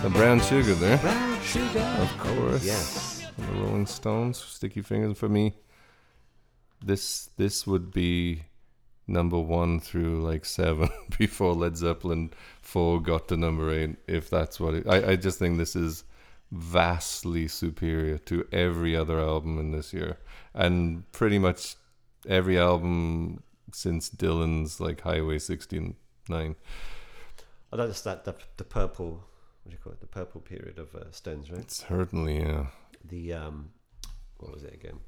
The brown sugar there.
Brown sugar. Of
course.
Yes.
The Rolling Stones, Sticky Fingers for me. This this would be number one through like seven before Led Zeppelin four got to number eight. If that's what it, I I just think this is vastly superior to every other album in this year, and pretty much every album since Dylan's like Highway sixty nine.
Oh, that's that the, the purple. What do you call it? The purple period of uh, Stones, right?
Certainly, yeah.
The um, what was it again?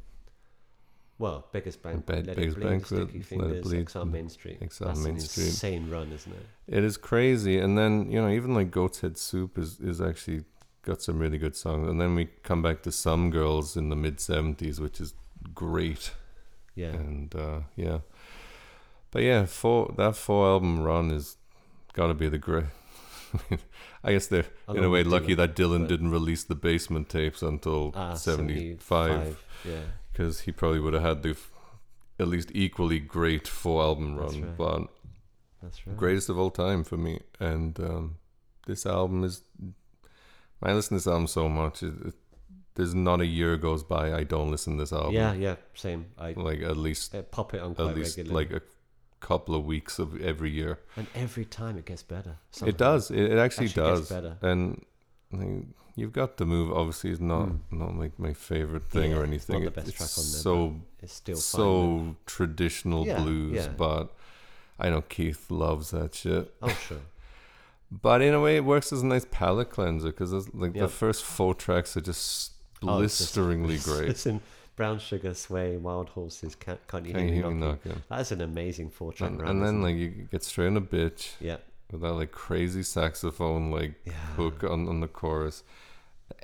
Well, biggest bank,
Bed-
let
Biggest
it bleed,
Banquet,
sticky
Let It
fingers,
Bleed, mm,
Exile Main Street.
Exile
That's an
Main Street.
Insane run, isn't it?
It is crazy. And then, you know, even like Goat's Head Soup is, is actually got some really good songs. And then we come back to Some Girls in the mid 70s, which is great.
Yeah.
And uh, yeah. But yeah, four that four album run is got to be the great. I guess they're in a
Along
way
with
lucky
Dylan,
that Dylan
but-
didn't release the basement tapes until
Ah,
75
Yeah.
because he probably would have had the f- at least equally great four album
That's
run.
right.
But
That's right.
greatest of all time for me. And um, this album is. I listen to this album so much. It, it, there's not a year goes by I don't listen to this album.
Yeah, yeah, same. I
Like at least
uh, pop it on
at
quite
least
regularly,
like a couple of weeks of every year.
and every time it gets better. somehow.
It does. It, it actually,
Actually
does.
gets better.
And like, you've got the move. Obviously, it's not not like my favorite thing
Hmm. Yeah,
or
it's not
anything.
the
It-
best
it's
track on there,
so
It's still
so
fine.
traditional
Yeah,
blues,
yeah.
but I know Keith loves that shit.
but- Oh sure.
But in a way, it works as a nice palate cleanser because like
Yeah.
the first four tracks are just
Oh, it's just-
blisteringly great.
Listen, brown sugar, sway, wild horses. Can't, can't you
Can you
hear
hear
me
me
knocking?
knocking?
That is an amazing four track
And,
round.
and then
isn't it?
like you get straight on a bitch
yeah,
with that like crazy saxophone like
Yeah.
hook on, on the chorus.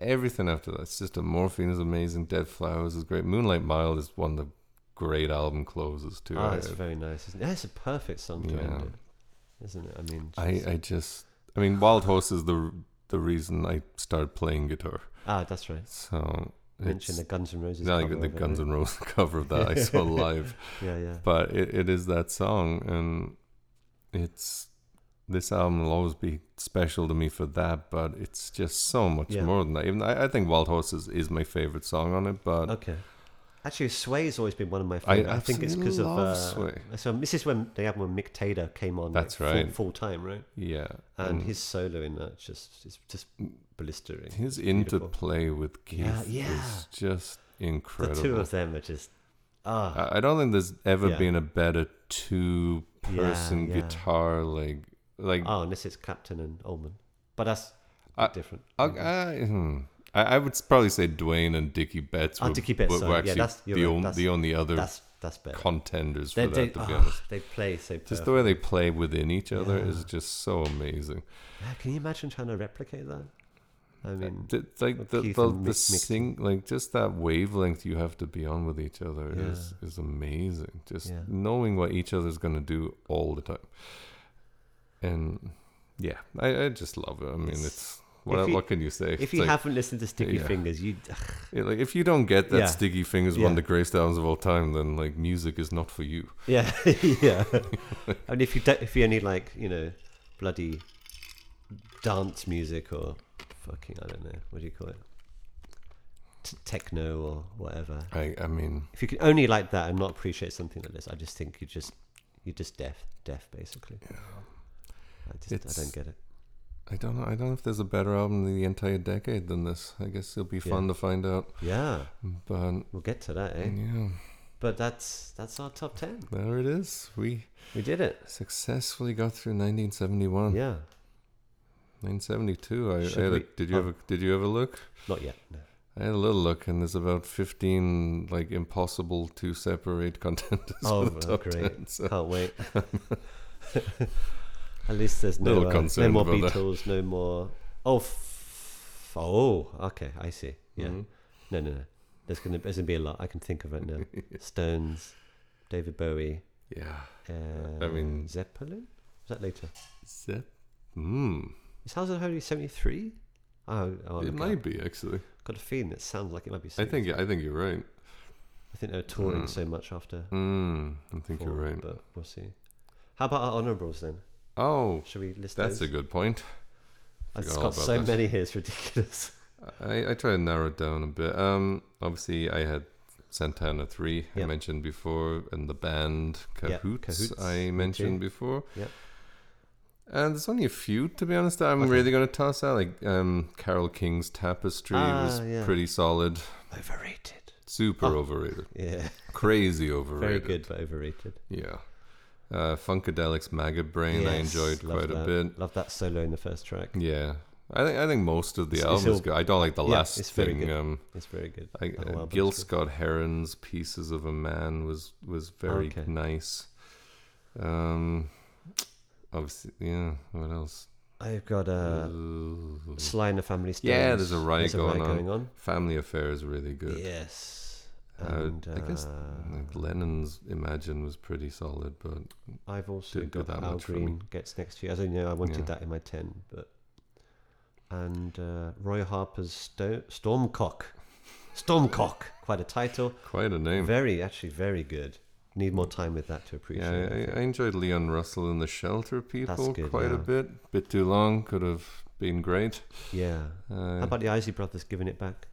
Everything after that, it's just a morphine is amazing. Dead flowers is great. Moonlight Mile is one of the great album closes too.
ah,
I-
it's very nice. Isn't it? That's a perfect song to end
Yeah.
it, isn't it? I mean,
I, I just, I mean, Wild Horse is the the reason I started playing guitar.
ah, that's right.
So
Mention
it's-
the Guns N' Roses.
Now you
cover
got the
of it,
Guns
right?
N' Roses cover of that I saw live,
Yeah, yeah.
but it, it is that song, and it's this album will always be special to me for that. But it's just so much
Yeah.
more than that. Even I, I think Wild Horses is my favorite song on it, but
Okay. Actually, Sway has always been one of my favorite. I, think it's because of
absolutely
uh,
love Sway.
So this is when they had when Mick Taylor came on.
That's right. Mm.
Full, full time, right?
yeah,
And his solo in that just is just blistering.
his
beautiful.
interplay with Keith
Yeah, yeah.
is just
the
incredible.
two of them are just ah
I I don't think there's ever
Yeah.
been a better two-person
yeah.
guitar like like
oh, unless it's Clapton and Ullman, but that's
I-
different.
I, I, hmm. I, I would s- probably say Dwayne and Dickie Betts
Oh,
were,
Dickie Betts,
were- were
sorry. Yeah,
actually
that's- you're
the,
right,
on,
that's-
the only other
that's that's better.
contenders
They,
for
they,
that, to be
ah,
honest.
they play so.
Just the
perfect.
way they play within each other
Yeah.
is just so amazing.
Ah, Yeah, Can you imagine trying to replicate that?
Uh,
I mean,
Th- like the,
Keith
the,
and
the
Mick mixed
sing, like just that wavelength you have to be on with each other is
Yeah.
is amazing. Just
Yeah.
knowing what each other's gonna do all the time, and yeah, I, I just love it. I mean, it's, what
if you-
what can you say?
if
It's
you
like,
haven't listened to Sticky
yeah.
Fingers, you
yeah, like if you don't get that
Yeah.
Sticky Fingers
Yeah.
one of the greatest albums of all time, then like music is not for you.
Yeah, yeah. I mean, if you don't, if you only like, you know, bloody dance music or fucking, I don't know, what do you call it, T- techno or whatever.
I I mean,
If you can only like that and not appreciate something like this, I just think you just you're just deaf, deaf basically. I just
It's-
I don't get it.
I don't know. I don't know if there's a better album in the entire decade than this. I guess it'll be fun to find out.
Yeah,
But
we'll get to that, eh?
yeah,
But that's that's our top ten.
there it is. We
We did it.
successfully got through 1971
Yeah,
1972 I, I
Should
had a,
we-
did you
oh.
ever did you ever look
not yet. No.
i had a little look and there's about 15 like impossible to separate contenders
Oh,
for the
well,
top
great.
10 so
Can't wait. At least there's no,
Little
uh, no
concerned
more
about that.
Beatles, no more. Oh, f- oh, okay, I see. Yeah,
Mm-hmm.
no, no, no. There's gonna there's gonna be a lot. I can think of it now. Stones, David Bowie.
yeah
Uh,
mean-
Zeppelin. Was that later?
Zep. Mm.
Is House of Holy seventy three? Oh, oh
it
look
might
up.
be actually
Got a feeling it sounds like it might be.
i
70s.
think i think you're right
I think they were touring so much after.
mm, i think
four,
you're right
But we'll see. How about our honourables then?
oh
Should we list
that's a
those?
good point
I've
forgot all
got
about
so
that.
many here. It's ridiculous.
I, I try to narrow it down a bit. Um, obviously, I had Santana 3,
Yeah.
I mentioned before, and the band
Yeah,
Cahoots,
Cahoots, me
I mentioned before.
Yeah.
And there's only a few, to be honest, that I'm really going to toss out. Like um, Carol King's Tapestry was
Ah, yeah.
pretty solid,
Overrated.
super overrated,
Yeah.
crazy
Very
overrated.
good, but overrated.
Yeah. Uh, Funkadelic's Maggot Brain, I
Yes,
enjoyed
love
quite
that.
a bit.
Love that solo in the first track.
Yeah. I think I think most of the
It's- it's
album is
all-
good. I don't like the
yeah,
last
it's very
thing.
good.
Um,
It's very good.
I,
The
uh,
whole album's
Gil
good.
Scott Heron's "Pieces of a Man" was was very
Okay.
nice. Um, obviously, yeah. What else?
I've got uh, Sly and the Family Stones.
yeah, there's a riot,
There's
going, on.
going on.
Family Affair is really good.
Yes.
Uh,
And uh,
I guess like Lennon's Imagine was pretty solid, but
I've also
didn't do
got
that
Al
much for me.
Green gets next to you. As I know, I wanted
Yeah.
that in my ten, but and uh, Roy Harper's Sto- Stormcock, Stormcock, quite a title.
quite a name.
Very, actually, very good. Need more time with that to appreciate.
yeah,
it, I
I,
think.
I enjoyed Leon Russell and the Shelter People
good,
quite a
yeah.
bit. Bit too long, could have been great.
yeah.
Uh,
How about the Isley Brothers giving it back?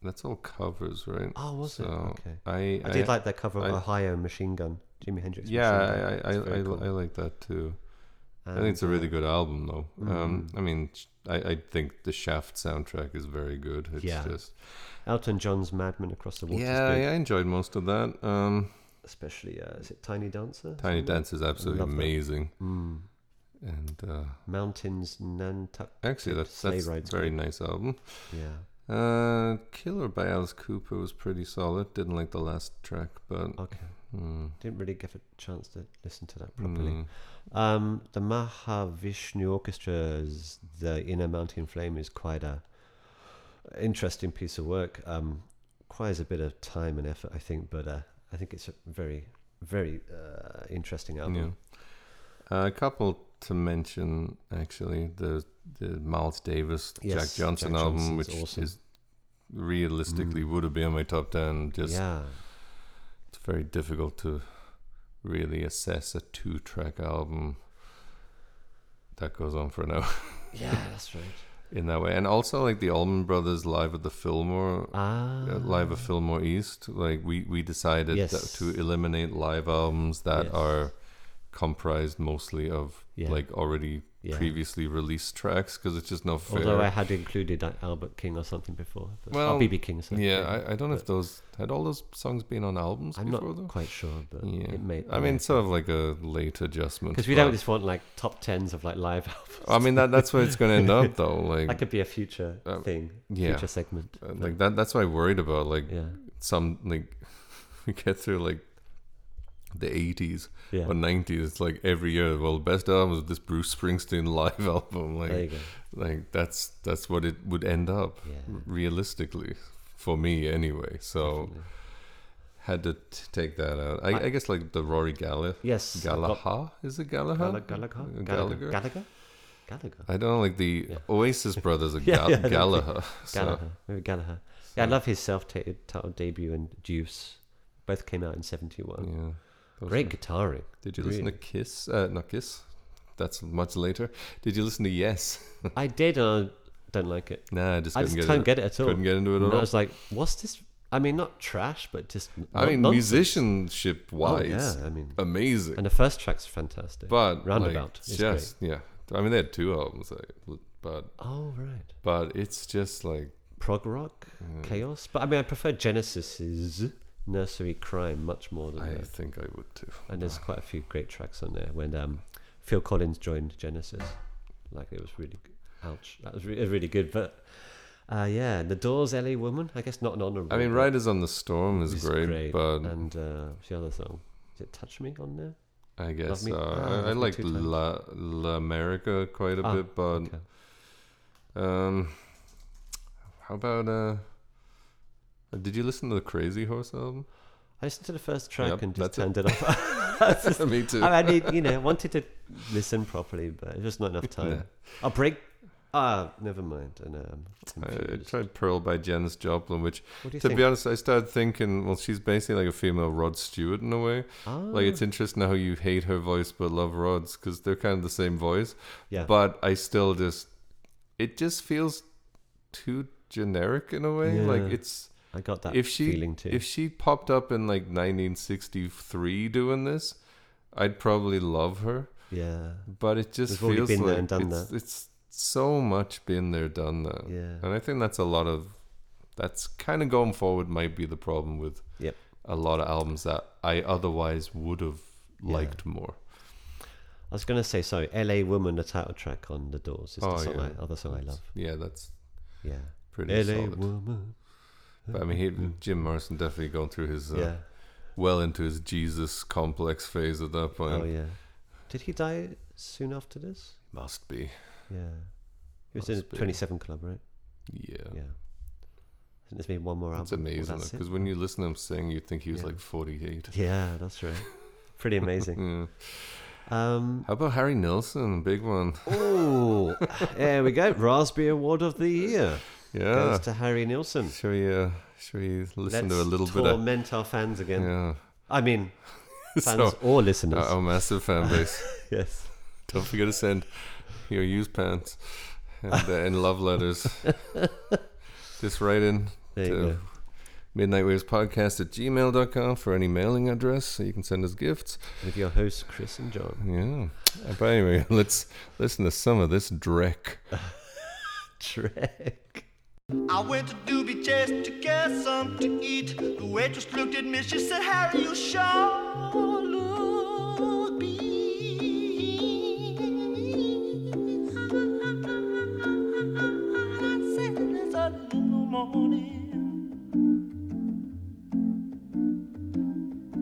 that's all covers, right?
Oh, was it? Okay.
uh, I,
I did like their cover of
I-
Ohio Machine Gun, Jimi Hendrix.
Yeah,
Machine Gun.
I I, I,
It's very
I,
cool.
I like that too. I
And,
think it's a really good album, though.
Mm-hmm.
Um, I mean, sh- I, I think the Shaft soundtrack is very good. It's
Yeah.
just
Elton John's Madman Across the Water.
yeah, I, I enjoyed most of that. Um,
especially uh, is it Tiny Dancer?
Tiny Dance is absolutely
love that. Mm.
amazing, and uh,
Mountains Nantuck.
actually, that's
Sleigh
that's a
Ride's
very nice album.
Yeah,
Uh, Killer by Alice Cooper was pretty solid. Didn't like the last track, but
okay.
mm,
Didn't really give a chance to listen to that properly.
mm,
Um, the Mahavishnu Orchestra's The Inner Mountain Flame is quite a interesting piece of work. Um, requires a bit of time and effort, I think, but uh, I think it's a very, very uh, interesting
yeah.
album.
Uh, a couple to mention actually the the Miles Davis
Yes,
Jack Johnson
Jack
album,
Johnson's
which
awesome. Mm.
is realistically would have been on my top ten. Just
yeah,
it's very difficult to really assess a two track album that goes on for an hour
yeah, that's right.
in that way. And also like the Allman Brothers live at the Fillmore.
Ah,
uh, Live at Fillmore East, like we we decided
Yes.
that to eliminate live albums that
Yes.
are comprised mostly of
Yeah.
like already
Yeah.
previously released tracks because it's just not fair.
although I had included like, Albert King or something before. But, well,
Well,
or BB King. Sorry.
yeah, I, I don't know if those had all those songs been on albums
I'm not
before though.
quite sure, but
yeah,
it may.
I mean, sort of like a late adjustment
because we
but-
don't just want like top tens of like live albums.
I mean that that's where it's going to end up though. Like,
That could be a future
Um,
thing,
yeah.
future segment.
uh, like that. That's what I worried about. Like
Yeah,
some like we get through like the 80s
Yeah.
or 90s it's like every year well best album was this bruce springsteen live album like
There you go.
like that's that's what it would end up
Yeah.
r- realistically for me anyway so had to t- take that out I, I, guess like the rory gallagher
Yes, I've got-
gallagher is it gallagher
Gallagher? Gallagher? Gallagher?
gallagher
Gallagher? Gallagher?
i don't know like the oasis brothers are
Yeah,
Gal-
yeah, that'd be-
gallagher so
Gallagher. Maybe Gallagher. Yeah, I love his self-titled debut and Juice. Both came out in 71.
yeah Those
Great guitaring.
Did you listen to
Really.
Kiss? Uh, not Kiss. That's much later. Did you listen to Yes?
I did and I don't like it.
nah, I just
I
couldn't
just
get,
can't
it.
get it at all.
Couldn't get into it
And
at
I
all.
was like, what's this? I mean, not trash, but just
I mean,
nonsense.
musicianship wise,
Oh, yeah, I mean-
amazing.
And the first track's fantastic.
but
Roundabout
like,
is
just yeah. I mean, they had two albums, like, but
great. Oh, right.
but it's just like
Prog rock, chaos. But I mean, I prefer Genesis's Nursery Crime much more than
I
that.
think I would too.
And there's quite a few great tracks on there. When um, Phil Collins joined Genesis, like it was really, g- ouch, that was re- really good. But uh, yeah, The Doors, "L.A. Woman," I guess not an honorable.
I mean,
but
Riders on the Storm is
it's
great, but
and uh, what's the other song? Is it "Touch Me" on there?
I guess
Me-
uh,
Ah,
I,
Love
I
Me
liked
Two Times.
La, La America quite a
Ah,
bit, but
okay.
Um, how about uh? Did you listen to the Crazy Horse album?
I listened to the first track
Yep,
and just
that's it.
turned it, off. That's just-
Me too.
I, I need, you know, I wanted to listen properly, but it's just not enough time. I'll break. Ah, never mind. And um,
I tried Pearl by Janis Joplin, which,
What do
to
you think?
be honest, I started thinking, well, she's basically like a female Rod Stewart in a way.
Ah,
Like,
Oh.
it's interesting how you hate her voice but love Rod's because they're kind of the same voice.
Yeah.
But I still just, it just feels too generic in a way. Like,
Yeah.
it's.
I got that
if she
feeling too.
if she popped up in like 1963 doing this, I'd probably love her.
yeah,
But it just
We've already
feels
been
like
there and done
it's,
that.
it's so much been there, done that.
Yeah.
and I think that's a lot of that's kind of going forward might be the problem with
yep.
a lot of albums that I otherwise would have liked more.
I was going to say, sorry, "L.A. Woman," the title track on The Doors, is
Oh,
the song
yeah.
I, other song I love.
Yeah, that's
Yeah,
pretty
"L.A.
solid.
Woman."
But I mean, he, Jim Morrison definitely going through his uh,
Yeah.
well into his Jesus complex phase at that point.
Oh yeah. Did he die soon after this?
Must be,
Yeah. He was in
Must be.
Twenty Seven Club, right? Yeah. Hasn't there been one more album?
It's
Well,
amazing
that's it.
because when you listen to him sing, you think he was
Yeah.
like 48.
Yeah, that's right. Pretty amazing.
Yeah.
Um,
How about Harry Nilsson? Big one.
oh, there we go. Raspberry Award of the Year
Yeah.
goes to Harry Nilsson.
Shall we, uh, shall we listen
Let's
to Ah. a little bit of.
torment our fans again.
Yeah.
I mean, fans
So,
or listeners.
uh, our massive fan base.
Yes.
Don't forget to send your used pants and, uh, and love letters. Just write in
There you
to
go.
midnightwavespodcast at gmail.com for any mailing address so you can send us gifts.
With your hosts, Chris and John.
Yeah. But anyway, let's listen to some of this dreck.
Trek.
I went to Doobie Chase to get some to eat. The waitress looked at me, she said, Harry, you sure look beat.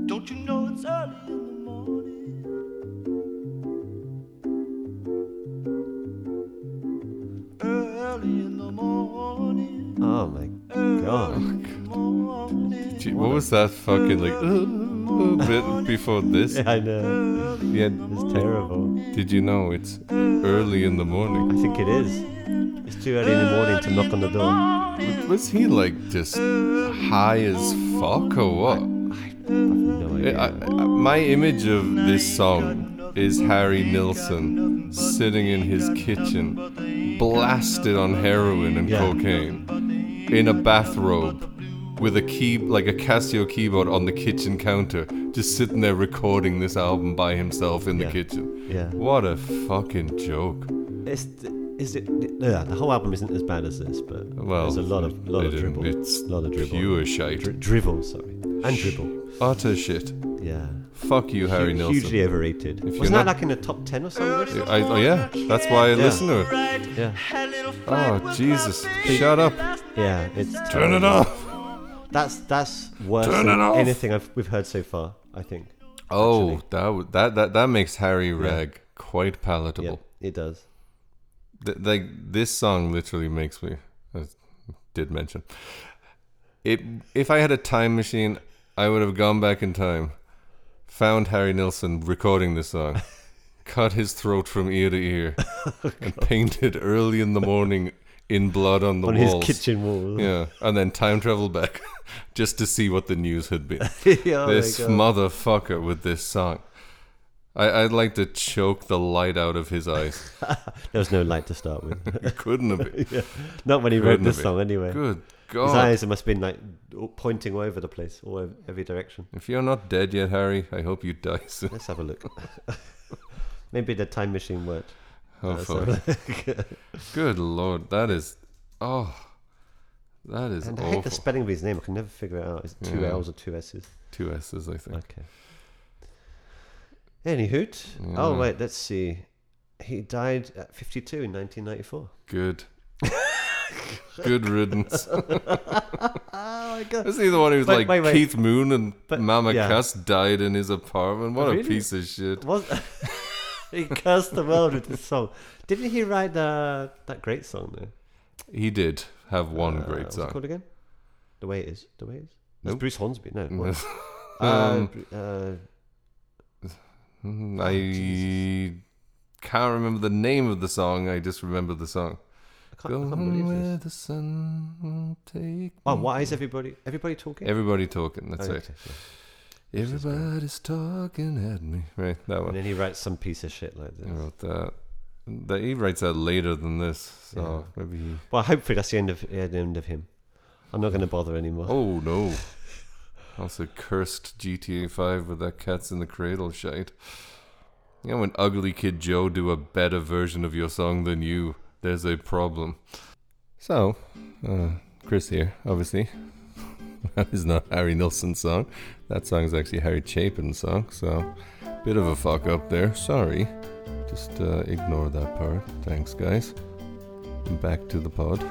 Don't you know it's early in the morning? Early in the morning.
Oh my god.
Gee, what was that fucking like uh, uh, bit before this?
I know.
Yeah,
It's terrible.
did you know it's early in the
I
morning?
think it is. It's too early in the morning to knock on the door.
Was he like just high as fuck or what?
No
I,
idea.
I, I- my image of this song is Harry Nilsson sitting in his kitchen, blasted on heroin and
Yeah.
cocaine, in a bathrobe. With a key, like a Casio keyboard, on the kitchen counter, just sitting there recording this album by himself in the
Yeah.
kitchen.
yeah.
What a fucking joke.
It's, is it? Yeah, the whole album isn't as bad as this, but
Well,
there's a lot of lot
it
of
didn't-
dribble.
It's
lot of dribble.
pure shite.
Dri- drivel, sorry, and dribble.
Utter shit.
Yeah,
Fuck you, Harry
Hu-
Nilsson.
hugely overrated.
you're
Wasn't that
not-
like in the top ten or something?
I, oh, yeah, that's why I listen to it.
Right,
Yeah,
had a little fight
Oh,
with
Jesus.
my
Shut up.
yeah. It's
Turn it off.
That's that's worse
Turn
than
it off.
anything I've, we've heard so far. I think.
Oh, that w- that that that makes Harry Rag quite
Yeah,
palatable.
it does.
Th- like this song literally makes me. I did mention it. If I had a time machine, I would have gone back in time, found Harry Nilsson recording this song, cut his throat from ear to ear,
Oh,
and painted early in the morning in blood on the
On
walls.
his kitchen wall.
Yeah, and then time travel back just to see what the news had been.
Yeah, oh my
this
God.
motherfucker with this song. I, I'd like to choke the light out of his eyes.
There was no light to start with.
Couldn't have been.
Not when he wrote
Couldn't
this
have
song,
been.
anyway.
Good
His
God.
eyes must have been like all- pointing all over the place, all over every direction.
If you're not dead yet, Harry, I hope you die soon.
Let's have a look. Maybe the time machine worked.
Oh,
Let's have
fuck.
a look.
Good Lord. That is. Oh. That is
and I hate the
awful.
spelling of his name. I can never figure it out. Is it two
Yeah.
L's or two S's?
Two S's, I think.
Okay. Any hoot? Oh
Yeah.
wait, let's see. He died at 52 in 1994.
Good. Good riddance.
Oh my god!
Isn't he the one who's
Wait,
like
wait, wait.
Keith Moon and
But-
Mama
yeah.
Cass died in his apartment? What a
Really?
piece of shit.
Was he cursed the world with this song? Didn't he write the, that great song though?
He did have one
Uh,
great
what's
song.
it called again? The way it is. The way it is. That's
Nope.
Bruce Hornsby. No.
No.
what? uh,
Um,
Bru- uh, Oh,
I can't remember the name of the song. I just remember the song.
I can't, I can't believe
where
this.
the sun will take.
Oh,
me.
why is everybody everybody talking?
Everybody talking. That's
Oh,
it.
okay, yeah.
Everybody's talking at me. Right, that
And
one.
then he writes some piece of shit like this.
I wrote that. That he writes that later than this. So maybe. He,
Well, hopefully that's the end of yeah, the end of him. I'm not going to bother anymore.
oh no. Also cursed GTA 5 with that cats in the cradle shite. You know when Ugly Kid Joe do a better version of your song than you, there's a problem. So, uh, Chris here, obviously. that is not Harry Nilsson's song. That song is actually Harry Chapin's song, so bit of a fuck up there. Sorry. Just uh, ignore that part. Thanks, guys. And back to the pod.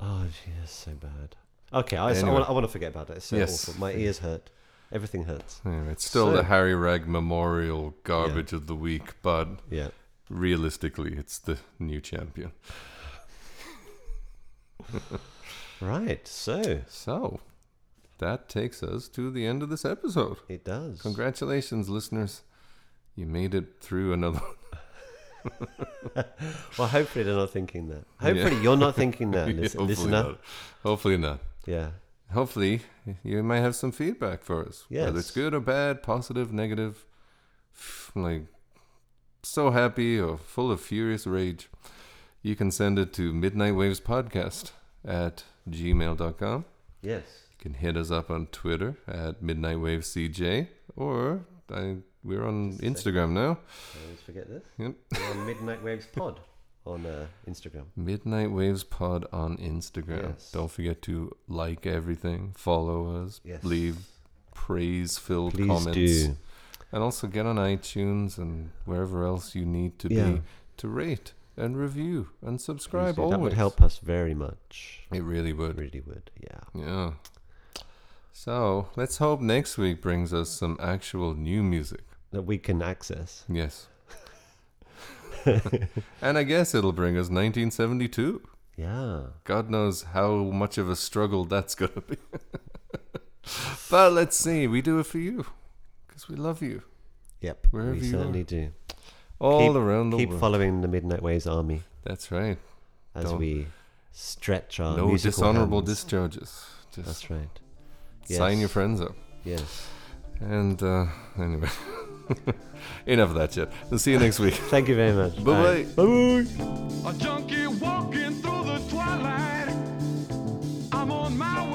Oh, gee, that's so bad. Okay, I, so I
Anyway.
want, I want to forget about that. It's so
Yes.
awful. My ears hurt. Everything hurts.
Anyway, it's still
So-
the Harry Rag Memorial garbage of the week, but
Yeah.
realistically, it's the new champion.
Right. So
So, that takes us to the end of this episode.
it does.
Congratulations, listeners. You made it through another
Well, hopefully they're not thinking that. Hopefully you're not thinking that,
Yeah,
listen,
hopefully
listener.
Not. Hopefully not.
Yeah.
Hopefully, you might have some feedback for us. Whether it's
Yes.
good or bad, positive, negative, f- like so happy or full of furious rage. You can send it to Midnight Waves Podcast at gmail.com.
Yes.
You can hit us up on Twitter at Midnight Waves CJ or I, we're on Instagram now.
I always forget this.
Yep.
We're on Midnight Waves Pod on uh, Instagram.
Midnight Waves Pod on Instagram.
Yes.
Don't forget to like everything, follow us,
Yes.
leave praise filled
Please
comments.
do.
And also get on iTunes and wherever else you need to
Yeah.
be to rate and review and subscribe
Please do.
always.
That would help us very much.
It really would.
Really would. Yeah.
Yeah. So let's hope next week brings us some actual new music.
That we can access.
Yes. and I guess it'll bring us 1972.
Yeah.
God knows how much of a struggle that's going to be. but let's see. We do it for you because we love you
Yep.
Wherever
we
you
certainly
are.
do.
all
Keep-
around the
Keep
world.
following the Midnight Waves army
That's right.
as
Don't-
we stretch our
No
Uh, musical
dishonorable
hands.
discharges. Just
That's right.
sign
Yes.
your friends up.
Yes.
And uh, anyway, enough of that shit. We'll see you next week.
Thank you very much.
Bye bye.
Bye.
A junkie walking through the twilight. I'm on my